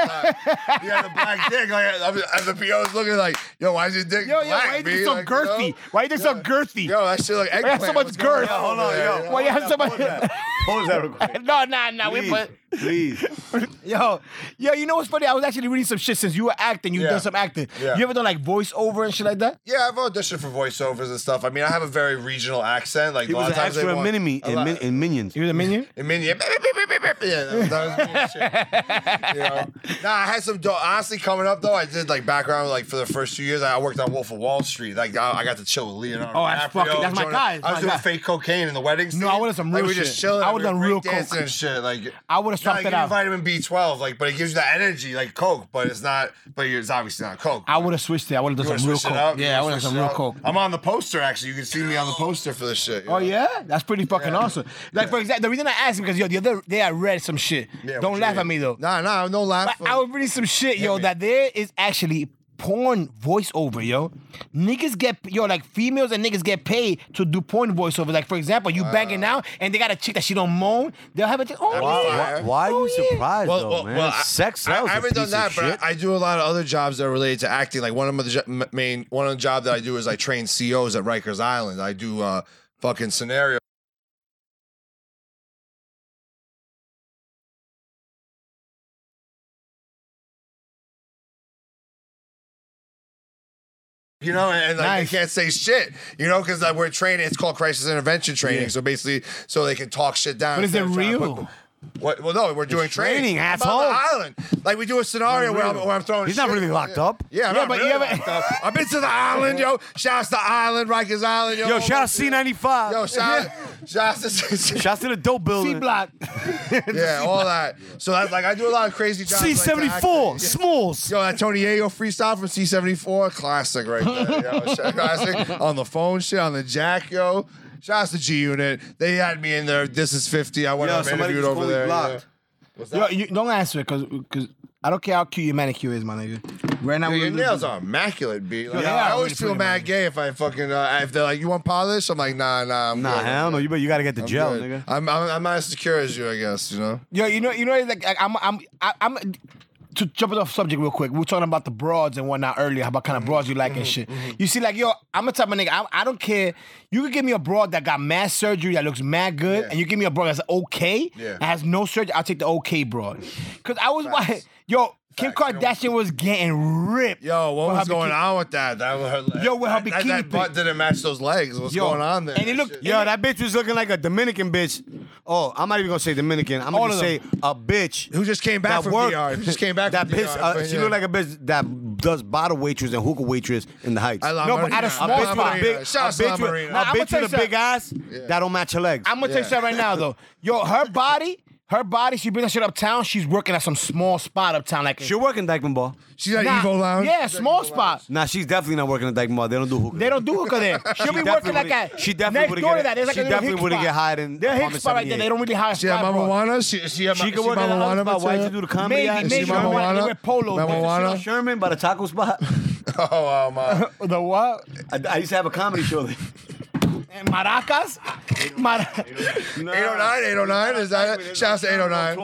Speaker 3: had the black dick. Like I'm, I'm- the PO's looking like, yo, why is your dick
Speaker 2: Yo, yo,
Speaker 3: black?
Speaker 2: why you
Speaker 3: B?"
Speaker 2: think so
Speaker 3: Like, you know?
Speaker 2: girthy? Why you think so girthy?
Speaker 3: Yo, that shit like eggplant.
Speaker 2: so much
Speaker 3: What's going
Speaker 2: girth.
Speaker 3: on
Speaker 1: Hold on,
Speaker 3: over there,
Speaker 1: yo.
Speaker 3: you know?
Speaker 2: Why you have so much?
Speaker 1: Hold that real quick.
Speaker 2: (laughs) No, nah, nah. We
Speaker 1: Please,
Speaker 2: but
Speaker 1: please.
Speaker 2: (laughs) Yo, yo, you know what's funny? I was actually reading some shit since you were acting. You
Speaker 3: Yeah.
Speaker 2: done some acting.
Speaker 3: Yeah.
Speaker 2: You ever done like voiceover and shit like that?
Speaker 3: (laughs) Yeah, I've auditioned for voiceovers and stuff. I mean, I have a very regional accent. Like
Speaker 1: He
Speaker 3: a lot
Speaker 1: was
Speaker 3: of
Speaker 1: an
Speaker 3: times they
Speaker 1: extra in
Speaker 3: want
Speaker 1: Minimi
Speaker 3: a
Speaker 1: in,
Speaker 3: lot-
Speaker 1: min, in Minions.
Speaker 2: You was a minion.
Speaker 3: I mean, yeah, yeah, that was, that was
Speaker 2: (laughs)
Speaker 3: bullshit. you know? Nah, I had some. Dope, honestly, coming up though, I did like background like for the first two years. I worked on Wolf of Wall Street. Like I, I got to chill with Leonardo.
Speaker 2: Oh, that's
Speaker 3: DiCaprio,
Speaker 2: fucking- that's my
Speaker 3: Jonah-
Speaker 2: guy, that's
Speaker 3: I was
Speaker 2: my
Speaker 3: doing
Speaker 2: guy.
Speaker 3: fake cocaine in the wedding. Scene.
Speaker 2: No, I wanted some
Speaker 3: like,
Speaker 2: real
Speaker 3: we were just
Speaker 2: shit.
Speaker 3: chilling.
Speaker 2: I
Speaker 3: we
Speaker 2: would've
Speaker 3: were
Speaker 2: done real
Speaker 3: breakdancing
Speaker 2: coke.
Speaker 3: and shit. Like
Speaker 2: I would've
Speaker 3: no,
Speaker 2: swapped
Speaker 3: I give
Speaker 2: it
Speaker 3: you
Speaker 2: out.
Speaker 3: Vitamin B twelve, like, but it gives you that energy, like coke, but it's not. But it's obviously not coke.
Speaker 2: I would have switched it. I would have
Speaker 3: You
Speaker 2: done
Speaker 3: wanna
Speaker 2: some real
Speaker 3: switch it
Speaker 2: coke.
Speaker 3: up? You
Speaker 2: Yeah, I
Speaker 3: wanna
Speaker 2: would have
Speaker 3: switch
Speaker 2: done
Speaker 3: it
Speaker 2: real
Speaker 3: up?
Speaker 2: coke.
Speaker 3: I'm on the poster actually. You can see me on the poster for this shit. you
Speaker 2: Oh
Speaker 3: know?
Speaker 2: yeah, that's pretty fucking
Speaker 3: Yeah.
Speaker 2: awesome. Like for example, the reason I asked because yo, the other day I read some shit.
Speaker 3: Yeah, what
Speaker 2: Don't
Speaker 3: you
Speaker 2: laugh
Speaker 3: mean?
Speaker 2: at me though.
Speaker 3: Nah, nah, no laugh. uh,
Speaker 2: I, I was reading some shit, yo,
Speaker 3: me.
Speaker 2: that there is actually porn voiceover, yo. Niggas get yo, like females and niggas get paid to do porn voiceover. Like for example, you banging out and they got a chick that she don't moan, they'll have a chick. Oh
Speaker 3: Wow.
Speaker 2: yeah.
Speaker 1: Why, why are you
Speaker 2: Oh, yeah.
Speaker 1: surprised
Speaker 3: well,
Speaker 1: though,
Speaker 3: well,
Speaker 1: man?
Speaker 3: well, I-
Speaker 1: Sex
Speaker 3: I,
Speaker 1: sells.
Speaker 3: I
Speaker 1: a
Speaker 3: haven't done
Speaker 1: piece of
Speaker 3: that, but
Speaker 1: shit.
Speaker 3: I, I do a lot of other jobs that are related to acting. Like one of the jo- m- main, one of the job that I do is I train COs at Rikers Island. I do uh, fucking scenario. You know, and, and, like
Speaker 2: Nice.
Speaker 3: they can't say shit. You know, because like, we're training. It's called crisis intervention training. So basically, so they can talk shit down.
Speaker 2: But is
Speaker 3: instead
Speaker 2: it
Speaker 3: of trying to
Speaker 2: real?
Speaker 3: put- What? Well, no, we're doing training.
Speaker 1: training,
Speaker 3: I'm
Speaker 1: asshole.
Speaker 3: On the island, like we do a scenario where I'm, where I'm throwing.
Speaker 1: He's not
Speaker 3: shit.
Speaker 1: really locked
Speaker 3: Yeah.
Speaker 1: up.
Speaker 3: Yeah, I'm
Speaker 1: Yeah,
Speaker 3: not
Speaker 1: but
Speaker 3: really
Speaker 1: yeah, but-
Speaker 3: locked up. I've been
Speaker 1: (laughs)
Speaker 3: to the island, yo. Shouts to Island, Rikers Island, yo.
Speaker 1: Yo, shout out C95.
Speaker 3: Yo, shout,
Speaker 1: (laughs)
Speaker 3: shouts to
Speaker 1: Shouts to the dope
Speaker 2: C
Speaker 1: building.
Speaker 3: (laughs)
Speaker 2: block.
Speaker 3: yeah, all that. So that's like I do a lot of crazy jobs. like that.
Speaker 1: C74,
Speaker 3: Yeah.
Speaker 1: Smalls.
Speaker 3: Yo, that Tony Ayo freestyle from C74, classic right there.
Speaker 1: (laughs)
Speaker 3: Yo, Shit, classic. on the phone shit, on the jack, yo. Shouts to G Unit. They had me in there. This is 50. I went
Speaker 1: Yo,
Speaker 3: up and
Speaker 1: somebody
Speaker 3: interviewed
Speaker 1: just
Speaker 3: over
Speaker 1: fully
Speaker 3: there.
Speaker 1: blocked.
Speaker 2: Yo, you, don't answer it, cause, 'cause I don't care how cute your manicure is, my nigga. Right now,
Speaker 3: Yeah.
Speaker 2: we
Speaker 3: Your nails are immaculate, B. Like,
Speaker 2: Yeah,
Speaker 3: I
Speaker 2: I'm
Speaker 3: always
Speaker 2: pretty
Speaker 3: feel mad gay if I fucking, uh, if they're like, you want polish? I'm like, nah, nah, I'm
Speaker 1: Nah,
Speaker 3: good.
Speaker 1: hell no. You bet you gotta get the
Speaker 3: I'm
Speaker 1: gel,
Speaker 3: good.
Speaker 1: nigga.
Speaker 3: I'm, I'm, I'm not as secure as you, I guess, you know?
Speaker 2: Yo, you know, you know, like I- I'm, I'm, I- I'm. To jump it off subject real quick, we were talking about the broads and whatnot earlier, about kind of broads you
Speaker 3: Mm-hmm,
Speaker 2: like and shit. You see, like yo, I'm a type of nigga. I, I don't care. You could give me a broad that got mass surgery that looks mad good,
Speaker 3: Yeah.
Speaker 2: and you give me a broad that's okay,
Speaker 3: Yeah.
Speaker 2: that has no surgery. I'll take the okay broad, cause I was why (laughs) yo Kim
Speaker 3: Facts. You know-
Speaker 2: Kardashian was getting ripped.
Speaker 3: Yo, what
Speaker 2: for
Speaker 3: was
Speaker 2: her
Speaker 3: going
Speaker 2: bikini-
Speaker 3: on with that? That was her,
Speaker 2: Yo, with her
Speaker 3: that- that,
Speaker 2: bikini
Speaker 3: that butt
Speaker 2: pic.
Speaker 3: didn't match those legs. What's
Speaker 2: Yo,
Speaker 3: going on there?
Speaker 2: and it looked-
Speaker 3: Shit.
Speaker 1: Yo, that bitch was looking like a Dominican bitch. Oh, I'm not even gonna say Dominican. I'm
Speaker 2: All
Speaker 1: gonna
Speaker 2: of
Speaker 1: say a bitch.
Speaker 3: Who just came back
Speaker 1: that
Speaker 3: from
Speaker 1: work-
Speaker 3: DR? Who just came back
Speaker 1: That
Speaker 3: from
Speaker 1: bitch.
Speaker 3: DR,
Speaker 1: Uh,
Speaker 3: but
Speaker 1: she
Speaker 3: yeah.
Speaker 1: looked like a bitch that does bottle waitress and hookah waitress in the heights.
Speaker 3: I love
Speaker 2: No,
Speaker 3: Marina.
Speaker 2: but at a
Speaker 1: a
Speaker 2: small
Speaker 1: bitch
Speaker 2: spot.
Speaker 1: with a
Speaker 3: Marina.
Speaker 1: big, a
Speaker 3: Shout out to
Speaker 1: bitch with,
Speaker 3: Marina.
Speaker 1: a
Speaker 2: Nah, I'ma
Speaker 1: bitch
Speaker 2: tell
Speaker 1: with a
Speaker 2: you
Speaker 1: big ass that don't match her legs.
Speaker 2: I'm gonna tell you
Speaker 3: Yeah.
Speaker 2: something right now
Speaker 3: (laughs)
Speaker 2: though. Yo, her body, her body, she brings that shit uptown. She's working at some small spot uptown, like
Speaker 1: She's working Dykeman Ball.
Speaker 3: She's at
Speaker 2: Nah,
Speaker 3: Evo Lounge.
Speaker 2: Yeah,
Speaker 3: She's at
Speaker 2: small
Speaker 3: Evo
Speaker 2: spot.
Speaker 1: Nah, she's definitely not working at Dykeman Ball. They don't do hookah.
Speaker 2: They don't do hookah there. She'll be
Speaker 1: definitely
Speaker 2: working like
Speaker 1: would've-
Speaker 2: that.
Speaker 1: she definitely
Speaker 2: next
Speaker 1: would've
Speaker 2: door
Speaker 1: get-
Speaker 2: to that. There's like
Speaker 1: she
Speaker 2: a little
Speaker 1: definitely
Speaker 2: hick
Speaker 1: would've
Speaker 2: spot.
Speaker 1: get hied in
Speaker 2: Their hick
Speaker 1: apartment
Speaker 2: spot right there.
Speaker 1: 78.
Speaker 2: They don't really hire. a
Speaker 3: She at
Speaker 2: spot,
Speaker 3: Mama
Speaker 2: bro.
Speaker 3: Juana. She, she at
Speaker 1: She
Speaker 3: she
Speaker 1: could
Speaker 3: Mama
Speaker 1: work at another
Speaker 3: Juana.
Speaker 1: spot. Why'd you
Speaker 3: material?
Speaker 1: do the comedy?
Speaker 2: Maybe,
Speaker 1: act?
Speaker 2: maybe.
Speaker 3: Is she Mama
Speaker 2: Mama
Speaker 3: Juana?
Speaker 2: Juana? They wear polos.
Speaker 3: Mama
Speaker 2: Is she
Speaker 1: You know
Speaker 3: Juana.
Speaker 1: Sherman by the taco (laughs) spot.
Speaker 3: Oh, um, uh,
Speaker 2: The what?
Speaker 1: I, I used to have a comedy show
Speaker 3: (laughs)
Speaker 1: there.
Speaker 2: And Maracas? Mar-
Speaker 3: 809, 809. Is that it? Shouts to 809.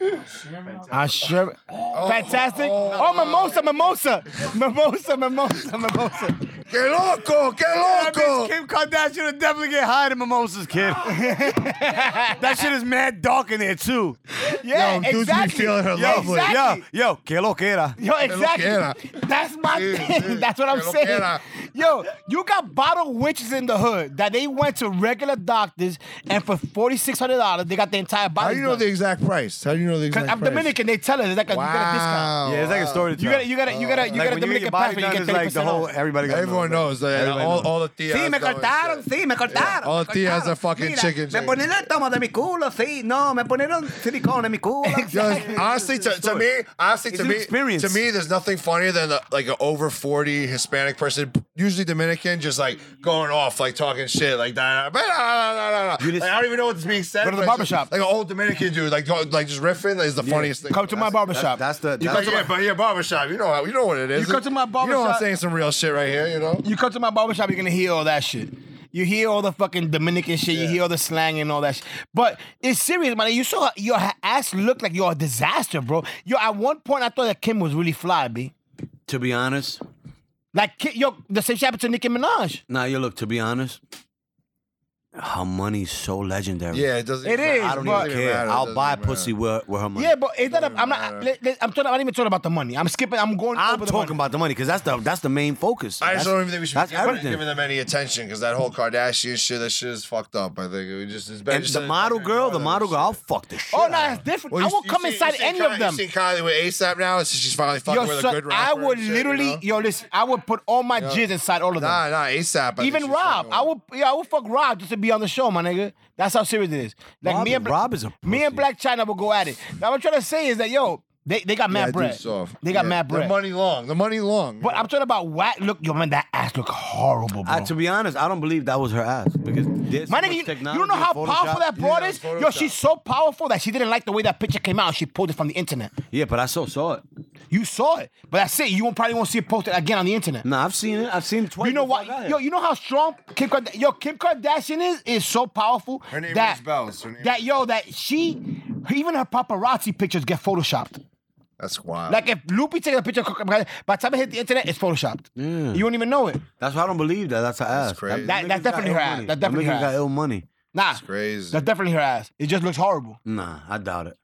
Speaker 1: 12-7.
Speaker 2: (laughs) I sure. Fantastic.
Speaker 3: oh.
Speaker 2: Oh, mimosa, mimosa, (laughs) mimosa, mimosa, mimosa.
Speaker 3: Que loco, que loco.
Speaker 1: Kim Kardashian would definitely get high in mimosas,
Speaker 2: (laughs)
Speaker 1: kid. that shit is mad dark in there too.
Speaker 2: Yeah,
Speaker 3: Yo, dudes be
Speaker 2: exactly.
Speaker 3: feeling her
Speaker 2: Yo,
Speaker 1: Oh,
Speaker 3: lovely.
Speaker 2: Exactly.
Speaker 1: Yo, yo, que lo que era.
Speaker 2: Yo, exactly.
Speaker 3: quiera.
Speaker 2: That's my
Speaker 3: Sí, sí.
Speaker 2: thing. That's what I'm
Speaker 3: Que lo
Speaker 2: saying.
Speaker 3: quiera.
Speaker 2: Yo, you got bottle witches in the hood that they went to regular doctors and for forty six hundred dollars they got the entire body.
Speaker 3: How do you know the exact price? How do you know the exact
Speaker 2: Because
Speaker 3: price?
Speaker 2: I'm Dominican. They tell us it's like a, you get a discount.
Speaker 3: Wow.
Speaker 1: Yeah, it's like a story to
Speaker 2: You
Speaker 1: tell.
Speaker 2: gotta, you gotta, you gotta, you
Speaker 1: Like,
Speaker 2: gotta
Speaker 1: when
Speaker 2: Dominican
Speaker 1: body
Speaker 2: passport. You
Speaker 1: done,
Speaker 2: get
Speaker 1: it's
Speaker 2: thirty
Speaker 1: like the
Speaker 2: percent
Speaker 1: whole
Speaker 2: off.
Speaker 1: everybody. Gotta
Speaker 3: Everyone
Speaker 1: know.
Speaker 3: knows that
Speaker 1: Everybody
Speaker 3: all,
Speaker 1: knows.
Speaker 3: all the tias.
Speaker 7: Sí, me
Speaker 3: know and
Speaker 7: cortaron,
Speaker 3: shit.
Speaker 7: sí, me cortaron.
Speaker 3: All
Speaker 7: me
Speaker 3: the tias
Speaker 7: cortaron.
Speaker 3: are fucking
Speaker 7: Mira,
Speaker 3: chicken
Speaker 7: Me
Speaker 3: shit.
Speaker 7: ponen el tomo de mi culo, sí, no, me ponieron silicón en mi culo.
Speaker 2: (laughs)
Speaker 3: Yo,
Speaker 1: (laughs)
Speaker 3: honestly, to, to me, honestly,
Speaker 1: It's
Speaker 3: to
Speaker 1: an
Speaker 3: me,
Speaker 1: experience.
Speaker 3: to me, there's nothing funnier than the, like an over forty Hispanic person, usually Dominican, just like going off, like talking shit, like da da da da da. da, da. Like, I don't even know what's being said.
Speaker 2: Go to the
Speaker 3: but it's just
Speaker 2: barbershop.
Speaker 3: Like an old Dominican dude, like go, like just riffing is the funniest thing.
Speaker 2: Come to my barbershop.
Speaker 1: That's the.
Speaker 3: But yeah, but yeah, barbershop. You know how you know what it is.
Speaker 2: You come to my
Speaker 3: You know I'm
Speaker 2: barbershop-
Speaker 3: saying some real shit right here. You know.
Speaker 2: you come to my barbershop, you're gonna hear all that shit. You hear all the fucking Dominican shit. You hear all the slang and all that shit. But it's serious, man. You saw her, your ass looked like you're a disaster, bro. Yo, at one point I thought that Kim was really fly, b.
Speaker 1: to be honest,
Speaker 2: Like, Ki- yo, the same shit happened to Nicki Minaj.
Speaker 1: nah, you look. To be honest, her money's so legendary.
Speaker 3: Yeah, it doesn't.
Speaker 2: It is,
Speaker 1: I don't
Speaker 2: but-
Speaker 1: even care.
Speaker 3: It
Speaker 1: I'll
Speaker 3: doesn't
Speaker 1: buy
Speaker 3: matter.
Speaker 1: pussy where, where her money.
Speaker 2: Yeah, but it's not. A,
Speaker 3: Doesn't
Speaker 2: I'm not.
Speaker 3: matter.
Speaker 2: let- let- I'm talking. I'm not even talking about the money. I'm skipping. I'm going.
Speaker 1: I'm
Speaker 2: over the
Speaker 1: talking
Speaker 2: money.
Speaker 1: about the money because that's the that's the main focus.
Speaker 3: I just
Speaker 1: That's-
Speaker 3: don't even think we should
Speaker 1: That's
Speaker 3: be giving,
Speaker 1: everything.
Speaker 3: giving them any attention because that whole Kardashian shit, that shit is fucked up. I think it just is better.
Speaker 1: And
Speaker 3: just
Speaker 1: the
Speaker 3: to
Speaker 1: model
Speaker 3: fucking
Speaker 1: girl,
Speaker 3: ignore
Speaker 1: the
Speaker 3: that
Speaker 1: model
Speaker 3: shit.
Speaker 1: girl, I'll fuck the shit.
Speaker 2: Oh
Speaker 1: out of
Speaker 2: no,
Speaker 1: her.
Speaker 2: it's different.
Speaker 3: Well,
Speaker 2: I
Speaker 3: you-
Speaker 2: will
Speaker 3: you
Speaker 2: come
Speaker 3: see-
Speaker 2: inside
Speaker 3: you see
Speaker 2: any
Speaker 3: Kylie-
Speaker 2: of them.
Speaker 3: You see Kylie with ASAP now, and she's finally fucking
Speaker 2: Yo,
Speaker 3: with
Speaker 2: son,
Speaker 3: a good
Speaker 2: I
Speaker 3: rapper. and
Speaker 2: would
Speaker 3: shit, you
Speaker 2: literally,
Speaker 3: know?
Speaker 2: yo, listen, I would put all my jizz inside all of them.
Speaker 3: Nah, nah, ASAP.
Speaker 2: Even Rob, I would, yeah, I would fuck Rob just to be on the show, my nigga. That's how serious it is. Like
Speaker 1: Rob-
Speaker 2: me and Bla-
Speaker 1: Rob is a
Speaker 2: me
Speaker 1: pussy.
Speaker 2: and Black China will go at it. Now what I'm trying to say is that yo, they, they got mad bread. They got mad
Speaker 3: The
Speaker 2: bread.
Speaker 3: money long. The money long.
Speaker 2: But I'm talking about whack. Look, yo, man, that ass look horrible, bro.
Speaker 1: I, to be honest, I don't believe that was her ass because there's
Speaker 2: my
Speaker 1: so
Speaker 2: nigga,
Speaker 1: much
Speaker 2: you, you
Speaker 1: technology
Speaker 2: don't know
Speaker 1: in
Speaker 2: how
Speaker 1: Photoshop.
Speaker 2: powerful that broad
Speaker 3: Yeah,
Speaker 2: is. Yo,
Speaker 3: Photoshop.
Speaker 2: she's so powerful that she didn't like the way that picture came out. She pulled it from the internet.
Speaker 1: Yeah, but I still saw it.
Speaker 2: You saw it, but that's it. You won't, probably won't see it posted again on the internet.
Speaker 1: No, I've seen it. I've seen it twice.
Speaker 2: You know
Speaker 1: before I got
Speaker 2: what?
Speaker 1: here.
Speaker 2: Yo, you know how strong Kim Kardashian, yo Kim Kardashian is is so powerful.
Speaker 3: Her name
Speaker 2: that,
Speaker 3: rings bells. Her name
Speaker 2: that
Speaker 3: rings
Speaker 2: yo that she even her paparazzi pictures get photoshopped.
Speaker 3: That's wild.
Speaker 2: Like if Loopy takes a picture, of Kim Kardashian, by the time it hit the internet, it's photoshopped. You don't even know it.
Speaker 1: that's why I don't believe that. That's her ass.
Speaker 3: crazy.
Speaker 2: That-
Speaker 1: nigga's
Speaker 2: that's
Speaker 1: got
Speaker 2: definitely
Speaker 1: ill
Speaker 2: her ass.
Speaker 1: money.
Speaker 2: That's definitely
Speaker 1: nigga's
Speaker 2: her
Speaker 1: got
Speaker 2: ass.
Speaker 1: ill money.
Speaker 2: Nah,
Speaker 3: That's crazy.
Speaker 2: that's definitely her ass. It just looks horrible.
Speaker 1: Nah, I doubt it.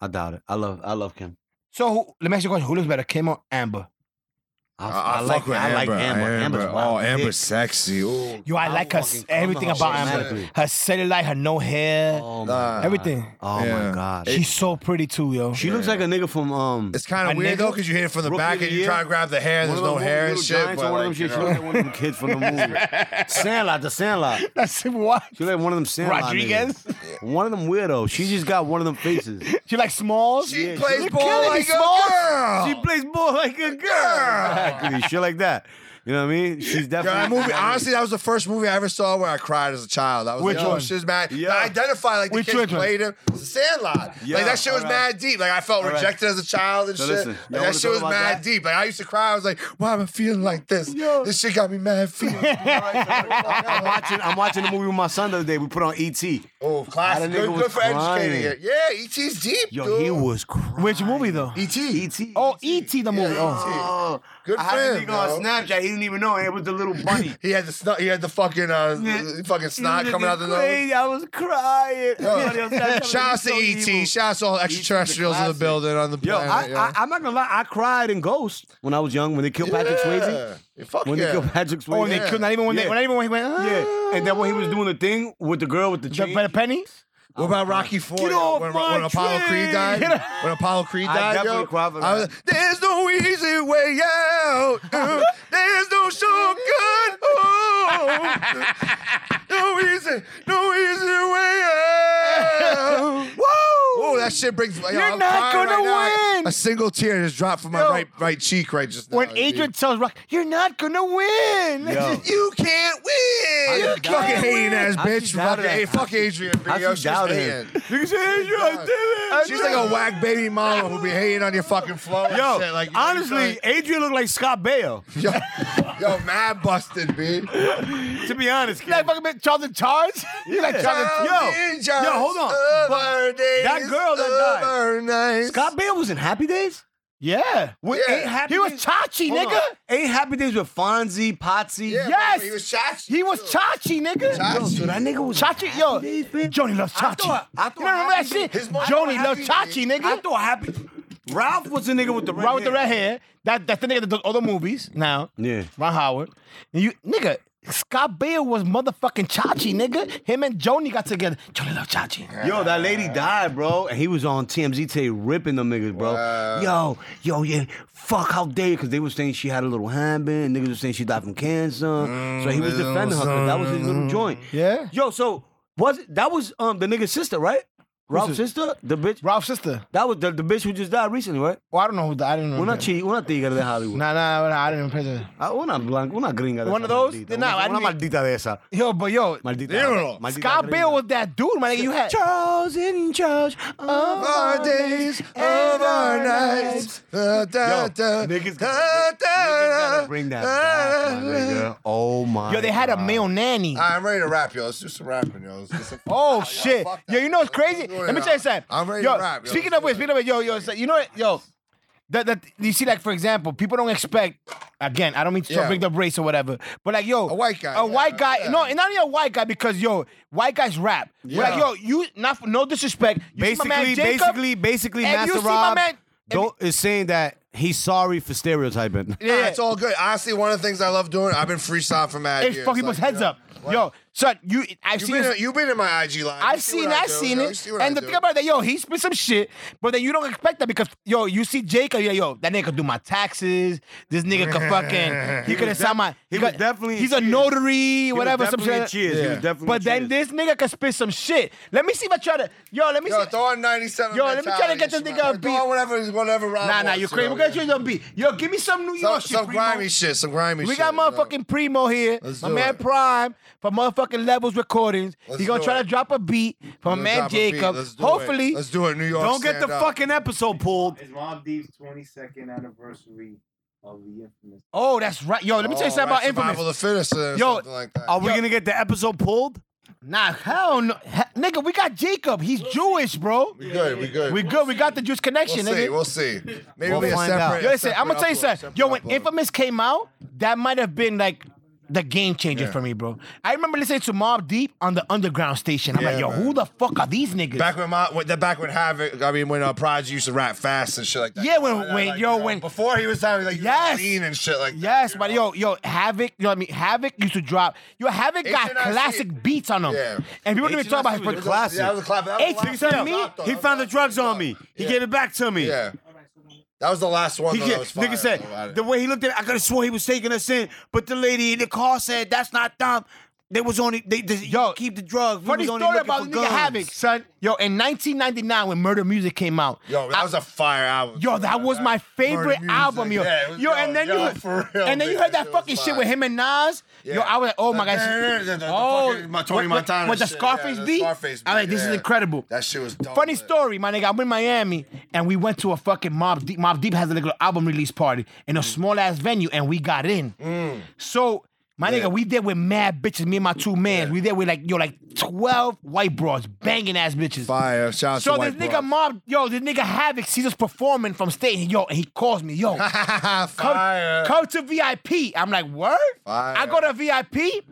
Speaker 1: I doubt it. I love I love Kim.
Speaker 2: So who, let me ask you a question: Who looks better, Kim or Amber?
Speaker 1: I,
Speaker 3: I, I,
Speaker 1: like
Speaker 3: fuck with
Speaker 1: I like
Speaker 3: Amber.
Speaker 1: Amber. Amber's
Speaker 3: oh,
Speaker 1: wild.
Speaker 3: Amber's sexy. Ooh.
Speaker 2: Yo, I
Speaker 1: I
Speaker 2: like her
Speaker 1: will
Speaker 2: s-
Speaker 1: fucking come
Speaker 2: everything
Speaker 1: to her
Speaker 2: about
Speaker 1: automatically.
Speaker 2: Amber. Her cellulite, her no hair,
Speaker 1: Oh my,
Speaker 3: Nah.
Speaker 2: everything.
Speaker 1: oh
Speaker 3: Yeah.
Speaker 1: my god.
Speaker 2: She's so pretty too, yo.
Speaker 1: she looks like a nigga from um.
Speaker 3: It's kind
Speaker 2: A
Speaker 3: of weird
Speaker 2: nigga?
Speaker 3: though, because you hit it from the
Speaker 1: Rookie
Speaker 3: back
Speaker 1: of the
Speaker 3: and you
Speaker 1: year?
Speaker 3: try to grab the hair. and There's
Speaker 1: one of
Speaker 3: no
Speaker 1: them
Speaker 3: hair and
Speaker 1: little
Speaker 3: shit.
Speaker 1: giants or
Speaker 3: but,
Speaker 1: one of them
Speaker 3: like, you
Speaker 1: shit. She
Speaker 3: know.
Speaker 1: look like one of them kids from the movie. Sandlot, the Sandlot.
Speaker 2: That's (laughs) what?
Speaker 1: She look like one of them Sandlot.
Speaker 2: Rodriguez?
Speaker 1: niggas. One of them weirdos. She just got one of them faces.
Speaker 2: She like smalls.
Speaker 3: She
Speaker 1: Yeah,
Speaker 3: plays
Speaker 1: she's
Speaker 3: ball
Speaker 1: killing
Speaker 3: like a
Speaker 1: small.
Speaker 3: girl.
Speaker 1: She plays ball like a girl.
Speaker 3: girl.
Speaker 1: Exactly. Shit like that. You know what I mean? She's
Speaker 3: Yo,
Speaker 1: definitely. (laughs)
Speaker 3: that movie, honestly, that was the first movie I ever saw where I cried as a child. I was
Speaker 2: Which
Speaker 3: like, oh,
Speaker 2: one?
Speaker 3: shit's mad.
Speaker 1: Yeah.
Speaker 3: I identified like the
Speaker 2: Which
Speaker 3: kids
Speaker 2: one?
Speaker 3: played him. It's the Sandlot.
Speaker 1: Yeah,
Speaker 3: Like that shit was
Speaker 1: all right.
Speaker 3: mad deep. Like I felt
Speaker 1: right.
Speaker 3: rejected as a child and
Speaker 1: So
Speaker 3: shit.
Speaker 1: listen, y'all
Speaker 3: like,
Speaker 1: wanna
Speaker 3: that shit
Speaker 1: talk
Speaker 3: was
Speaker 1: about
Speaker 3: mad
Speaker 1: that?
Speaker 3: deep. Like I used to cry. I was like, why am I feeling like this? This shit got me mad feeling.
Speaker 1: I'm watching. I'm watching the movie with my son the other day. We put on ET.
Speaker 3: oh,
Speaker 1: nigga
Speaker 3: classic. Good,
Speaker 1: was
Speaker 3: good for educating
Speaker 1: crying.
Speaker 3: it. Yeah, E.T.'s deep.
Speaker 1: Yo,
Speaker 3: dude. E
Speaker 1: he was E crying.
Speaker 2: Which movie though?
Speaker 3: E.T.
Speaker 1: ET.
Speaker 2: E Oh, E.T. the
Speaker 3: E
Speaker 2: movie. Oh.
Speaker 1: Oh,
Speaker 3: Good
Speaker 1: I had
Speaker 3: for
Speaker 1: a
Speaker 3: him.
Speaker 1: nigga on
Speaker 3: yo.
Speaker 1: Snapchat. He didn't even know it was the little bunny.
Speaker 3: He had the snot. He had the fucking uh, fucking snot
Speaker 1: It was
Speaker 3: coming out the nose.
Speaker 1: crazy. I was crying. Everybody on Snapchat was
Speaker 3: Shout out to E
Speaker 1: so evil.
Speaker 3: E.T. Shout out to
Speaker 1: E
Speaker 3: all extraterrestrials in the
Speaker 1: classic.
Speaker 3: building on the
Speaker 1: Yo, I,
Speaker 3: planet. yo.
Speaker 1: I, I'm not gonna lie. I cried in Ghost when I was young when they killed Patrick Swayze.
Speaker 3: Yeah. Fuck
Speaker 1: When
Speaker 3: yeah.
Speaker 1: they killed Patrick Swayze.
Speaker 2: Oh, and they
Speaker 3: Yeah.
Speaker 2: could not even when they
Speaker 1: Yeah.
Speaker 2: when even when he went. Ah.
Speaker 1: Yeah, and then when he was doing the thing with the girl with the
Speaker 2: The,
Speaker 1: chain,
Speaker 2: by the penny.
Speaker 3: What about Rocky Four? yo?
Speaker 1: Oh, off
Speaker 3: when,
Speaker 1: my
Speaker 3: when Apollo
Speaker 1: train.
Speaker 3: Creed died, when Apollo Creed
Speaker 1: I
Speaker 3: died,
Speaker 1: definitely
Speaker 3: yo,
Speaker 1: cried for
Speaker 3: I was
Speaker 1: that.
Speaker 3: like, there's no easy way
Speaker 1: (laughs)
Speaker 3: out. Uh, there's no shortcut home. No easy, no easy way out.
Speaker 2: Woo!
Speaker 3: Oh, that shit brings. Yo,
Speaker 2: You're
Speaker 3: I'm
Speaker 2: not
Speaker 3: crying
Speaker 2: gonna
Speaker 3: right now.
Speaker 2: win.
Speaker 3: A single tear just dropped from my
Speaker 2: Yo.
Speaker 3: right right cheek right just now.
Speaker 2: When
Speaker 3: dude.
Speaker 2: Adrian tells Rock, "You're not gonna win." (laughs)
Speaker 1: Yo.
Speaker 3: You can't win.
Speaker 1: I
Speaker 3: You
Speaker 1: see doubt
Speaker 3: fucking
Speaker 1: it.
Speaker 3: hating ass
Speaker 1: I see
Speaker 3: bitch.
Speaker 1: doubt
Speaker 3: Fucking,
Speaker 1: it.
Speaker 3: hey, fuck Adrian.
Speaker 1: I
Speaker 3: I
Speaker 1: see
Speaker 3: yo, she's
Speaker 1: doubt it.
Speaker 3: hating.
Speaker 1: you can say "Hey, yo, I did it."
Speaker 3: She's like a whack baby mama who be hating on your fucking flow. and
Speaker 1: Yo,
Speaker 3: shit. Like, you know,
Speaker 1: honestly, Adrian looked like Scott Baio.
Speaker 3: you trying- yo, yo, mad busted, B.
Speaker 1: to be honest, kid.
Speaker 2: (laughs) Like fucking bit Charles (laughs) in charge. You're like Charles.
Speaker 1: Yo, yo, hold on. that girl that died-
Speaker 3: died.
Speaker 1: Scott Baio was in Happy Days.
Speaker 2: Yeah.
Speaker 1: With
Speaker 3: Yeah.
Speaker 1: ain't Happy
Speaker 2: He was
Speaker 1: Days-
Speaker 2: Chachi,
Speaker 1: Hold
Speaker 2: nigga.
Speaker 1: on. Ain't Happy Days with Fonzie, Potsy.
Speaker 3: Yeah,
Speaker 2: Yes.
Speaker 3: He was Chachi.
Speaker 2: He was
Speaker 3: too.
Speaker 2: Chachi, nigga.
Speaker 3: Chachi.
Speaker 1: Yo, so that nigga was
Speaker 2: Chachi, yo,
Speaker 1: Happy Days, man.
Speaker 2: Joni loves
Speaker 1: I
Speaker 2: Chachi.
Speaker 1: thought- I thought
Speaker 2: you remember that
Speaker 1: Happy
Speaker 2: shit?
Speaker 3: Days- his mom-
Speaker 2: Joni loves
Speaker 3: Happy
Speaker 2: Chachi, nigga.
Speaker 1: I thought Happy Ralph was the nigga with the red
Speaker 2: Ron with the
Speaker 1: hair.
Speaker 2: red hair. That that's the nigga that does all the movies now.
Speaker 1: Yeah.
Speaker 2: Ron Howard. And you nigga, Scott Baio was motherfucking Chachi, nigga. Him and Joni got together. Joni loved Chachi.
Speaker 1: Yo, that lady died, bro, and he was on TMZ today ripping them niggas, bro.
Speaker 3: Wow.
Speaker 1: Yo, yo, yeah, fuck, how dare you? Because they were saying she had a little handband, niggas were saying she died from cancer, so he was defending her. 'cause That was his little joint.
Speaker 2: Mm, Yeah.
Speaker 1: Yo, so was it, that was um the nigga's sister, right? Ralph's sister, the bitch.
Speaker 2: Ralph's sister.
Speaker 1: That was the, the bitch who just died recently, right?
Speaker 2: Oh, I don't know who that. I don't
Speaker 1: We're
Speaker 2: know. who
Speaker 1: not
Speaker 2: that-
Speaker 1: cheating. We're not thinking de Hollywood.
Speaker 2: Nah, nah, nah, I didn't pay attention.
Speaker 1: Ah, We're not blank. We're not gringa. de
Speaker 2: One of
Speaker 1: esa
Speaker 2: those?
Speaker 1: maldita.
Speaker 2: Then nah, I
Speaker 1: Una
Speaker 2: didn't-
Speaker 1: maldita de esa.
Speaker 2: Yo, but yo,
Speaker 1: Maldita.
Speaker 3: Diablo.
Speaker 1: maldita
Speaker 2: Scott
Speaker 1: gringa.
Speaker 2: Baio was that dude, my nigga. You had
Speaker 1: Charles in charge of
Speaker 3: Of our days, of our nights. Da, da, da,
Speaker 1: niggas
Speaker 3: da,
Speaker 1: gotta
Speaker 3: da, da,
Speaker 1: gotta bring that back, my
Speaker 3: da, da.
Speaker 1: nigga. Oh my.
Speaker 2: yo. They had a
Speaker 1: God.
Speaker 2: male nanny.
Speaker 3: All right, I'm ready to rap, yo. Let's do some rapping, yo. Let's get some-
Speaker 2: Oh
Speaker 3: Ah. Yo,
Speaker 2: shit!
Speaker 3: fuck that.
Speaker 2: Yo, you know what's
Speaker 3: Let's
Speaker 2: crazy?
Speaker 3: do it,
Speaker 2: Let me
Speaker 3: yo.
Speaker 2: tell you something.
Speaker 3: I'm ready
Speaker 2: yo,
Speaker 3: to rap. Yo.
Speaker 2: Speaking
Speaker 3: Let's
Speaker 2: of which,
Speaker 3: do it.
Speaker 2: speaking of which, yo, yo, so, you know what, yo, that that you see, like for example, people don't expect. Again, I don't mean to
Speaker 3: Yeah.
Speaker 2: bring up race or whatever, but like yo,
Speaker 3: A white guy,
Speaker 2: a
Speaker 3: yeah,
Speaker 2: white guy,
Speaker 3: yeah.
Speaker 2: no, and not only a white guy because yo, white guys rap. But, like
Speaker 3: Yeah.
Speaker 2: yo, you not for, no disrespect. You see my man
Speaker 1: Basically,
Speaker 2: Jacob,
Speaker 1: basically, basically,
Speaker 2: and
Speaker 1: Master
Speaker 2: you see my
Speaker 1: Rob
Speaker 2: man-
Speaker 1: don't, is saying that he's sorry for stereotyping.
Speaker 3: Yeah, it's all good. Honestly, one of the things I love doing, I've been freestyling for mad
Speaker 2: it's
Speaker 3: years.
Speaker 2: fucking people's
Speaker 3: Like,
Speaker 2: heads
Speaker 3: you know,
Speaker 2: up, yo, son. You, I've
Speaker 3: You've
Speaker 2: seen.
Speaker 3: been,
Speaker 2: this-
Speaker 3: in, you've been in my IG line. You
Speaker 2: I've
Speaker 3: see
Speaker 2: seen,
Speaker 3: what I
Speaker 2: I've
Speaker 3: do,
Speaker 2: seen
Speaker 3: yo. You
Speaker 2: it,
Speaker 3: see what I
Speaker 2: and the
Speaker 3: do.
Speaker 2: thing about that, yo, he spit some shit, but then you don't expect that because, yo, you see Jacob, yeah, yo, that nigga could do my taxes. This nigga could fucking,
Speaker 3: (laughs)
Speaker 2: he, could have signed my.
Speaker 1: he
Speaker 2: got-
Speaker 1: was definitely in
Speaker 2: He's a
Speaker 1: Cheers.
Speaker 2: notary, whatever, some shit. like that.
Speaker 1: Cheers. He was
Speaker 3: Yeah.
Speaker 1: definitely
Speaker 2: But then
Speaker 1: cheers.
Speaker 2: this nigga could spit some shit. Let me see if I try to, yo, let me
Speaker 3: Yo,
Speaker 2: see.
Speaker 3: throw on 97.
Speaker 2: Yo, let me try to
Speaker 3: mentality
Speaker 2: get this
Speaker 3: and
Speaker 2: nigga
Speaker 3: shit,
Speaker 2: a
Speaker 3: man.
Speaker 2: beat.
Speaker 3: Throw on whatever, whatever Rob
Speaker 2: Nah, nah,
Speaker 3: wants,
Speaker 2: you crazy.
Speaker 3: know,
Speaker 2: We're gonna
Speaker 3: yeah.
Speaker 2: choose on beat. Yo, give me some New
Speaker 3: Some,
Speaker 2: York shit.
Speaker 3: some
Speaker 2: Primo.
Speaker 3: grimy shit. Some grimy shit.
Speaker 2: We got
Speaker 3: you know?
Speaker 2: motherfucking Primo here.
Speaker 3: Let's
Speaker 2: my
Speaker 3: do
Speaker 2: man
Speaker 3: it.
Speaker 2: Prime for motherfucking Levels Recordings.
Speaker 3: Let's
Speaker 2: He gonna
Speaker 3: do
Speaker 2: try
Speaker 3: it.
Speaker 2: to drop a beat for my
Speaker 3: Let's
Speaker 2: man
Speaker 3: drop a beat.
Speaker 2: Jacob.
Speaker 3: Let's do it.
Speaker 2: Hopefully,
Speaker 3: Let's do it, New York.
Speaker 1: don't get the
Speaker 3: stand up.
Speaker 1: fucking episode pulled.
Speaker 8: It's Mob Deep's 22nd anniversary of the infamous.
Speaker 2: Oh, that's right. Yo, let me tell you
Speaker 3: Oh,
Speaker 2: something about
Speaker 3: right,
Speaker 2: Infamous.
Speaker 3: Survival of the fittest or
Speaker 2: Yo,
Speaker 3: something like that.
Speaker 1: Are we gonna get the episode pulled?
Speaker 2: Nah, hell no. He- nigga, we got Jacob. He's Jewish, bro.
Speaker 3: we good. We good.
Speaker 2: We good. We got the Jewish
Speaker 3: We'll
Speaker 2: connection,
Speaker 3: see.
Speaker 2: nigga.
Speaker 3: We'll see. Maybe
Speaker 1: We'll
Speaker 3: we
Speaker 1: find out.
Speaker 3: separate.
Speaker 2: Yo, listen,
Speaker 3: separate
Speaker 2: I'm gonna tell you
Speaker 3: upload,
Speaker 2: something. Yo, when
Speaker 3: separate upload.
Speaker 2: Infamous came out, that might have been like the game changer for me, bro. I remember listening to Mob Deep on the underground station. I'm
Speaker 3: Yeah,
Speaker 2: like, yo,
Speaker 3: man.
Speaker 2: who the fuck are these niggas?
Speaker 3: Back when my when- that back when Havoc, I mean when uh, Prodigy used to rap fast and shit like that.
Speaker 2: Yeah, when-
Speaker 3: Like,
Speaker 2: when-
Speaker 3: like,
Speaker 2: yo,
Speaker 3: you know,
Speaker 2: when-
Speaker 3: before he was having like
Speaker 2: Yes.
Speaker 3: yes, lean and shit like
Speaker 2: Yes,
Speaker 3: that,
Speaker 2: but
Speaker 3: you know?
Speaker 2: yo, yo, Havoc, you know what I mean? Havoc used to drop. Yo, Havoc got
Speaker 3: H&I
Speaker 2: classic beats on him.
Speaker 3: Yeah.
Speaker 2: And people don't even talk about his
Speaker 1: was a
Speaker 2: production.
Speaker 1: classic.
Speaker 3: Yeah, that was a clap. That was
Speaker 2: Eight
Speaker 3: the last
Speaker 2: to
Speaker 3: one.
Speaker 2: me,
Speaker 3: That was
Speaker 1: He
Speaker 3: the
Speaker 1: found the
Speaker 3: last
Speaker 1: drugs
Speaker 3: one.
Speaker 1: on me. He
Speaker 3: Yeah.
Speaker 1: gave it back to me.
Speaker 3: Yeah, that was the last one.
Speaker 1: He
Speaker 3: though,
Speaker 1: get,
Speaker 3: that was fire,
Speaker 1: nigga said
Speaker 3: though. I-
Speaker 1: the way he looked at it, I could have swore he was taking us in, but the lady in the car said that's not dumb. They was only they, they
Speaker 2: Yo,
Speaker 1: yo keep the drugs. We
Speaker 2: Funny
Speaker 1: was only
Speaker 2: story
Speaker 1: looking
Speaker 2: about
Speaker 1: for
Speaker 2: the nigga
Speaker 1: guns.
Speaker 2: Havoc, son. Yo, in 1999 when Murder Music came out.
Speaker 3: Yo, that
Speaker 2: I-
Speaker 3: was a fire album.
Speaker 2: Yo, that was my favorite
Speaker 3: Murder
Speaker 2: album, yo.
Speaker 3: Music. Yeah, it was-
Speaker 2: yo, and then
Speaker 3: yo,
Speaker 2: you, heard-
Speaker 3: for real,
Speaker 2: and then you
Speaker 3: man,
Speaker 2: heard
Speaker 3: that
Speaker 2: that
Speaker 3: shit was
Speaker 2: fucking shit
Speaker 3: fire.
Speaker 2: with him and Nas. Yo,
Speaker 3: Yeah.
Speaker 2: I was like, oh my
Speaker 3: The-
Speaker 2: god.
Speaker 3: the- (laughs) the- the fucking my Tony
Speaker 2: with-
Speaker 3: Montana
Speaker 2: with the
Speaker 3: shit, yeah,
Speaker 2: Scarface
Speaker 3: the
Speaker 2: beat.
Speaker 3: Scarface
Speaker 2: I was like,
Speaker 3: beat,
Speaker 2: this is
Speaker 3: yeah.
Speaker 2: incredible.
Speaker 3: That shit was dope,
Speaker 2: Funny
Speaker 3: man.
Speaker 2: story, my nigga. I'm in Miami, and we went to a fucking Mob Deep. Mob Deep has a little album release party
Speaker 3: Mm.
Speaker 2: in a small ass venue, and we got in. So. My nigga, we there with mad bitches. Me and my two mans, we there with like yo, like twelve white broads, banging ass bitches.
Speaker 3: Fire! Shout out
Speaker 2: So
Speaker 3: to
Speaker 2: this
Speaker 3: White
Speaker 2: nigga mob, yo, this nigga Havoc sees us performing from stage. Yo, and he calls me,
Speaker 3: (laughs)
Speaker 2: yo,
Speaker 3: Bro.
Speaker 2: come,
Speaker 3: fire!
Speaker 2: come to VIP. I'm like, word?
Speaker 3: Fire.
Speaker 2: I go to VIP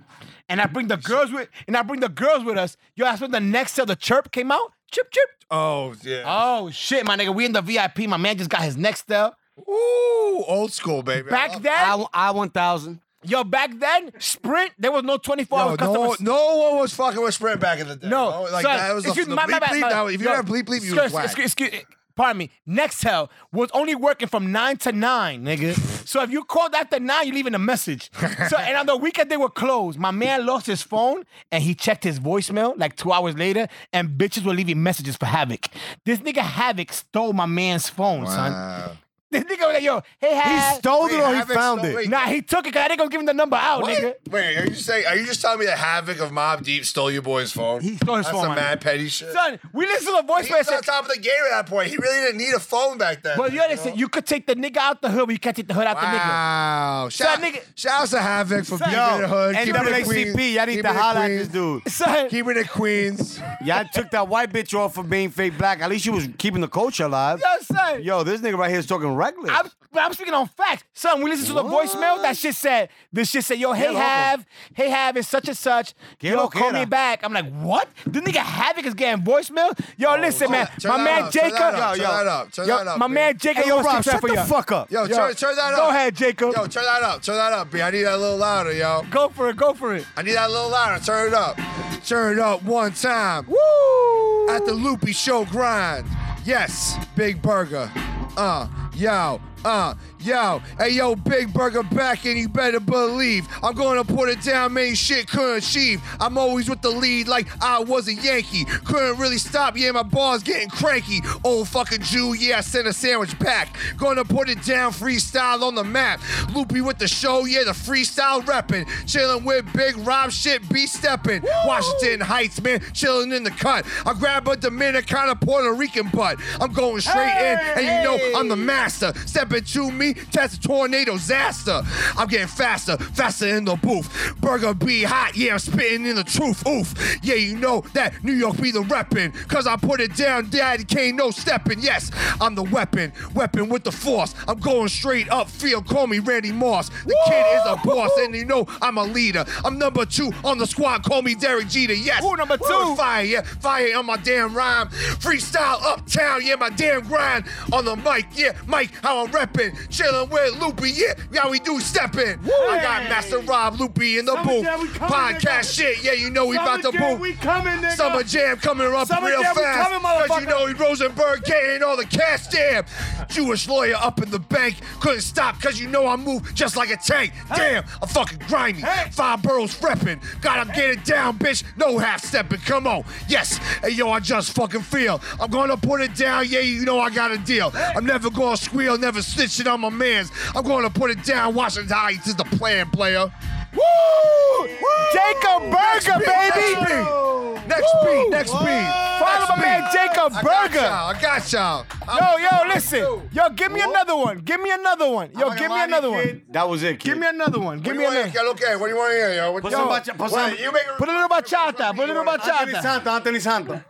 Speaker 2: and I bring the girls with and I bring the girls with us. Yo, that's when the next cell, the chirp came out. Chirp, chirp.
Speaker 3: Oh yeah.
Speaker 2: Oh shit, my nigga. We in the VIP. My man just got his next cell.
Speaker 3: Ooh, old school baby. Oh. I
Speaker 2: Oh. Back
Speaker 3: love
Speaker 2: then,
Speaker 1: I, I one thousand.
Speaker 2: yo, back then, Sprint, there was no 24 hour
Speaker 3: Yo,
Speaker 2: customer
Speaker 3: no, no one was fucking with Sprint back in the day.
Speaker 2: No,
Speaker 3: bro. like
Speaker 2: son,
Speaker 3: that was a,
Speaker 2: excuse
Speaker 3: the
Speaker 2: my- my
Speaker 3: bleep
Speaker 2: bad,
Speaker 3: bleep.
Speaker 2: my-
Speaker 3: that was, if you
Speaker 2: yo,
Speaker 3: had a bleep bleep, you
Speaker 2: excuse-
Speaker 3: was whack.
Speaker 2: excuse- excuse- Pardon me. Nextel was only working from nine to nine, nigga. So if you called after nine, you're leaving a message. So and on the weekend they were closed. My man lost his phone and he checked his voicemail like two hours later, and bitches were leaving messages for Havoc. This nigga Havoc stole my man's phone, son.
Speaker 3: Wow.
Speaker 2: (laughs) This nigga was like, yo, hey,
Speaker 1: He
Speaker 2: Hav.
Speaker 1: stole
Speaker 3: Wait,
Speaker 1: it or he
Speaker 3: Havoc
Speaker 1: found
Speaker 3: stole-
Speaker 1: it.
Speaker 2: (laughs)
Speaker 3: wait,
Speaker 2: Nah, he took it because I didn't go give him the number out,
Speaker 3: What?
Speaker 2: nigga.
Speaker 3: Wait, are you saying? Are you just telling me that Havoc of Mob Deep stole your boy's phone?
Speaker 2: He stole his
Speaker 3: That's
Speaker 2: phone, my
Speaker 3: That's some mad petty shit.
Speaker 2: Son, we listened to the
Speaker 3: he
Speaker 2: voicemail. and
Speaker 3: was
Speaker 2: said-
Speaker 3: on top of the game at that point. He really didn't need a phone back then.
Speaker 2: But you understand, you could take the nigga out the hood, but you can't take the hood out the nigga.
Speaker 3: Wow. Shout,
Speaker 2: Son, nigga-
Speaker 3: Shouts to Havoc for
Speaker 2: Son,
Speaker 3: being in the hood. keeping it in Queens,
Speaker 1: NAACP, y'all need
Speaker 3: keeping
Speaker 1: to
Speaker 3: it in
Speaker 1: holler at
Speaker 3: Queens.
Speaker 1: this dude.
Speaker 2: (laughs) Son,
Speaker 3: Keeping it Queens.
Speaker 1: Y'all took that white bitch off for being fake black. At least she was keeping the culture alive.
Speaker 2: yo, son.
Speaker 1: Yo, this nigga right here is talking reckless.
Speaker 2: I'm, but I'm speaking on facts. Son, we listened to the voicemail. That shit said, this shit said, yo, hey,
Speaker 1: loco.
Speaker 2: Hav. Hey, Hav, it's such and such. yo,
Speaker 1: Quiero,
Speaker 2: call me
Speaker 1: quiera.
Speaker 2: back. I'm like, what? The nigga Havoc is getting voicemail? Yo,
Speaker 1: Oh,
Speaker 2: listen, man.
Speaker 3: that- turn
Speaker 2: My
Speaker 3: that
Speaker 2: man
Speaker 3: up, turn
Speaker 2: Jacob.
Speaker 3: that up, turn that up, turn
Speaker 2: yo,
Speaker 3: that up,
Speaker 2: My
Speaker 3: dude.
Speaker 2: man Jacob.
Speaker 1: hey, yo,
Speaker 2: wants
Speaker 1: Rob,
Speaker 2: to clap
Speaker 1: shut
Speaker 2: for
Speaker 1: the
Speaker 2: you.
Speaker 1: fuck up.
Speaker 3: Yo, turn, turn that
Speaker 2: Go
Speaker 3: up.
Speaker 2: ahead, Jacob.
Speaker 3: Yo, turn that up. Turn that up, B. I need that a little louder, yo.
Speaker 2: Go for it. Go for it.
Speaker 3: I need that a little louder. Turn it up. Turn it up one time.
Speaker 2: Woo!
Speaker 3: At the Loopy Show Grind. Yes, Big Burger. Uh, yo, uh, yo. Hey, yo, Big Burger back, and you better believe I'm going to put it down, man. Shit couldn't achieve. I'm always with the lead like I was a Yankee. Couldn't really stop, yeah, my bar's getting cranky. Old fucking Jew, yeah, I sent a sandwich back. Gonna put it down freestyle on the map. Loopy with the show, yeah, the freestyle reppin'. Chillin' with Big Rob shit, be steppin'. Washington Heights, man, chillin' in the cut. I grab a Dominicana Puerto Rican butt. I'm going straight in, and you know I'm the master. Steppin' to me, that's a tornado disaster. I'm getting faster, faster in the booth. Burger be hot, yeah, I'm spittin' in the truth. Oof, yeah, you know that New York be the reppin'. Cause I put it down, daddy can't no steppin'. Yes, I'm the weapon, weapon with the force. I'm going straight up field, call me Randy Moss. The kid is a boss, and you know I'm a leader. I'm number two on the squad, call me Derek Jeter. Yes,
Speaker 2: Ooh, number
Speaker 3: Woo,
Speaker 2: two.
Speaker 3: Fire, yeah, fire on my damn rhyme. Freestyle uptown, yeah, my damn grind. On the mic, yeah, Mike, how I'm reppin'. Chillin' with Loopy, yeah, yeah, we do steppin'. I got Master Rob Loopy in the
Speaker 9: Summer
Speaker 3: booth.
Speaker 9: Jam, we coming,
Speaker 3: Podcast shit, yeah, you know we
Speaker 9: Summer
Speaker 3: about to
Speaker 9: Jam,
Speaker 3: boom.
Speaker 9: we coming, nigga.
Speaker 3: Summer Jam coming up
Speaker 9: Summer
Speaker 3: real
Speaker 9: Jam, we
Speaker 3: fast.
Speaker 9: coming,
Speaker 3: Cause you
Speaker 9: motherfucker.
Speaker 3: know he Rosenberg getting all the cash damn. Jewish lawyer up in the bank. Couldn't stop cause you know I move just like a tank. Damn, I'm fucking grimy. Five boroughs reppin'. Gotta get it down, bitch. No half stepping. Come on. Yes. Hey yo, I just fucking feel. I'm gonna put it down. Yeah, you know I got a deal. I'm never gonna squeal, never snitching on my mans. I'm gonna put it down. Washington Heights is the plan, player.
Speaker 2: Woo! Jacob Burger,
Speaker 3: Next
Speaker 2: baby!
Speaker 3: beat. Next beat. Next beat.
Speaker 2: Follow
Speaker 3: Next
Speaker 2: my man
Speaker 3: beat.
Speaker 2: Jacob
Speaker 3: I got
Speaker 2: Burger.
Speaker 3: y'all. I got y'all.
Speaker 2: Yo,
Speaker 3: I'm-
Speaker 2: yo, listen. Yo, give me another one. Give me another one. Yo,
Speaker 3: not
Speaker 2: give
Speaker 3: gonna
Speaker 2: me
Speaker 3: lie to you,
Speaker 2: another one.
Speaker 3: kid.
Speaker 1: That was it, kid.
Speaker 2: Give me another one. Give
Speaker 3: What do
Speaker 2: me
Speaker 3: you want?
Speaker 2: another.
Speaker 3: Yeah, okay, what do you want to hear, yo? What do you
Speaker 1: some
Speaker 3: want?
Speaker 1: bacha- put
Speaker 3: What,
Speaker 1: some-
Speaker 3: you make a-
Speaker 2: Put a little bachata. Put a little
Speaker 1: Anthony
Speaker 2: bachata.
Speaker 1: Santo, Anthony Santo.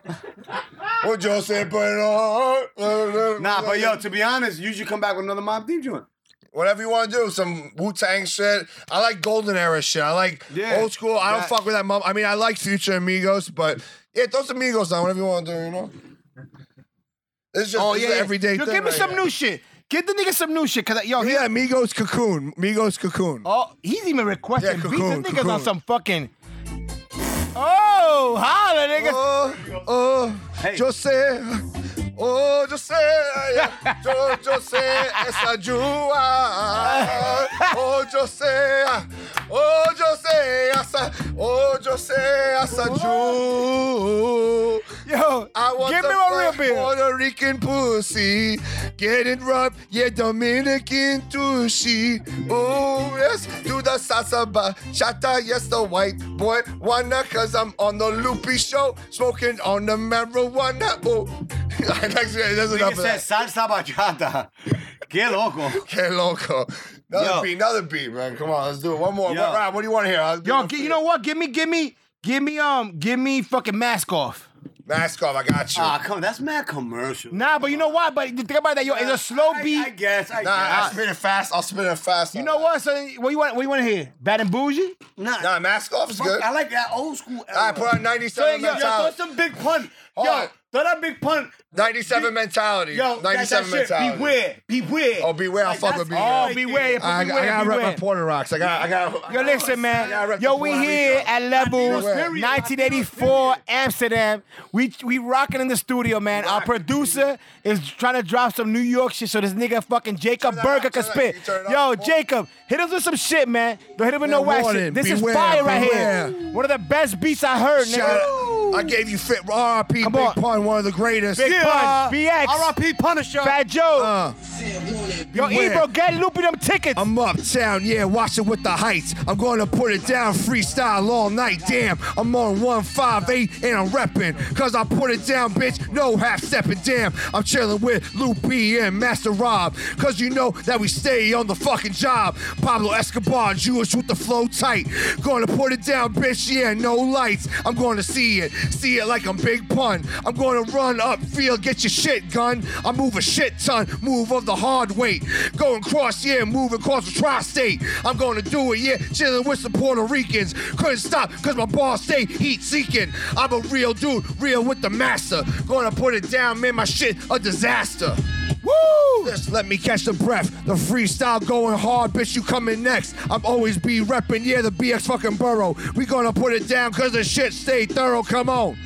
Speaker 3: What Joe said, put it on.
Speaker 1: Nah, but yo, to be honest, you should come back with another Mob Deep joint.
Speaker 3: Whatever you want to do, some Wu Tang shit. I like golden era shit. I like
Speaker 1: Yeah.
Speaker 3: old school. I don't
Speaker 1: That-
Speaker 3: fuck with that mom. I mean, I like future amigos, but yeah, throw some amigos on whatever you want to do, you know? It's just,
Speaker 2: Oh
Speaker 3: it's
Speaker 2: yeah,
Speaker 3: an
Speaker 2: yeah.
Speaker 3: everyday
Speaker 2: Yo,
Speaker 3: thing.
Speaker 2: give me
Speaker 3: right
Speaker 2: some
Speaker 3: here.
Speaker 2: new shit. Give the nigga some new shit, cause yo,
Speaker 3: Oh,
Speaker 2: he,
Speaker 3: yeah, Migos Cocoon. Migos Cocoon.
Speaker 2: oh, he's even requesting
Speaker 3: Yeah,
Speaker 2: beats
Speaker 3: cocoon,
Speaker 2: and niggas
Speaker 3: cocoon.
Speaker 2: on some fucking. Oh, holla, nigga.
Speaker 3: Oh, oh, José. Oh, José. Yo, José, esa yua. Oh, José. Oh, José, esa. Oh, José, esa yua.
Speaker 2: Yo,
Speaker 3: I want
Speaker 2: give
Speaker 3: the
Speaker 2: me my real
Speaker 3: black
Speaker 2: beer.
Speaker 3: Puerto Rican pussy. Getting rough, yeah, Dominican tushy. Oh, yes, do the salsa bachata. Yes, the white boy wanna, cause I'm on the loopy show. Smoking on the marijuana. (laughs) Oh, that's, that's enough
Speaker 1: Nigga
Speaker 3: of that.
Speaker 1: said salsa bachata. Qué loco.
Speaker 3: Que loco. Another
Speaker 1: Yo.
Speaker 3: beat, another beat, man. Come on, let's do it. One more.
Speaker 1: Yo.
Speaker 3: What, Rob, what do you want to hear? I'll do
Speaker 2: Yo,
Speaker 3: one
Speaker 2: gi-
Speaker 3: for
Speaker 2: you know what? Give me, give me, give me, um, give me fucking mask off.
Speaker 3: Mask off, I got you.
Speaker 1: Ah, come. That's mad commercial.
Speaker 2: Nah, but you know why? But think about that, yo. It's a slow
Speaker 1: I-
Speaker 2: beat.
Speaker 1: I, guess. I
Speaker 3: nah, I'll
Speaker 1: guess.
Speaker 3: spin it fast. I'll spin it fast.
Speaker 2: you know what? So what you want? What you want to hear? Bad and bougie.
Speaker 1: Nah,
Speaker 3: Nah, mask off is good.
Speaker 1: I like that old school.
Speaker 3: All right, put on
Speaker 2: Yo,
Speaker 3: 97
Speaker 2: yo,
Speaker 1: Throw
Speaker 2: yo,
Speaker 3: mentality.
Speaker 1: some big pun.
Speaker 3: Hold
Speaker 1: Yo,
Speaker 3: on.
Speaker 1: throw that big pun.
Speaker 3: 97 mentality.
Speaker 1: Yo,
Speaker 3: 97
Speaker 1: 97 that, that shit.
Speaker 3: mentality.
Speaker 1: Beware, beware.
Speaker 3: Oh, beware. I'll
Speaker 1: Like,
Speaker 3: fuck
Speaker 1: that's
Speaker 3: with beware. Ah.
Speaker 1: all
Speaker 2: Oh, beware,
Speaker 1: there.
Speaker 2: put
Speaker 3: I, I,
Speaker 2: beware,
Speaker 3: gotta rep
Speaker 2: beware.
Speaker 3: my Puerto Rocks. I got, I got.
Speaker 2: Yo, listen,
Speaker 3: gotta
Speaker 2: man.
Speaker 3: rep
Speaker 2: Yo,
Speaker 3: the
Speaker 2: we
Speaker 3: Puerto
Speaker 2: here
Speaker 3: Rico.
Speaker 2: at Level
Speaker 3: Beware.
Speaker 2: 1984 Amsterdam. We we rocking in the studio, man. Our producer is trying to drop some New York shit so this nigga fucking Jacob
Speaker 3: Turn that
Speaker 2: Burger
Speaker 3: up,
Speaker 2: can
Speaker 3: turn that-
Speaker 2: spit.
Speaker 3: you turn it
Speaker 2: Yo,
Speaker 3: up.
Speaker 2: Jacob, hit us with some shit, man. Don't hit him with no
Speaker 3: Man,
Speaker 2: wax
Speaker 3: warning,
Speaker 2: shit. This is
Speaker 3: beware,
Speaker 2: fire right
Speaker 3: beware.
Speaker 2: here. One of the best beats I heard,
Speaker 3: Shout
Speaker 2: nigga.
Speaker 3: out. I gave you fit RP Big
Speaker 2: Come on.
Speaker 3: Pun, one of the greatest.
Speaker 2: Big
Speaker 3: Yeah.
Speaker 2: Pun,
Speaker 3: Ah.
Speaker 2: BX,
Speaker 1: R.I.P. Punisher.
Speaker 2: Fat Joe.
Speaker 3: Uh,
Speaker 2: Yo,
Speaker 3: beware.
Speaker 2: Ebro, get loopy them tickets.
Speaker 3: I'm uptown, yeah, watching with the heights. I'm gonna put it down freestyle all night, damn. I'm on 158 and I'm reppin', cause I put it down, bitch, no half stepping, damn. I'm chillin' with Loopy and Master Rob, cause you know that we stay on the fucking job. Pablo Escobar, Jewish with the flow tight. Gonna put it down, bitch, yeah, no lights. I'm gonna see it, see it like I'm big pun. I'm gonna run upfield, get your shit gun. I move a shit ton, move of the hard weight. Going cross, yeah, moving across the tri-state. I'm gonna do it, yeah, chilling with some Puerto Ricans. Couldn't stop, cause my boss stayed heat seeking. I'm a real dude, real with the master. Gonna put it down, man, my shit a disaster. Woo! Just let me catch the breath. The freestyle going hard, bitch. You coming next? I'm always be reppin', yeah, the BX fucking borough. We gonna put it down, cause the shit stay thorough. Come on.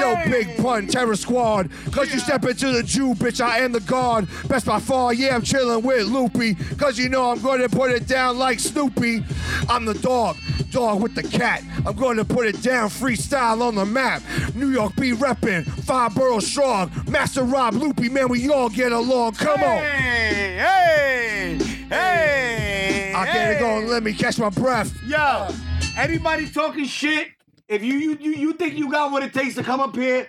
Speaker 3: Yo, big pun, terror squad. Cause you step into the Jew, bitch, I am the guard. Best by far, yeah, I'm chillin' with Loopy. Cause you know I'm gonna put it down like Snoopy. I'm the dog, dog with the cat. I'm gonna put it down freestyle on the map. New York be reppin', five boroughs strong. Master Rob Loopy, man, we all get along. Come on.
Speaker 1: Hey, hey, hey.
Speaker 3: I get it going, let me catch my breath.
Speaker 1: Yo, anybody talking shit? If you you you, you think you got what it takes to come up here,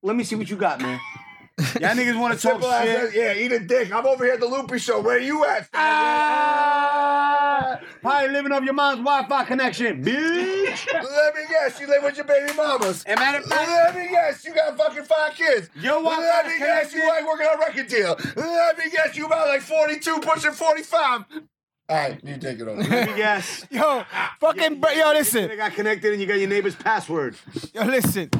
Speaker 1: let me see what you got, man. Y'all niggas
Speaker 3: (laughs)
Speaker 1: want to talk shit.
Speaker 3: Yeah, eat a dick. I'm over here at the Loopy Show. Where you at?
Speaker 1: Ah, probably living off your mom's Wi-Fi connection, bitch.
Speaker 3: Let me guess, you live with your baby mamas.
Speaker 1: And matter of fact-
Speaker 3: let me guess, you got fucking five kids.
Speaker 1: Yo, why-
Speaker 3: let me guess, you like working on a record deal. Let me guess, you about like 42, pushing 45. All right, you take it
Speaker 1: (laughs) (laughs)
Speaker 3: over.
Speaker 1: yes.
Speaker 2: Yo, fucking, bur- yo, listen.
Speaker 1: They got connected and you got your neighbor's password.
Speaker 2: Yo, listen,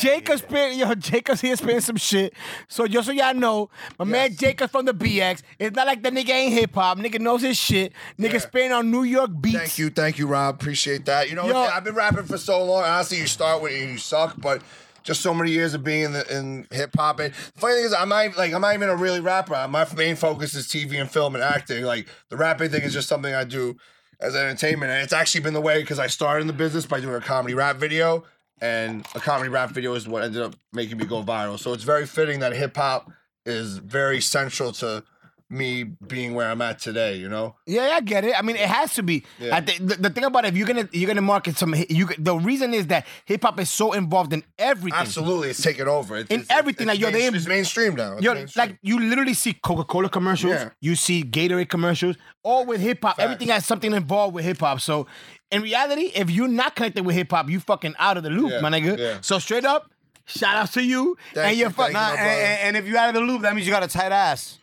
Speaker 2: Jacob's been yo, Jacob's here spinning some shit. So just so y'all know, my man Jacob from the BX. It's not like that nigga ain't hip hop. Nigga knows his shit. Nigga
Speaker 3: Yeah.
Speaker 2: spinning on New York beats.
Speaker 3: Thank you, thank you, Rob. Appreciate that. You know,
Speaker 2: Yo-
Speaker 3: I've been rapping for so long. Honestly, you start when you suck, but just so many years of being in, the, in hip hop. And the funny thing is, I'm not even- like I'm not even a really rapper. My main focus is TV and film and acting. Like the rapping thing is just something I do as entertainment, and it's actually been the way because I started in the business by doing a comedy rap video, and a comedy rap video is what ended up making me go viral. So it's very fitting that hip hop is very central to me being where I'm at today. You know.
Speaker 2: Yeah, I get it. I mean, it has to be.
Speaker 3: Yeah.
Speaker 2: I think the, the thing about it, if you're gonna you're gonna market some, hi- you the reason is that hip hop is so involved in everything.
Speaker 3: Absolutely, it's taken over. It's,
Speaker 2: In
Speaker 3: it's-
Speaker 2: everything, like,
Speaker 3: it's
Speaker 2: yo, they-
Speaker 3: mainstream- it's mainstream now. It's
Speaker 2: Yo,
Speaker 3: mainstream.
Speaker 2: like you literally see Coca Cola commercials,
Speaker 3: Yeah.
Speaker 2: you see Gatorade commercials, all with hip hop.
Speaker 3: Facts.
Speaker 2: Everything has something involved with hip hop. So, in reality, if you're not connected with hip hop, you fucking out of the loop,
Speaker 3: Yeah,
Speaker 2: my nigga.
Speaker 3: yeah.
Speaker 2: So straight up, shout out to you
Speaker 3: Thank
Speaker 2: and
Speaker 3: you,
Speaker 2: your fucking.
Speaker 3: thank you, my
Speaker 2: (laughs)
Speaker 1: And, and if you out of the loop, that means you got a tight ass.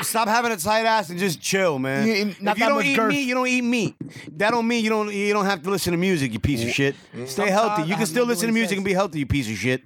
Speaker 1: stop having a tight ass and just chill, man.
Speaker 2: Yeah, and not
Speaker 1: if you
Speaker 2: that
Speaker 1: don't
Speaker 2: much
Speaker 1: eat
Speaker 2: girth.
Speaker 1: meat, you don't eat meat. That don't mean you don't you don't have to listen to music, you piece
Speaker 2: Mm.
Speaker 1: of shit. Stay healthy. You can still listen to music and be healthy, you piece of shit.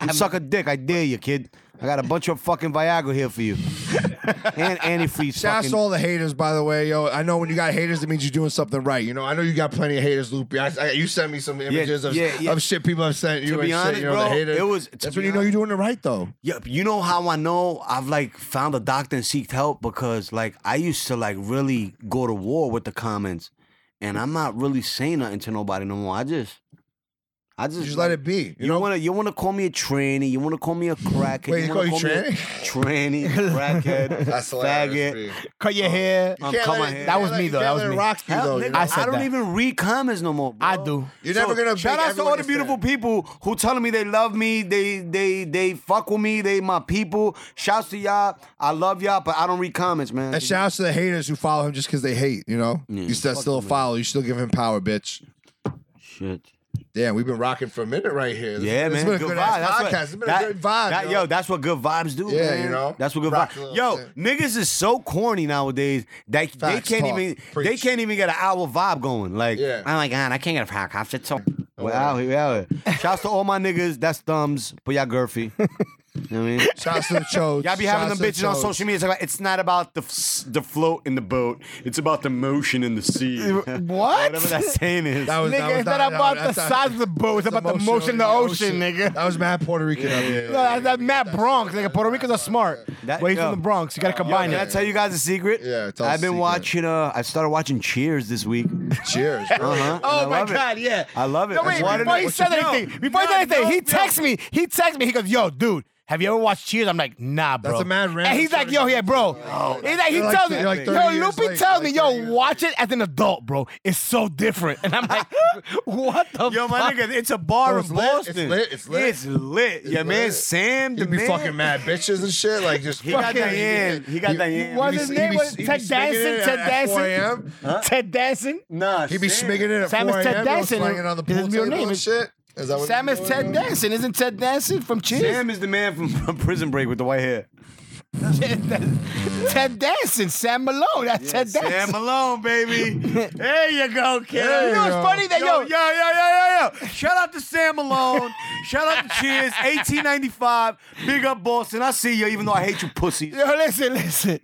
Speaker 1: And Suck a dick, I dare you, kid. I got a bunch of fucking Viagra here
Speaker 2: (laughs)
Speaker 1: for you, and antifreeze.
Speaker 3: Shouts
Speaker 1: fucking-
Speaker 3: to all the haters, by the way, yo. I know when you got haters, it means you're doing something right. You know, I know you got plenty of haters, Loopy. I, I, you sent me some images of,
Speaker 1: yeah, yeah.
Speaker 3: of shit people have sent you.
Speaker 1: To
Speaker 3: and
Speaker 1: be
Speaker 3: shit,
Speaker 1: honest,
Speaker 3: you know,
Speaker 1: bro,
Speaker 3: the haters.
Speaker 1: it was- to
Speaker 3: That's
Speaker 1: be
Speaker 3: when you know you're doing it right, though.
Speaker 1: Yeah, you know how I know I've like found a doctor and seeked help because like I used to like really go to war with the comments, and I'm not really saying nothing to nobody no more. I just, I just,
Speaker 3: You just let it be. You
Speaker 1: You,
Speaker 3: know,
Speaker 1: wanna you wanna call me a tranny? You wanna call me a crackhead?
Speaker 3: Wait, they
Speaker 1: wanna
Speaker 3: call you
Speaker 1: me
Speaker 3: (laughs)
Speaker 1: a tranny, crackhead,
Speaker 3: that's hilarious.
Speaker 1: faggot.
Speaker 3: B.
Speaker 2: Cut your hair.
Speaker 1: Um,
Speaker 3: Can't
Speaker 1: come
Speaker 3: let
Speaker 1: on
Speaker 3: it-
Speaker 1: here.
Speaker 3: you
Speaker 2: That
Speaker 3: can't
Speaker 2: was
Speaker 3: let-
Speaker 2: me,
Speaker 3: you
Speaker 2: though.
Speaker 3: can't
Speaker 2: That was
Speaker 3: let it
Speaker 2: me.
Speaker 3: Rocks you,
Speaker 1: Hell,
Speaker 3: though.
Speaker 1: nigga,
Speaker 3: you know?
Speaker 1: I,
Speaker 2: said
Speaker 1: don't
Speaker 2: that.
Speaker 1: even read comments no more. Bro.
Speaker 3: Oh.
Speaker 2: I do.
Speaker 3: (laughs) You're never gonna
Speaker 1: shout
Speaker 3: make
Speaker 1: out to all
Speaker 3: everyone
Speaker 1: the
Speaker 3: your
Speaker 1: beautiful
Speaker 3: friend.
Speaker 1: people who telling me they love me, they they they fuck with me, they my people. Shouts to y'all, I love y'all, but I don't read comments, man.
Speaker 3: And shouts to the haters who follow him just because they hate. You know, you still still follow. You still give him power, bitch.
Speaker 1: Shit.
Speaker 3: Damn, we've been rocking for a minute right here. This-
Speaker 1: Yeah,
Speaker 3: this
Speaker 1: man.
Speaker 3: Been a
Speaker 1: good
Speaker 3: good
Speaker 1: vibe.
Speaker 3: ass
Speaker 1: That's
Speaker 3: podcast.
Speaker 1: what,
Speaker 3: it's been
Speaker 1: that-
Speaker 3: a good vibe.
Speaker 1: that-
Speaker 3: yo.
Speaker 1: yo, that's what good vibes do.
Speaker 3: Yeah,
Speaker 1: man.
Speaker 3: you know?
Speaker 1: That's what good
Speaker 3: Rock a
Speaker 1: vibes.
Speaker 3: little
Speaker 1: Yo,
Speaker 3: shit.
Speaker 1: niggas is so corny nowadays. They
Speaker 3: Facts
Speaker 1: they can't even
Speaker 3: talk.
Speaker 1: they
Speaker 3: Preach.
Speaker 1: can't even get an hour vibe going. Like,
Speaker 3: Yeah. Oh,
Speaker 1: oh my god, I can't get a podcast. It's so. We're out here, we out here. Shouts to all my niggas. That's thumbs, but y'all girthy. (laughs) you know what I mean?
Speaker 3: Shouts to the chode.
Speaker 1: Y'all be having them bitches on social media. It's, like, it's not about the f- the float in the boat. It's about the motion in the
Speaker 3: (laughs)
Speaker 1: sea. (laughs)
Speaker 2: What?
Speaker 1: Whatever that saying is.
Speaker 3: That was, that
Speaker 2: Nigga,
Speaker 3: was
Speaker 2: it's not about the size of
Speaker 3: (laughs)
Speaker 2: the boat. It's about the motion of the ocean, nigga.
Speaker 3: That was mad Puerto Rican. up there.
Speaker 2: No, (laughs) that's that Matt Bronx, nigga. Puerto Ricans are smart.
Speaker 1: That-
Speaker 2: That, Wait, he's
Speaker 1: yo.
Speaker 2: from the Bronx. You gotta combine
Speaker 1: Can I
Speaker 2: it.
Speaker 1: tell you guys a secret?
Speaker 3: Yeah, tell us
Speaker 1: I've been
Speaker 3: a secret.
Speaker 1: watching. Uh, I started watching Cheers this
Speaker 3: (laughs)
Speaker 1: week.
Speaker 3: Cheers.
Speaker 1: Uh-huh.
Speaker 2: Oh
Speaker 1: And I
Speaker 2: my
Speaker 1: love it.
Speaker 2: god, yeah.
Speaker 1: I love it.
Speaker 2: No, wait,
Speaker 1: Why
Speaker 2: before
Speaker 1: did
Speaker 2: he
Speaker 1: I-
Speaker 2: said
Speaker 1: No,
Speaker 2: anything, before he
Speaker 1: no,
Speaker 2: said anything,
Speaker 1: no,
Speaker 2: he
Speaker 1: no.
Speaker 2: texts me. He texts me. He goes, "Yo, dude, have you ever watched Cheers?" I'm like, "Nah, bro."
Speaker 3: That's a mad random
Speaker 2: And he's like,
Speaker 3: story.
Speaker 2: "Yo, yeah, bro." he's like, he
Speaker 3: You're like-
Speaker 2: tells me,
Speaker 3: you're like 30
Speaker 2: "Yo,
Speaker 3: years
Speaker 2: Loopy
Speaker 3: late.
Speaker 2: tells me,
Speaker 3: You're like 30
Speaker 2: yo,
Speaker 3: years
Speaker 2: watch it as an adult, bro. It's so different." And I'm like, (laughs) "What the
Speaker 1: Yo, my
Speaker 2: fuck?"
Speaker 1: nigga, it's a bar
Speaker 3: Oh,
Speaker 1: in
Speaker 3: it's lit, it's
Speaker 1: Boston.
Speaker 3: lit, it's lit.
Speaker 1: It's lit. yeah, man.
Speaker 3: lit.
Speaker 1: Sam, the
Speaker 3: He'd be
Speaker 1: man.
Speaker 3: fucking mad bitches and shit. Like just
Speaker 1: He got
Speaker 3: fucking.
Speaker 1: Diane. He got Diane.
Speaker 2: What's his name? Was Ted Danson? Ted Danson?
Speaker 3: Danson.
Speaker 2: Ted Danson.
Speaker 1: Nah,
Speaker 3: He'd be
Speaker 1: Sam.
Speaker 3: smigging it at
Speaker 2: Sam is
Speaker 3: 4
Speaker 2: Ted
Speaker 3: a.m.
Speaker 2: Danson.
Speaker 3: Slanging on the
Speaker 2: His
Speaker 3: pool
Speaker 2: real
Speaker 3: table
Speaker 2: name
Speaker 3: and
Speaker 2: is-
Speaker 3: shit. Is that what
Speaker 2: Sam
Speaker 3: he's
Speaker 2: is
Speaker 3: doing?
Speaker 2: Ted Danson. Isn't Ted Danson from Cheers?
Speaker 1: Sam is the man from, from (laughs) Prison Break with the white hair.
Speaker 2: Ted Danson. Sam Malone. That's Ted Danson.
Speaker 1: Sam Malone, baby.
Speaker 3: (laughs)
Speaker 1: There you go, kid.
Speaker 3: There
Speaker 2: You know
Speaker 3: Yo.
Speaker 2: what's funny that
Speaker 1: Yo, yo,
Speaker 2: yo,
Speaker 1: yo, yo, yo, yo. Shout out to Sam Malone. Shout out to Cheers. 1895. Big up Boston. I see you, even though I hate you pussies.
Speaker 2: yo, listen, listen.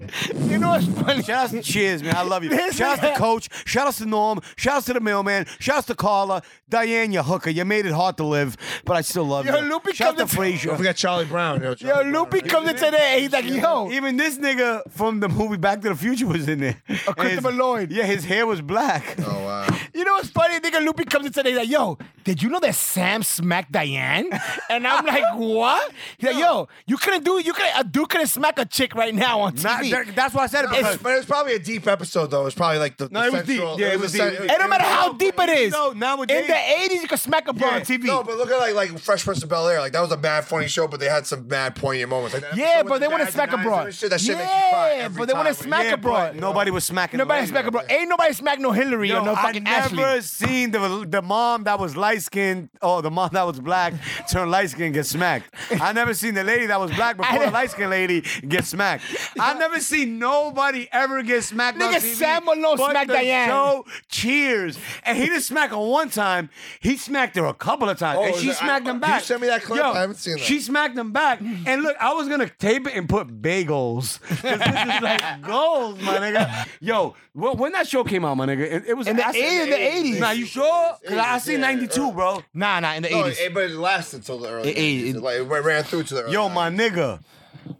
Speaker 2: You know what's funny?
Speaker 1: Shout out to Cheers, man. I love you.
Speaker 2: Listen.
Speaker 1: Shout out to Coach. Shout out to Norm. Shout out to the mailman. Shout out to Carla. Diane, you hooker. You made it hard to live, but I still love
Speaker 2: Yo,
Speaker 1: you.
Speaker 2: Loopy
Speaker 1: Shout out
Speaker 2: comes
Speaker 1: to
Speaker 2: in-
Speaker 3: Don't
Speaker 1: Frazier.
Speaker 3: forget Charlie Brown. Yo,
Speaker 2: Yo,
Speaker 3: Charlie
Speaker 2: Loopy
Speaker 3: Brown.
Speaker 2: comes in today and he's like, yo,
Speaker 1: Even this nigga from the movie Back to the Future was in there. And his-
Speaker 2: Christopher Lloyd.
Speaker 1: Yeah, his hair was black.
Speaker 3: Oh wow.
Speaker 2: you know what's funny? Nigga Loopy comes in today he's like, yo, did you know that Sam smacked Diane? And
Speaker 1: (laughs)
Speaker 2: I'm like, what? He's like, yo, you couldn't do you couldn't a dude couldn't smack a chick right now on
Speaker 1: Not-
Speaker 2: TV.
Speaker 1: that- that's why I said it.
Speaker 3: But
Speaker 1: because-
Speaker 3: it's- but it was probably a deep episode though. It was probably like the,
Speaker 1: No,
Speaker 3: the
Speaker 1: it was deep.
Speaker 3: central-
Speaker 1: Yeah, it was
Speaker 3: a
Speaker 1: deep.
Speaker 3: cen-
Speaker 1: It
Speaker 2: it don't matter how deep it is.
Speaker 1: No, nowadays-
Speaker 2: in the 80s, you could smack a bro on TV.
Speaker 3: No, but look at like like Fresh Prince of Bel Air. Like that was a bad funny show, but they had some bad poignant moments. Like that
Speaker 2: yeah,
Speaker 3: episode with
Speaker 2: but
Speaker 3: the
Speaker 2: they want
Speaker 3: dads
Speaker 2: to smack
Speaker 3: and
Speaker 2: a
Speaker 3: knives
Speaker 2: bro.
Speaker 3: and Shit, that shit makes you cry
Speaker 2: yeah,
Speaker 3: every
Speaker 2: but they want to
Speaker 3: time.
Speaker 2: smack
Speaker 1: Yeah,
Speaker 2: a bro.
Speaker 1: but Nobody was smacking.
Speaker 2: Nobody
Speaker 1: the
Speaker 2: smack a bro. Ain't nobody smack no Hillary or
Speaker 1: Yo,
Speaker 2: no
Speaker 1: I
Speaker 2: fucking Ashley.
Speaker 1: never seen the the mom that was light skinned or the mom that was
Speaker 2: (laughs)
Speaker 1: black turn light skinned get smacked. I never seen the lady that was
Speaker 2: (laughs)
Speaker 1: black before the
Speaker 2: never-
Speaker 1: light skinned lady get smacked. I never seen nobody ever get smacked. on
Speaker 2: Nigga,
Speaker 1: TV,
Speaker 2: Sam Malone
Speaker 1: but
Speaker 2: smacked
Speaker 1: the
Speaker 2: Diane.
Speaker 1: Show cheers, and he didn't smack her one time. He smacked her a couple of times,
Speaker 3: Oh,
Speaker 1: and
Speaker 3: is
Speaker 1: she
Speaker 3: that-
Speaker 1: smacked him
Speaker 3: you
Speaker 1: back.
Speaker 3: sent me that clip?
Speaker 1: Yo,
Speaker 3: I haven't seen that.
Speaker 1: She smacked him back, and look, I was gonna tape it and put bagels. 'Cause this is
Speaker 3: (laughs)
Speaker 1: like goals, my nigga. Yo, wh- when that show came out, my nigga, it, it was
Speaker 2: In the
Speaker 1: I said-
Speaker 2: 80s, in the 80s.
Speaker 1: Nah, you sure? Cause I I
Speaker 3: 80s,
Speaker 1: see
Speaker 3: yeah.
Speaker 1: '92, bro.
Speaker 2: nah, nah, in the
Speaker 3: No,
Speaker 2: 80s.
Speaker 3: it, but it lasted till the early.
Speaker 2: It- it-
Speaker 3: 80s. It, like, it ran through to the early.
Speaker 1: Yo,
Speaker 3: 90s.
Speaker 1: my nigga.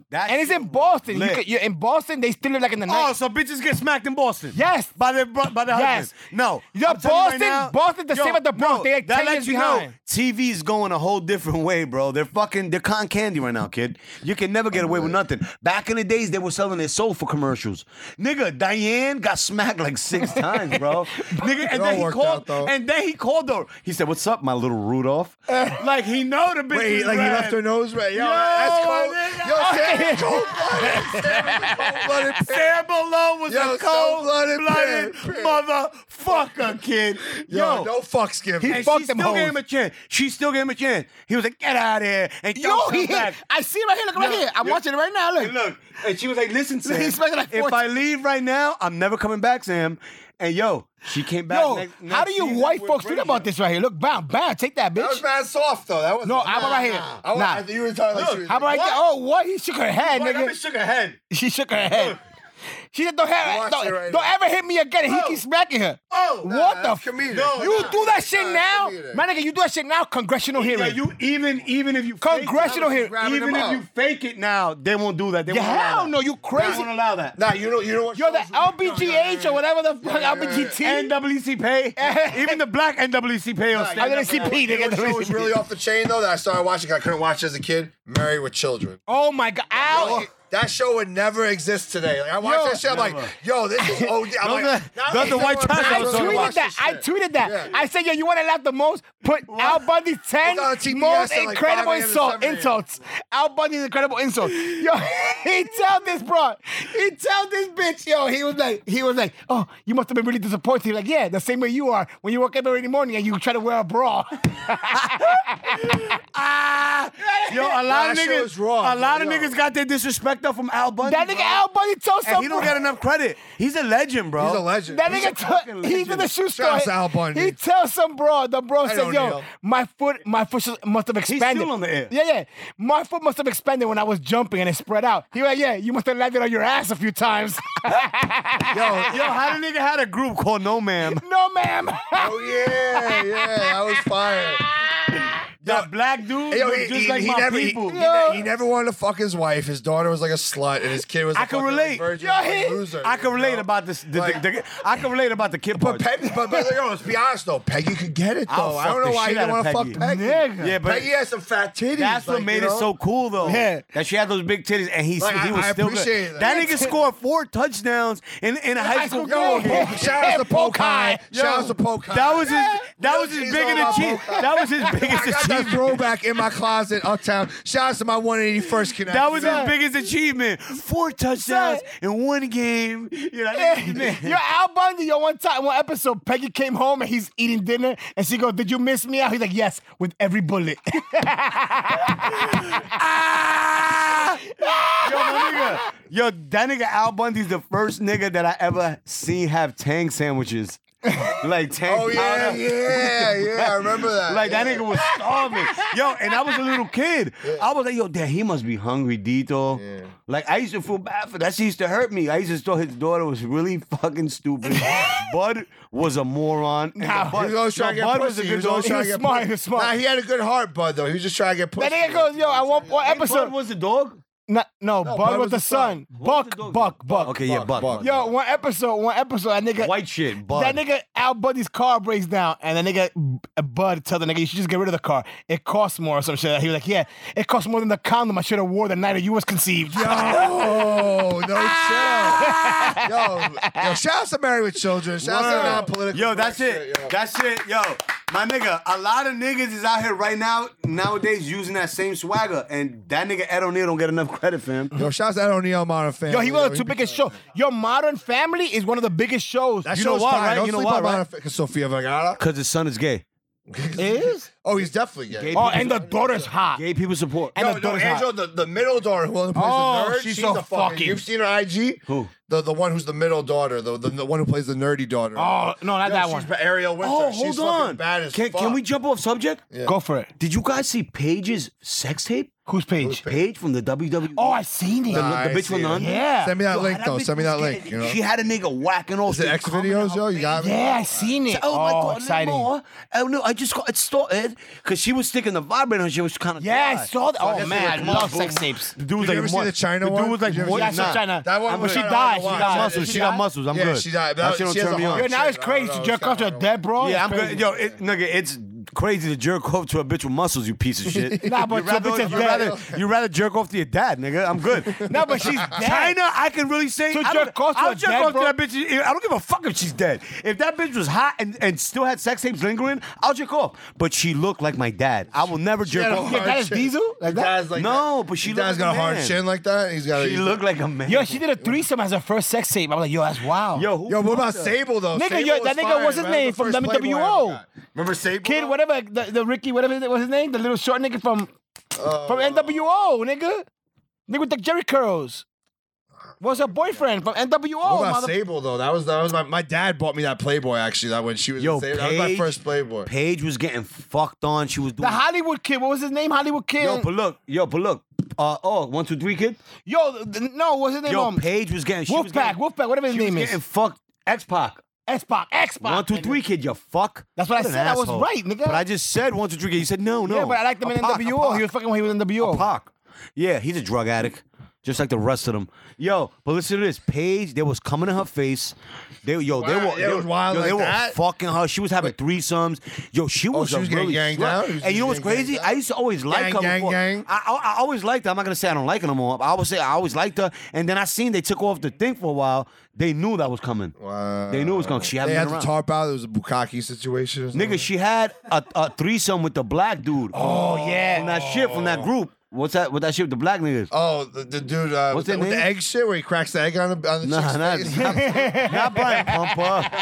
Speaker 1: That
Speaker 2: and it's in Boston. You
Speaker 1: Lit.
Speaker 2: could, you in Boston, they still live like in the
Speaker 1: oh,
Speaker 2: 90s.
Speaker 1: so bitches get smacked in Boston.
Speaker 2: Yes.
Speaker 1: by the by the
Speaker 2: Yes.
Speaker 1: husband. No,
Speaker 2: Yo,
Speaker 1: I'm telling you
Speaker 2: Boston- Boston's the same as the Bronx. They like
Speaker 1: that
Speaker 2: 10
Speaker 1: lets
Speaker 2: years
Speaker 1: you
Speaker 2: behind.
Speaker 1: know TV's going a whole different way, bro. They're fucking they're con candy right now, kid. You can never get away with nothing. Back in the days, they were selling their soul for commercials. Nigga, Diane got smacked like
Speaker 2: (laughs)
Speaker 1: six times, bro. Nigga, and
Speaker 3: all
Speaker 1: then he
Speaker 3: worked out,
Speaker 1: called,
Speaker 3: though.
Speaker 1: and then he called her. He said, "What's up, my
Speaker 2: (laughs)
Speaker 1: little Rudolph?" like he know the bitch.
Speaker 3: Wait,
Speaker 1: was
Speaker 3: like he
Speaker 1: red.
Speaker 3: left her nose red. Yo,
Speaker 1: Yo,
Speaker 3: that's
Speaker 1: my
Speaker 3: cold.
Speaker 1: nigga.
Speaker 3: Yo, Sam, cold-blooded. Sam
Speaker 2: (laughs)
Speaker 3: is a cold-blooded pimp.
Speaker 1: Sam Malone was
Speaker 3: Yo,
Speaker 1: a cold-blooded
Speaker 3: cold-blooded pimp.
Speaker 1: motherfucker, kid.
Speaker 3: Yo, no fucks given.
Speaker 1: and
Speaker 2: fucked
Speaker 1: she
Speaker 2: them
Speaker 1: still gave
Speaker 2: hoes.
Speaker 1: him a chance. She still gave him a chance. He was like, "Get out of here!" And
Speaker 10: Yo,
Speaker 1: don't
Speaker 10: he
Speaker 1: come
Speaker 10: hit.
Speaker 1: back.
Speaker 10: I see it right here. Look right here. I'm watching it right now. Look.
Speaker 1: And look, and she was like, "Listen, Sam,
Speaker 10: He's smoking like
Speaker 1: if
Speaker 10: 14.
Speaker 1: I leave right now, I'm never coming back, Sam." And yo, she came back.
Speaker 2: Yo,
Speaker 1: next- next
Speaker 2: how do you
Speaker 1: season
Speaker 2: white
Speaker 1: with
Speaker 2: folks feel
Speaker 1: Brady.
Speaker 2: about this right here? Look, bam, bam, take that,
Speaker 3: That was
Speaker 2: bitch.
Speaker 3: mad soft though. That was
Speaker 2: No, I'm
Speaker 3: Nah,
Speaker 2: right here.
Speaker 3: I was,
Speaker 2: Nah.
Speaker 3: I, you were talking like she was
Speaker 2: How about right there? Oh, what? He shook her head,
Speaker 1: Fuck, that
Speaker 2: nigga.
Speaker 1: bitch shook her head.
Speaker 2: She shook her head. She said, don't, have,
Speaker 3: Watch
Speaker 2: don't,
Speaker 3: it right
Speaker 2: don't
Speaker 3: now.
Speaker 2: ever hit me again. And he keeps smacking her.
Speaker 1: Oh,
Speaker 3: Nah,
Speaker 2: what the
Speaker 3: that's
Speaker 2: f-
Speaker 3: comedic.
Speaker 1: No,
Speaker 2: You
Speaker 1: nah,
Speaker 2: do that shit
Speaker 3: nah,
Speaker 2: now?
Speaker 3: comedic.
Speaker 2: My nigga, you do that shit now? Congressional
Speaker 1: Yeah,
Speaker 2: hearing.
Speaker 1: you even even if you fake it-
Speaker 2: Congressional hearing.
Speaker 3: Grabbing
Speaker 1: even
Speaker 3: him
Speaker 1: if
Speaker 3: up.
Speaker 1: you fake it now, they won't do that. They
Speaker 2: Yeah,
Speaker 1: won't allow
Speaker 2: hell
Speaker 1: that.
Speaker 2: no, you
Speaker 1: They
Speaker 2: crazy.
Speaker 1: won't allow that.
Speaker 3: Nah, you know, you know what?
Speaker 2: You're the
Speaker 3: shows we- (laughs)
Speaker 2: LBGH or whatever the fuck,
Speaker 3: yeah, yeah.
Speaker 2: LBGT.
Speaker 3: (laughs)
Speaker 1: NAACP, even the black NAACP will
Speaker 3: Nah,
Speaker 1: stand
Speaker 3: you
Speaker 1: up
Speaker 3: know
Speaker 1: for that.
Speaker 2: NAACP.
Speaker 3: what- You know
Speaker 2: nigga, (laughs)
Speaker 3: what show was really off the chain though that I started watching. I couldn't watch as a kid. Married with Children.
Speaker 2: Oh my god,
Speaker 3: Yo,
Speaker 2: ow.
Speaker 3: it- that show would never exist today. Like I watch that shit, I'm like, yo, this is OD.
Speaker 1: (laughs)
Speaker 3: I'm like,
Speaker 1: are-
Speaker 3: now
Speaker 1: those
Speaker 3: they
Speaker 1: are white
Speaker 3: say we're
Speaker 1: trash
Speaker 2: I
Speaker 3: back,
Speaker 1: was
Speaker 3: so
Speaker 1: talking
Speaker 3: we
Speaker 1: about.
Speaker 2: tweeted
Speaker 3: watch
Speaker 2: that.
Speaker 3: this
Speaker 2: I
Speaker 3: shit.
Speaker 2: tweeted that.
Speaker 3: Yeah.
Speaker 2: I said, yo, you want to laugh the most? Put Al Bundy's 10
Speaker 3: It's on TBS
Speaker 2: most
Speaker 3: at like
Speaker 2: incredible
Speaker 3: 5 a.m. to
Speaker 2: insult,
Speaker 3: 7 a.m.
Speaker 2: insults. Al Bundy's
Speaker 1: (gasps)
Speaker 2: incredible insult. Yo, (laughs) he tell this bro. He tell this bitch, yo, he was like, he was like, oh, you must have been really disappointed. He like, yeah, the same way you are when you wake up every morning and you try to wear
Speaker 1: (laughs)
Speaker 2: a bra.
Speaker 1: Yo, a lot
Speaker 3: Nah,
Speaker 1: of
Speaker 3: that shit
Speaker 1: niggas,
Speaker 3: was raw,
Speaker 1: a lot of
Speaker 3: bro, yo.
Speaker 1: niggas got their disrespect up from Al Bundy.
Speaker 2: that nigga
Speaker 1: bro.
Speaker 2: Al Bundy told
Speaker 1: and he
Speaker 2: something.
Speaker 1: don't get enough credit. He's a legend, bro.
Speaker 3: He's a legend.
Speaker 2: That
Speaker 3: He's a
Speaker 2: nigga, t- he's in the shoe store.
Speaker 3: Shout out to Al Bundy.
Speaker 2: He tells some broad, the bro says,
Speaker 3: don't
Speaker 2: "Yo,
Speaker 3: know.
Speaker 2: my foot, my foot sh- must have expanded."
Speaker 1: still on the air.
Speaker 2: Yeah, yeah. My foot must have expanded when I was jumping and it spread out. He like, "Yeah, you must have landed on your ass a few times." (laughs)
Speaker 1: Yo, how the nigga had a group called No Man.
Speaker 2: no, ma'am.
Speaker 3: (laughs)
Speaker 2: (laughs)
Speaker 3: Oh yeah, yeah, I was fired.
Speaker 1: That black dude
Speaker 3: Yo,
Speaker 1: looked
Speaker 3: he,
Speaker 1: just
Speaker 3: he-
Speaker 1: like
Speaker 3: he
Speaker 1: my
Speaker 3: never, he-
Speaker 1: people.
Speaker 3: He, ne- he never wanted to fuck his wife. His daughter was like a slut, and his kid was.
Speaker 1: I
Speaker 3: a
Speaker 1: can
Speaker 3: fucking
Speaker 1: relate.
Speaker 3: Virgin,
Speaker 1: Yo,
Speaker 3: like,
Speaker 1: he-
Speaker 3: loser,
Speaker 1: I can
Speaker 3: you
Speaker 1: relate
Speaker 3: know?
Speaker 1: about this. The,
Speaker 3: Like-
Speaker 1: the, the, I can relate about the kid part.
Speaker 3: Peggy, but, but yo, let's be honest though, Peggy could get it
Speaker 1: I'll
Speaker 3: though. I
Speaker 1: fuck
Speaker 3: don't
Speaker 1: the
Speaker 3: know why he
Speaker 1: shit out
Speaker 3: didn't want
Speaker 1: of
Speaker 3: to fuck
Speaker 1: Peggy.
Speaker 3: Peggy.
Speaker 2: Nigga.
Speaker 1: yeah, but
Speaker 3: Peggy has some fat titties.
Speaker 1: that's what
Speaker 3: like,
Speaker 1: made
Speaker 3: you
Speaker 1: it
Speaker 3: know?
Speaker 1: so cool, though.
Speaker 2: Yeah.
Speaker 1: that she had those big titties, and he
Speaker 3: Like,
Speaker 1: he
Speaker 3: I-
Speaker 1: was
Speaker 3: I
Speaker 1: still
Speaker 3: appreciate
Speaker 1: good.
Speaker 3: that.
Speaker 1: nigga
Speaker 3: (laughs)
Speaker 1: scored four touchdowns in in a high school
Speaker 3: Yo,
Speaker 1: game. (laughs)
Speaker 3: Polk- shout out to Pokai. Shout out to Pokai.
Speaker 1: That was his. That
Speaker 3: Yo,
Speaker 1: was his
Speaker 3: she's
Speaker 1: biggest
Speaker 3: all about
Speaker 1: achievement.
Speaker 3: Polkai.
Speaker 1: That was his biggest
Speaker 3: (laughs) I got that
Speaker 1: achievement.
Speaker 3: throwback in my closet uptown. Shout out to my 181st connection.
Speaker 1: That was
Speaker 3: Yeah.
Speaker 1: his biggest achievement. Four touchdowns in one game. You're like, (laughs) man.
Speaker 2: Yo, Al Bundy, yo, one time, one episode, Peggy came home and he's eating dinner, and she goes, "Did you miss me out?" He's like, "Yes, with every bullet." (laughs)
Speaker 1: Yo, my nigga. Yo, that nigga Al Bundy's the first nigga that I ever seen have Tang
Speaker 3: (laughs)
Speaker 1: sandwiches. like Tang.
Speaker 3: Oh yeah,
Speaker 1: powder.
Speaker 3: yeah, yeah. I remember that.
Speaker 1: Like
Speaker 3: yeah.
Speaker 1: that nigga was
Speaker 3: (laughs)
Speaker 1: starving. Yo, and I was a little kid. I was like, yo, dad, he must be hungry, Dito. Like I used to feel bad for that. She used to hurt me. I used to thought his daughter was really fucking stupid.
Speaker 3: (laughs)
Speaker 1: Bud was a moron. And the
Speaker 2: Nah,
Speaker 3: He
Speaker 1: Bud,
Speaker 3: was always trying to
Speaker 1: no,
Speaker 3: get
Speaker 1: Bud
Speaker 3: pussy.
Speaker 1: was a
Speaker 3: He
Speaker 1: good
Speaker 3: was always
Speaker 1: dog.
Speaker 3: trying to
Speaker 2: He was
Speaker 3: get
Speaker 2: smart,
Speaker 3: pussy.
Speaker 2: he was smart.
Speaker 3: Nah, he had a good heart, bud. Though he was just trying to get pussy.
Speaker 2: that nigga goes, "Yo, I want one
Speaker 1: Bud
Speaker 2: episode."
Speaker 1: was a dog.
Speaker 2: No, no, Bud was, the son. Buck,
Speaker 1: dog's
Speaker 2: Buck, Buck.
Speaker 11: Okay, yeah, Buck.
Speaker 3: Buck.
Speaker 2: Yo, one episode, one episode, that nigga,
Speaker 11: White shit, Buck.
Speaker 2: that nigga Al Buddy's car breaks down, and the nigga B- Bud tell the nigga, "You should just get rid of the car. It costs more or some shit." He was like, "Yeah, it costs more than the condom I should have wore the night you was conceived."
Speaker 3: Yo, Oh, no
Speaker 2: Ah!
Speaker 3: chill. Yo, yo, shout out to Married with Children. Shout out to
Speaker 1: Word.
Speaker 3: non-political.
Speaker 1: Yo, that's
Speaker 3: correct
Speaker 1: it.
Speaker 3: shit, yo.
Speaker 1: That's it. Yo, my nigga, a lot of niggas is out here right now nowadays using that same swagger, and that nigga Ed O'Neill don't get enough credit,
Speaker 3: (laughs)
Speaker 1: fam.
Speaker 3: Yo, shout out to Ed O'Neill, Modern Family.
Speaker 2: Yo, he was the two
Speaker 3: be-
Speaker 2: biggest shows. Yo, Modern Family is one of the biggest shows.
Speaker 3: That
Speaker 2: You
Speaker 3: show's
Speaker 2: know what,
Speaker 3: fire.
Speaker 2: right?
Speaker 3: Don't
Speaker 2: You know
Speaker 3: sleep
Speaker 2: what,
Speaker 3: on
Speaker 2: right?
Speaker 3: Modern Fa- Sofia Vergara.
Speaker 11: Because his son is gay.
Speaker 2: Is
Speaker 3: (laughs) Oh, he's definitely gay.
Speaker 2: oh, and the daughter's hot.
Speaker 11: Gay people support.
Speaker 2: And
Speaker 3: No,
Speaker 2: the
Speaker 3: no,
Speaker 2: daughter's
Speaker 3: Angel,
Speaker 2: hot.
Speaker 3: the, the middle daughter who plays
Speaker 2: Oh,
Speaker 3: the nerd.
Speaker 2: she's
Speaker 3: She's,
Speaker 2: so
Speaker 3: a
Speaker 2: fucking-
Speaker 3: fucking. You've seen her IG.
Speaker 11: Who?
Speaker 3: The the one who's the middle daughter, the the, the one who plays the nerdy daughter.
Speaker 2: Oh no, not
Speaker 3: Yo,
Speaker 2: that
Speaker 3: she's
Speaker 2: one.
Speaker 3: ba- Ariel Winter.
Speaker 11: Oh,
Speaker 3: she's
Speaker 11: hold
Speaker 3: fucking
Speaker 11: on.
Speaker 3: Bad as
Speaker 11: Can,
Speaker 3: fuck.
Speaker 11: can we jump off subject?
Speaker 2: Go for it.
Speaker 11: Did you guys see Paige's sex tape?
Speaker 2: Who's Paige?
Speaker 11: Paige from the E. WWE.
Speaker 2: Oh, I seen it.
Speaker 3: Nah,
Speaker 11: the
Speaker 3: I
Speaker 11: bitch
Speaker 3: see
Speaker 11: from
Speaker 3: it.
Speaker 11: Nun?
Speaker 2: Yeah.
Speaker 3: Send me that
Speaker 11: Yo,
Speaker 3: link though.
Speaker 11: bitch
Speaker 3: Send me
Speaker 11: was
Speaker 3: that link.
Speaker 11: getting-
Speaker 3: You know.
Speaker 11: She had a nigga whacking off.
Speaker 3: Is it
Speaker 11: some
Speaker 3: X
Speaker 11: comment
Speaker 3: videos,
Speaker 11: out
Speaker 3: yo? You got me.
Speaker 2: Yeah, I seen it.
Speaker 11: Oh, my god,
Speaker 2: exciting.
Speaker 11: More. Oh no, I just got it started because she was sticking the vibrator and she was kind of
Speaker 2: Yeah, I saw that. Oh
Speaker 3: that's
Speaker 2: man, I
Speaker 3: what-
Speaker 2: love sex tapes.
Speaker 1: The dude was
Speaker 3: Did you
Speaker 1: like,
Speaker 3: ever see
Speaker 1: mo-
Speaker 3: the China
Speaker 1: the dude
Speaker 3: one?
Speaker 1: was like,
Speaker 3: Did you ever
Speaker 1: mo-
Speaker 3: see
Speaker 2: Yeah, I saw
Speaker 1: nah.
Speaker 2: China.
Speaker 3: That one
Speaker 2: But
Speaker 3: was
Speaker 2: she
Speaker 3: not
Speaker 2: died.
Speaker 3: on
Speaker 2: She
Speaker 3: the watch.
Speaker 2: died.
Speaker 3: She
Speaker 11: muscles.
Speaker 2: She
Speaker 11: She got
Speaker 2: died.
Speaker 11: muscles. I'm
Speaker 3: yeah,
Speaker 11: good.
Speaker 3: she died.
Speaker 11: That shit don't
Speaker 3: she has
Speaker 11: turn
Speaker 3: a
Speaker 11: me on.
Speaker 3: hard
Speaker 2: Yo, now
Speaker 3: shit.
Speaker 2: it's
Speaker 3: I don't
Speaker 2: crazy.
Speaker 3: know.
Speaker 2: Jeff
Speaker 3: It's kinda
Speaker 2: Custer,
Speaker 3: hard.
Speaker 2: dead, bro.
Speaker 11: Yeah, I'm
Speaker 2: Oh, It's
Speaker 11: good.
Speaker 2: crazy.
Speaker 11: Yo, it, nigga, it's
Speaker 1: crazy to jerk off to a bitch with muscles, you piece of shit.
Speaker 2: (laughs) Nah, but
Speaker 1: you'd
Speaker 2: your
Speaker 1: rather,
Speaker 2: bitch is
Speaker 1: you'd
Speaker 2: dead.
Speaker 1: rather, you'd rather jerk off to your dad, nigga. I'm
Speaker 2: (laughs)
Speaker 1: good.
Speaker 2: No,
Speaker 1: (laughs)
Speaker 2: but she's dead.
Speaker 1: China, I can really say
Speaker 2: To
Speaker 1: I don't-
Speaker 2: jerk off to
Speaker 1: I'll
Speaker 2: a
Speaker 1: jerk
Speaker 2: dead
Speaker 1: off to
Speaker 2: bro-
Speaker 1: that bitch. I don't give a fuck if she's dead. If that bitch was hot and, and still had sex tapes lingering, I'll jerk off. But she looked like my dad. I will never jerk
Speaker 3: had a
Speaker 1: off.
Speaker 3: hard
Speaker 2: that is
Speaker 3: chin.
Speaker 2: Diesel? Like that?
Speaker 3: Dad's like
Speaker 1: No, but she
Speaker 3: Your
Speaker 1: looked
Speaker 3: dad's
Speaker 1: like
Speaker 3: got
Speaker 1: a
Speaker 3: a hard
Speaker 1: man.
Speaker 3: chin like that. He's got. a-
Speaker 1: She looked like a man.
Speaker 2: Yo, she did a threesome as her first sex tape. I was like, yo, that's wild.
Speaker 1: Yo, who
Speaker 3: Yo, what about Sable though?
Speaker 2: Nigga,
Speaker 3: Sable
Speaker 2: yo,
Speaker 3: was
Speaker 2: that nigga,
Speaker 3: fire,
Speaker 2: what's his
Speaker 3: man. That
Speaker 2: name?
Speaker 3: was the
Speaker 2: from
Speaker 3: first
Speaker 2: WWO.
Speaker 3: Playboy I ever got. Remember Sable?
Speaker 2: Kid, whatever, the, the Ricky, whatever was his name, the little short nigga from
Speaker 1: Oh,
Speaker 2: from NWO, nigga, nigga with the Jerry curls. Was her boyfriend from NWO?
Speaker 3: What about
Speaker 2: mother-
Speaker 3: Sable though? That was that was my, my dad bought me that Playboy actually. That when she was
Speaker 1: Yo,
Speaker 3: in Sable. that was my
Speaker 1: Paige-
Speaker 3: first Playboy.
Speaker 1: Paige was getting fucked on. She was doing.
Speaker 2: The Hollywood kid. What was his name? Hollywood kid.
Speaker 1: yo, but look, yo, but look. Uh, oh, one, two, three, kid.
Speaker 2: Yo, th- th- no, what's his name?
Speaker 1: Yo,
Speaker 2: um,
Speaker 1: Paige was getting. She was
Speaker 2: Wolfpack,
Speaker 1: getting,
Speaker 2: Wolfpack, whatever his
Speaker 1: she was
Speaker 2: name is.
Speaker 1: getting fucked. X Pac.
Speaker 2: X Pac, X Pac.
Speaker 1: One, two, three, kid. You fuck.
Speaker 2: That's what I
Speaker 1: an
Speaker 2: said. I was
Speaker 1: asshole.
Speaker 2: right, nigga.
Speaker 1: But I just said one, two, three, kid. You said no, no.
Speaker 2: Yeah, but I liked him
Speaker 1: A
Speaker 2: in
Speaker 1: Pac, a
Speaker 2: NWO.
Speaker 1: Pac.
Speaker 2: He was fucking when he was in NWO.
Speaker 1: Pac. Yeah, he's a drug addict, just like the rest of them. Yo, but listen to this. Paige, they was coming in her face. They, yo, they
Speaker 3: Wow,
Speaker 1: were,
Speaker 3: yeah,
Speaker 1: they
Speaker 3: it was wild
Speaker 1: yo, they
Speaker 3: like
Speaker 1: were
Speaker 3: that? Oh,
Speaker 1: fucking her. She was having threesomes. Yo, she was,
Speaker 3: she
Speaker 1: a
Speaker 3: was getting
Speaker 1: really
Speaker 3: ganged
Speaker 1: slut.
Speaker 3: out? She was
Speaker 1: And you know what's
Speaker 3: getting ganged
Speaker 1: crazy?
Speaker 3: out?
Speaker 1: I used to always like
Speaker 3: Gang,
Speaker 1: her.
Speaker 3: gang,
Speaker 1: before.
Speaker 3: gang.
Speaker 1: I, I, I always liked her. I'm not gonna say I don't like her no more. I always say I always liked her. And then I seen they took off the thing for a while. They knew that was coming.
Speaker 3: Wow.
Speaker 1: They knew it was coming. She
Speaker 3: They
Speaker 1: hadn't
Speaker 3: had
Speaker 1: been
Speaker 3: the
Speaker 1: around.
Speaker 3: tarp out. It was a Bukaki situation. or something.
Speaker 1: Nigga, she had a, a threesome with the black dude.
Speaker 2: Oh yeah.
Speaker 1: From that shit, from that group. What's that? What that shit with the black niggas?
Speaker 3: Oh, the, the dude uh,
Speaker 1: What's
Speaker 3: with, the,
Speaker 1: their
Speaker 3: with the
Speaker 1: name?
Speaker 3: egg shit where he cracks the egg on the on the
Speaker 1: Nah,
Speaker 3: chick's
Speaker 1: not,
Speaker 3: face.
Speaker 1: not, not Brian Pumper.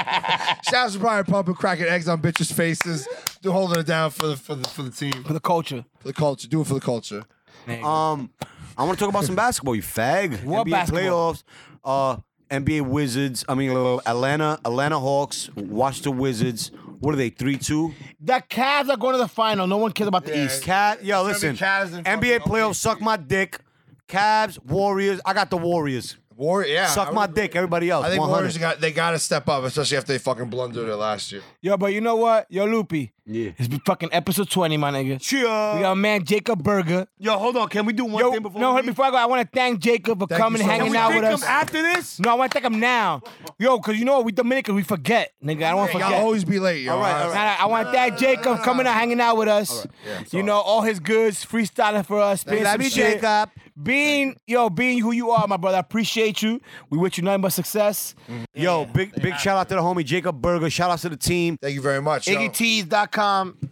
Speaker 3: (laughs) Shouts to Brian Pumper cracking eggs on bitches' faces, do holding it down for the for the for the team,
Speaker 2: For the culture.
Speaker 3: for the culture. Do it for the culture.
Speaker 1: Um, I want to talk about some basketball. You fag.
Speaker 2: What
Speaker 1: NBA
Speaker 2: basketball?
Speaker 1: playoffs. Uh, NBA Wizards. I mean, uh, Atlanta, Atlanta Hawks. Washington Wizards. What are they? Three two.
Speaker 2: The Cavs are going to the final. No one cares about the
Speaker 3: Yeah.
Speaker 2: East.
Speaker 1: Cat. Yo,
Speaker 3: It's
Speaker 1: listen.
Speaker 3: gonna be Cavs and
Speaker 1: NBA
Speaker 3: fucking
Speaker 1: playoffs. Suck my dick. Cavs. Warriors. I got the Warriors.
Speaker 3: War, yeah. I
Speaker 1: Suck
Speaker 3: would
Speaker 1: my
Speaker 3: agree.
Speaker 1: dick. Everybody else.
Speaker 3: I think
Speaker 1: 100.
Speaker 3: Warriors got they got to step up, especially after they fucking blundered it last year.
Speaker 2: Yo, but you know what? Yo, Loopy.
Speaker 1: Yeah.
Speaker 2: It's been fucking episode 20, my nigga. We
Speaker 1: Cheer.
Speaker 2: got man Jacob Berger.
Speaker 1: Yo, hold on. Can we do one
Speaker 2: Yo,
Speaker 1: thing before?
Speaker 2: no,
Speaker 1: we
Speaker 2: hold-
Speaker 1: leave?
Speaker 2: before I go, I want to thank Jacob for
Speaker 3: Thank
Speaker 2: coming
Speaker 3: you
Speaker 2: and
Speaker 3: so
Speaker 2: hanging
Speaker 3: much.
Speaker 2: out
Speaker 3: Thank
Speaker 2: with
Speaker 1: Pick 'em
Speaker 2: us.
Speaker 1: after this.
Speaker 2: No, I want to thank him now. Yo, because you know what? We Dominican, we forget. Nigga, I don't want to
Speaker 3: Hey,
Speaker 2: forget.
Speaker 3: y'all always be late, yo.
Speaker 1: All right, all
Speaker 3: honestly.
Speaker 1: right.
Speaker 2: Nah, nah, I want to thank Jacob coming out, hanging out with us. you know, all his goods, freestyling for us, spinning some
Speaker 1: Love you,
Speaker 2: shit.
Speaker 1: Jacob.
Speaker 2: Being, yo, being who you are, my brother, I appreciate you. We wish you nothing but success.
Speaker 1: Yo, big big shout out to the homie Jacob Berger. Shout out to the team.
Speaker 3: Thank you very much. yo.
Speaker 2: IggyTees.com.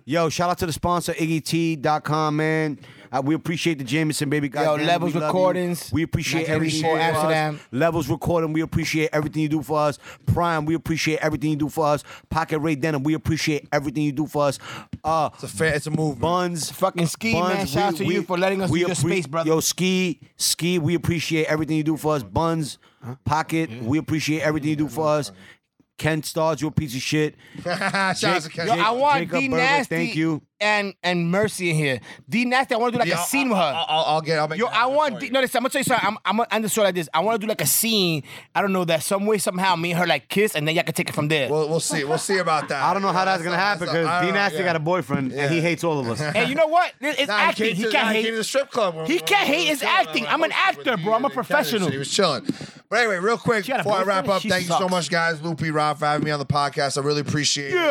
Speaker 1: Yo, shout out to the sponsor, IggyT.com, man. Uh, we appreciate the Jameson, baby. God
Speaker 2: Yo,
Speaker 1: damn it,
Speaker 2: Levels
Speaker 1: we love
Speaker 2: Recordings.
Speaker 1: You. We appreciate
Speaker 2: Nigeria
Speaker 1: everything you
Speaker 2: Shore,
Speaker 1: do for us.
Speaker 2: Amsterdam.
Speaker 1: Levels Recording. We appreciate everything you do for us. Prime, we appreciate everything you do for us. Pocket Ray Denim, we appreciate everything you do for us. Uh,
Speaker 3: It's a fa- it's a movement.
Speaker 1: Buns.
Speaker 2: Fucking Ski,
Speaker 1: Buns,
Speaker 2: man. Shout out to you for letting us use your space, brother.
Speaker 1: Yo, Ski, Ski, we appreciate everything you do for us. Buns, Pocket, we appreciate everything you do for us. Ken Stars, you a piece of shit.
Speaker 3: (laughs) Shout out to Ken.
Speaker 2: Yo, I want
Speaker 1: Jacob
Speaker 2: D
Speaker 1: Berger,
Speaker 2: Nasty
Speaker 1: thank you.
Speaker 2: and and Mercy in here. D Nasty, I want to do like
Speaker 3: Yeah, uh,
Speaker 2: a
Speaker 3: I'll-
Speaker 2: scene with her.
Speaker 3: I'll, I'll, I'll get. I'll make
Speaker 2: Yo,
Speaker 3: it
Speaker 2: I
Speaker 3: happen
Speaker 2: want.
Speaker 3: for
Speaker 2: D-
Speaker 3: you.
Speaker 2: no, listen. I'm gonna tell you something. I'm, I'm gonna end the show like this. I want to do like a scene. I don't know that some way, somehow, me and her like kiss, and then y'all can take it from there.
Speaker 3: We'll, we'll see. We'll see about that.
Speaker 1: (laughs) I don't know how that's gonna happen because D Nasty got a
Speaker 3: boy.
Speaker 1: boyfriend and he hates all of
Speaker 3: (laughs)
Speaker 1: us.
Speaker 2: hey, you know what? It's it's
Speaker 3: Nah, he
Speaker 2: acting.
Speaker 3: came
Speaker 2: He
Speaker 3: to,
Speaker 2: can't
Speaker 3: nah, Came to
Speaker 2: hate.
Speaker 3: the strip club. when-
Speaker 2: He
Speaker 3: when-
Speaker 2: can't hate.
Speaker 3: when we were
Speaker 2: It's
Speaker 3: chilling.
Speaker 2: acting. I'm an
Speaker 3: With
Speaker 2: actor,
Speaker 3: you
Speaker 2: bro. I'm a
Speaker 3: and Ken and
Speaker 2: professional.
Speaker 3: shit. He was chilling. But anyway, real quick
Speaker 2: had a
Speaker 3: before I wrap
Speaker 2: boyfriend?
Speaker 3: up,
Speaker 2: She
Speaker 3: thank you so
Speaker 2: sucks.
Speaker 3: much, guys. Loopy Rob for having me on the podcast. I really appreciate it. If you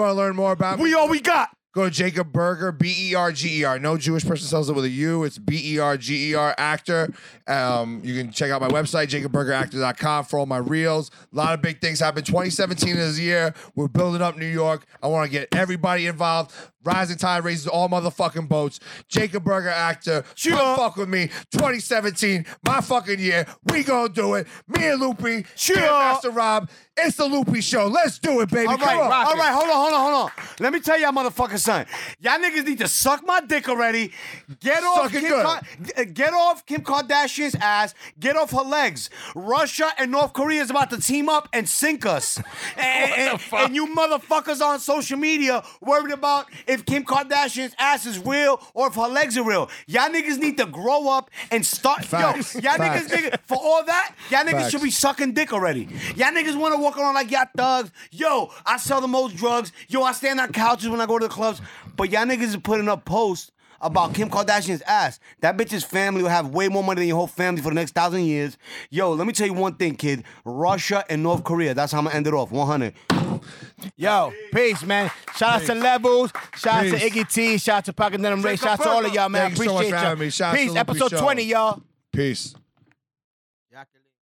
Speaker 3: want to learn more about me,
Speaker 1: We all we got.
Speaker 3: Go to Jacob Berger, B E R G E R. No Jewish person sells it with a U. It's B E R G E R actor. Um, you can check out my website, jacobbergeractor.com, for all my reels. A lot of big things happen. 2017 is the year. We're building up New York. I want to get everybody involved. Rising tide raises all motherfucking boats. Jacob Berger actor. Sure. Come fuck with me. 2017, my fucking year. We gonna do it. Me and Loopy. Sure. Master Rob. It's the Loopy Show. Let's do it, baby.
Speaker 1: All right,
Speaker 3: Come on.
Speaker 1: all right, hold on, hold on, hold on. Let me tell y'all motherfucking son. Y'all niggas need to suck my dick already. Get off
Speaker 3: Suck it
Speaker 1: Kim
Speaker 3: good.
Speaker 1: Ka- uh, get off Kim Kardashian's ass. Get off her legs. Russia and North Korea is about to team up and sink
Speaker 3: (laughs)
Speaker 1: us. And, and- and you motherfuckers on social media worried about if Kim Kardashian's ass is real or if her legs are real. Y'all niggas need to grow up and start.
Speaker 3: Facts.
Speaker 1: Yo, y'all
Speaker 3: Facts.
Speaker 1: niggas nigga, for all that, y'all niggas
Speaker 3: Facts.
Speaker 1: should be sucking dick already. Y'all niggas want to walk around like y'all thugs. Yo, I sell the most drugs. Yo, I stand on couches when I go to the clubs. But y'all niggas is putting up posts about Kim Kardashian's ass. That bitch's family will have way more money than your whole family for the next thousand years. Yo, let me tell you one thing, kid. Russia and North Korea. That's how I'm gonna end it off. 100.
Speaker 2: Yo, peace, man. Shout out to Levels. Shout out to Iggy T. Shout out to Pocket Denim Ray. Shout out to all of y'all, man.
Speaker 3: Thank you so much
Speaker 2: Appreciate
Speaker 3: for
Speaker 2: y'all.
Speaker 3: having me. Shout out to
Speaker 2: peace.
Speaker 3: Lupe
Speaker 2: Episode
Speaker 3: Show.
Speaker 2: 20, y'all.
Speaker 3: Peace.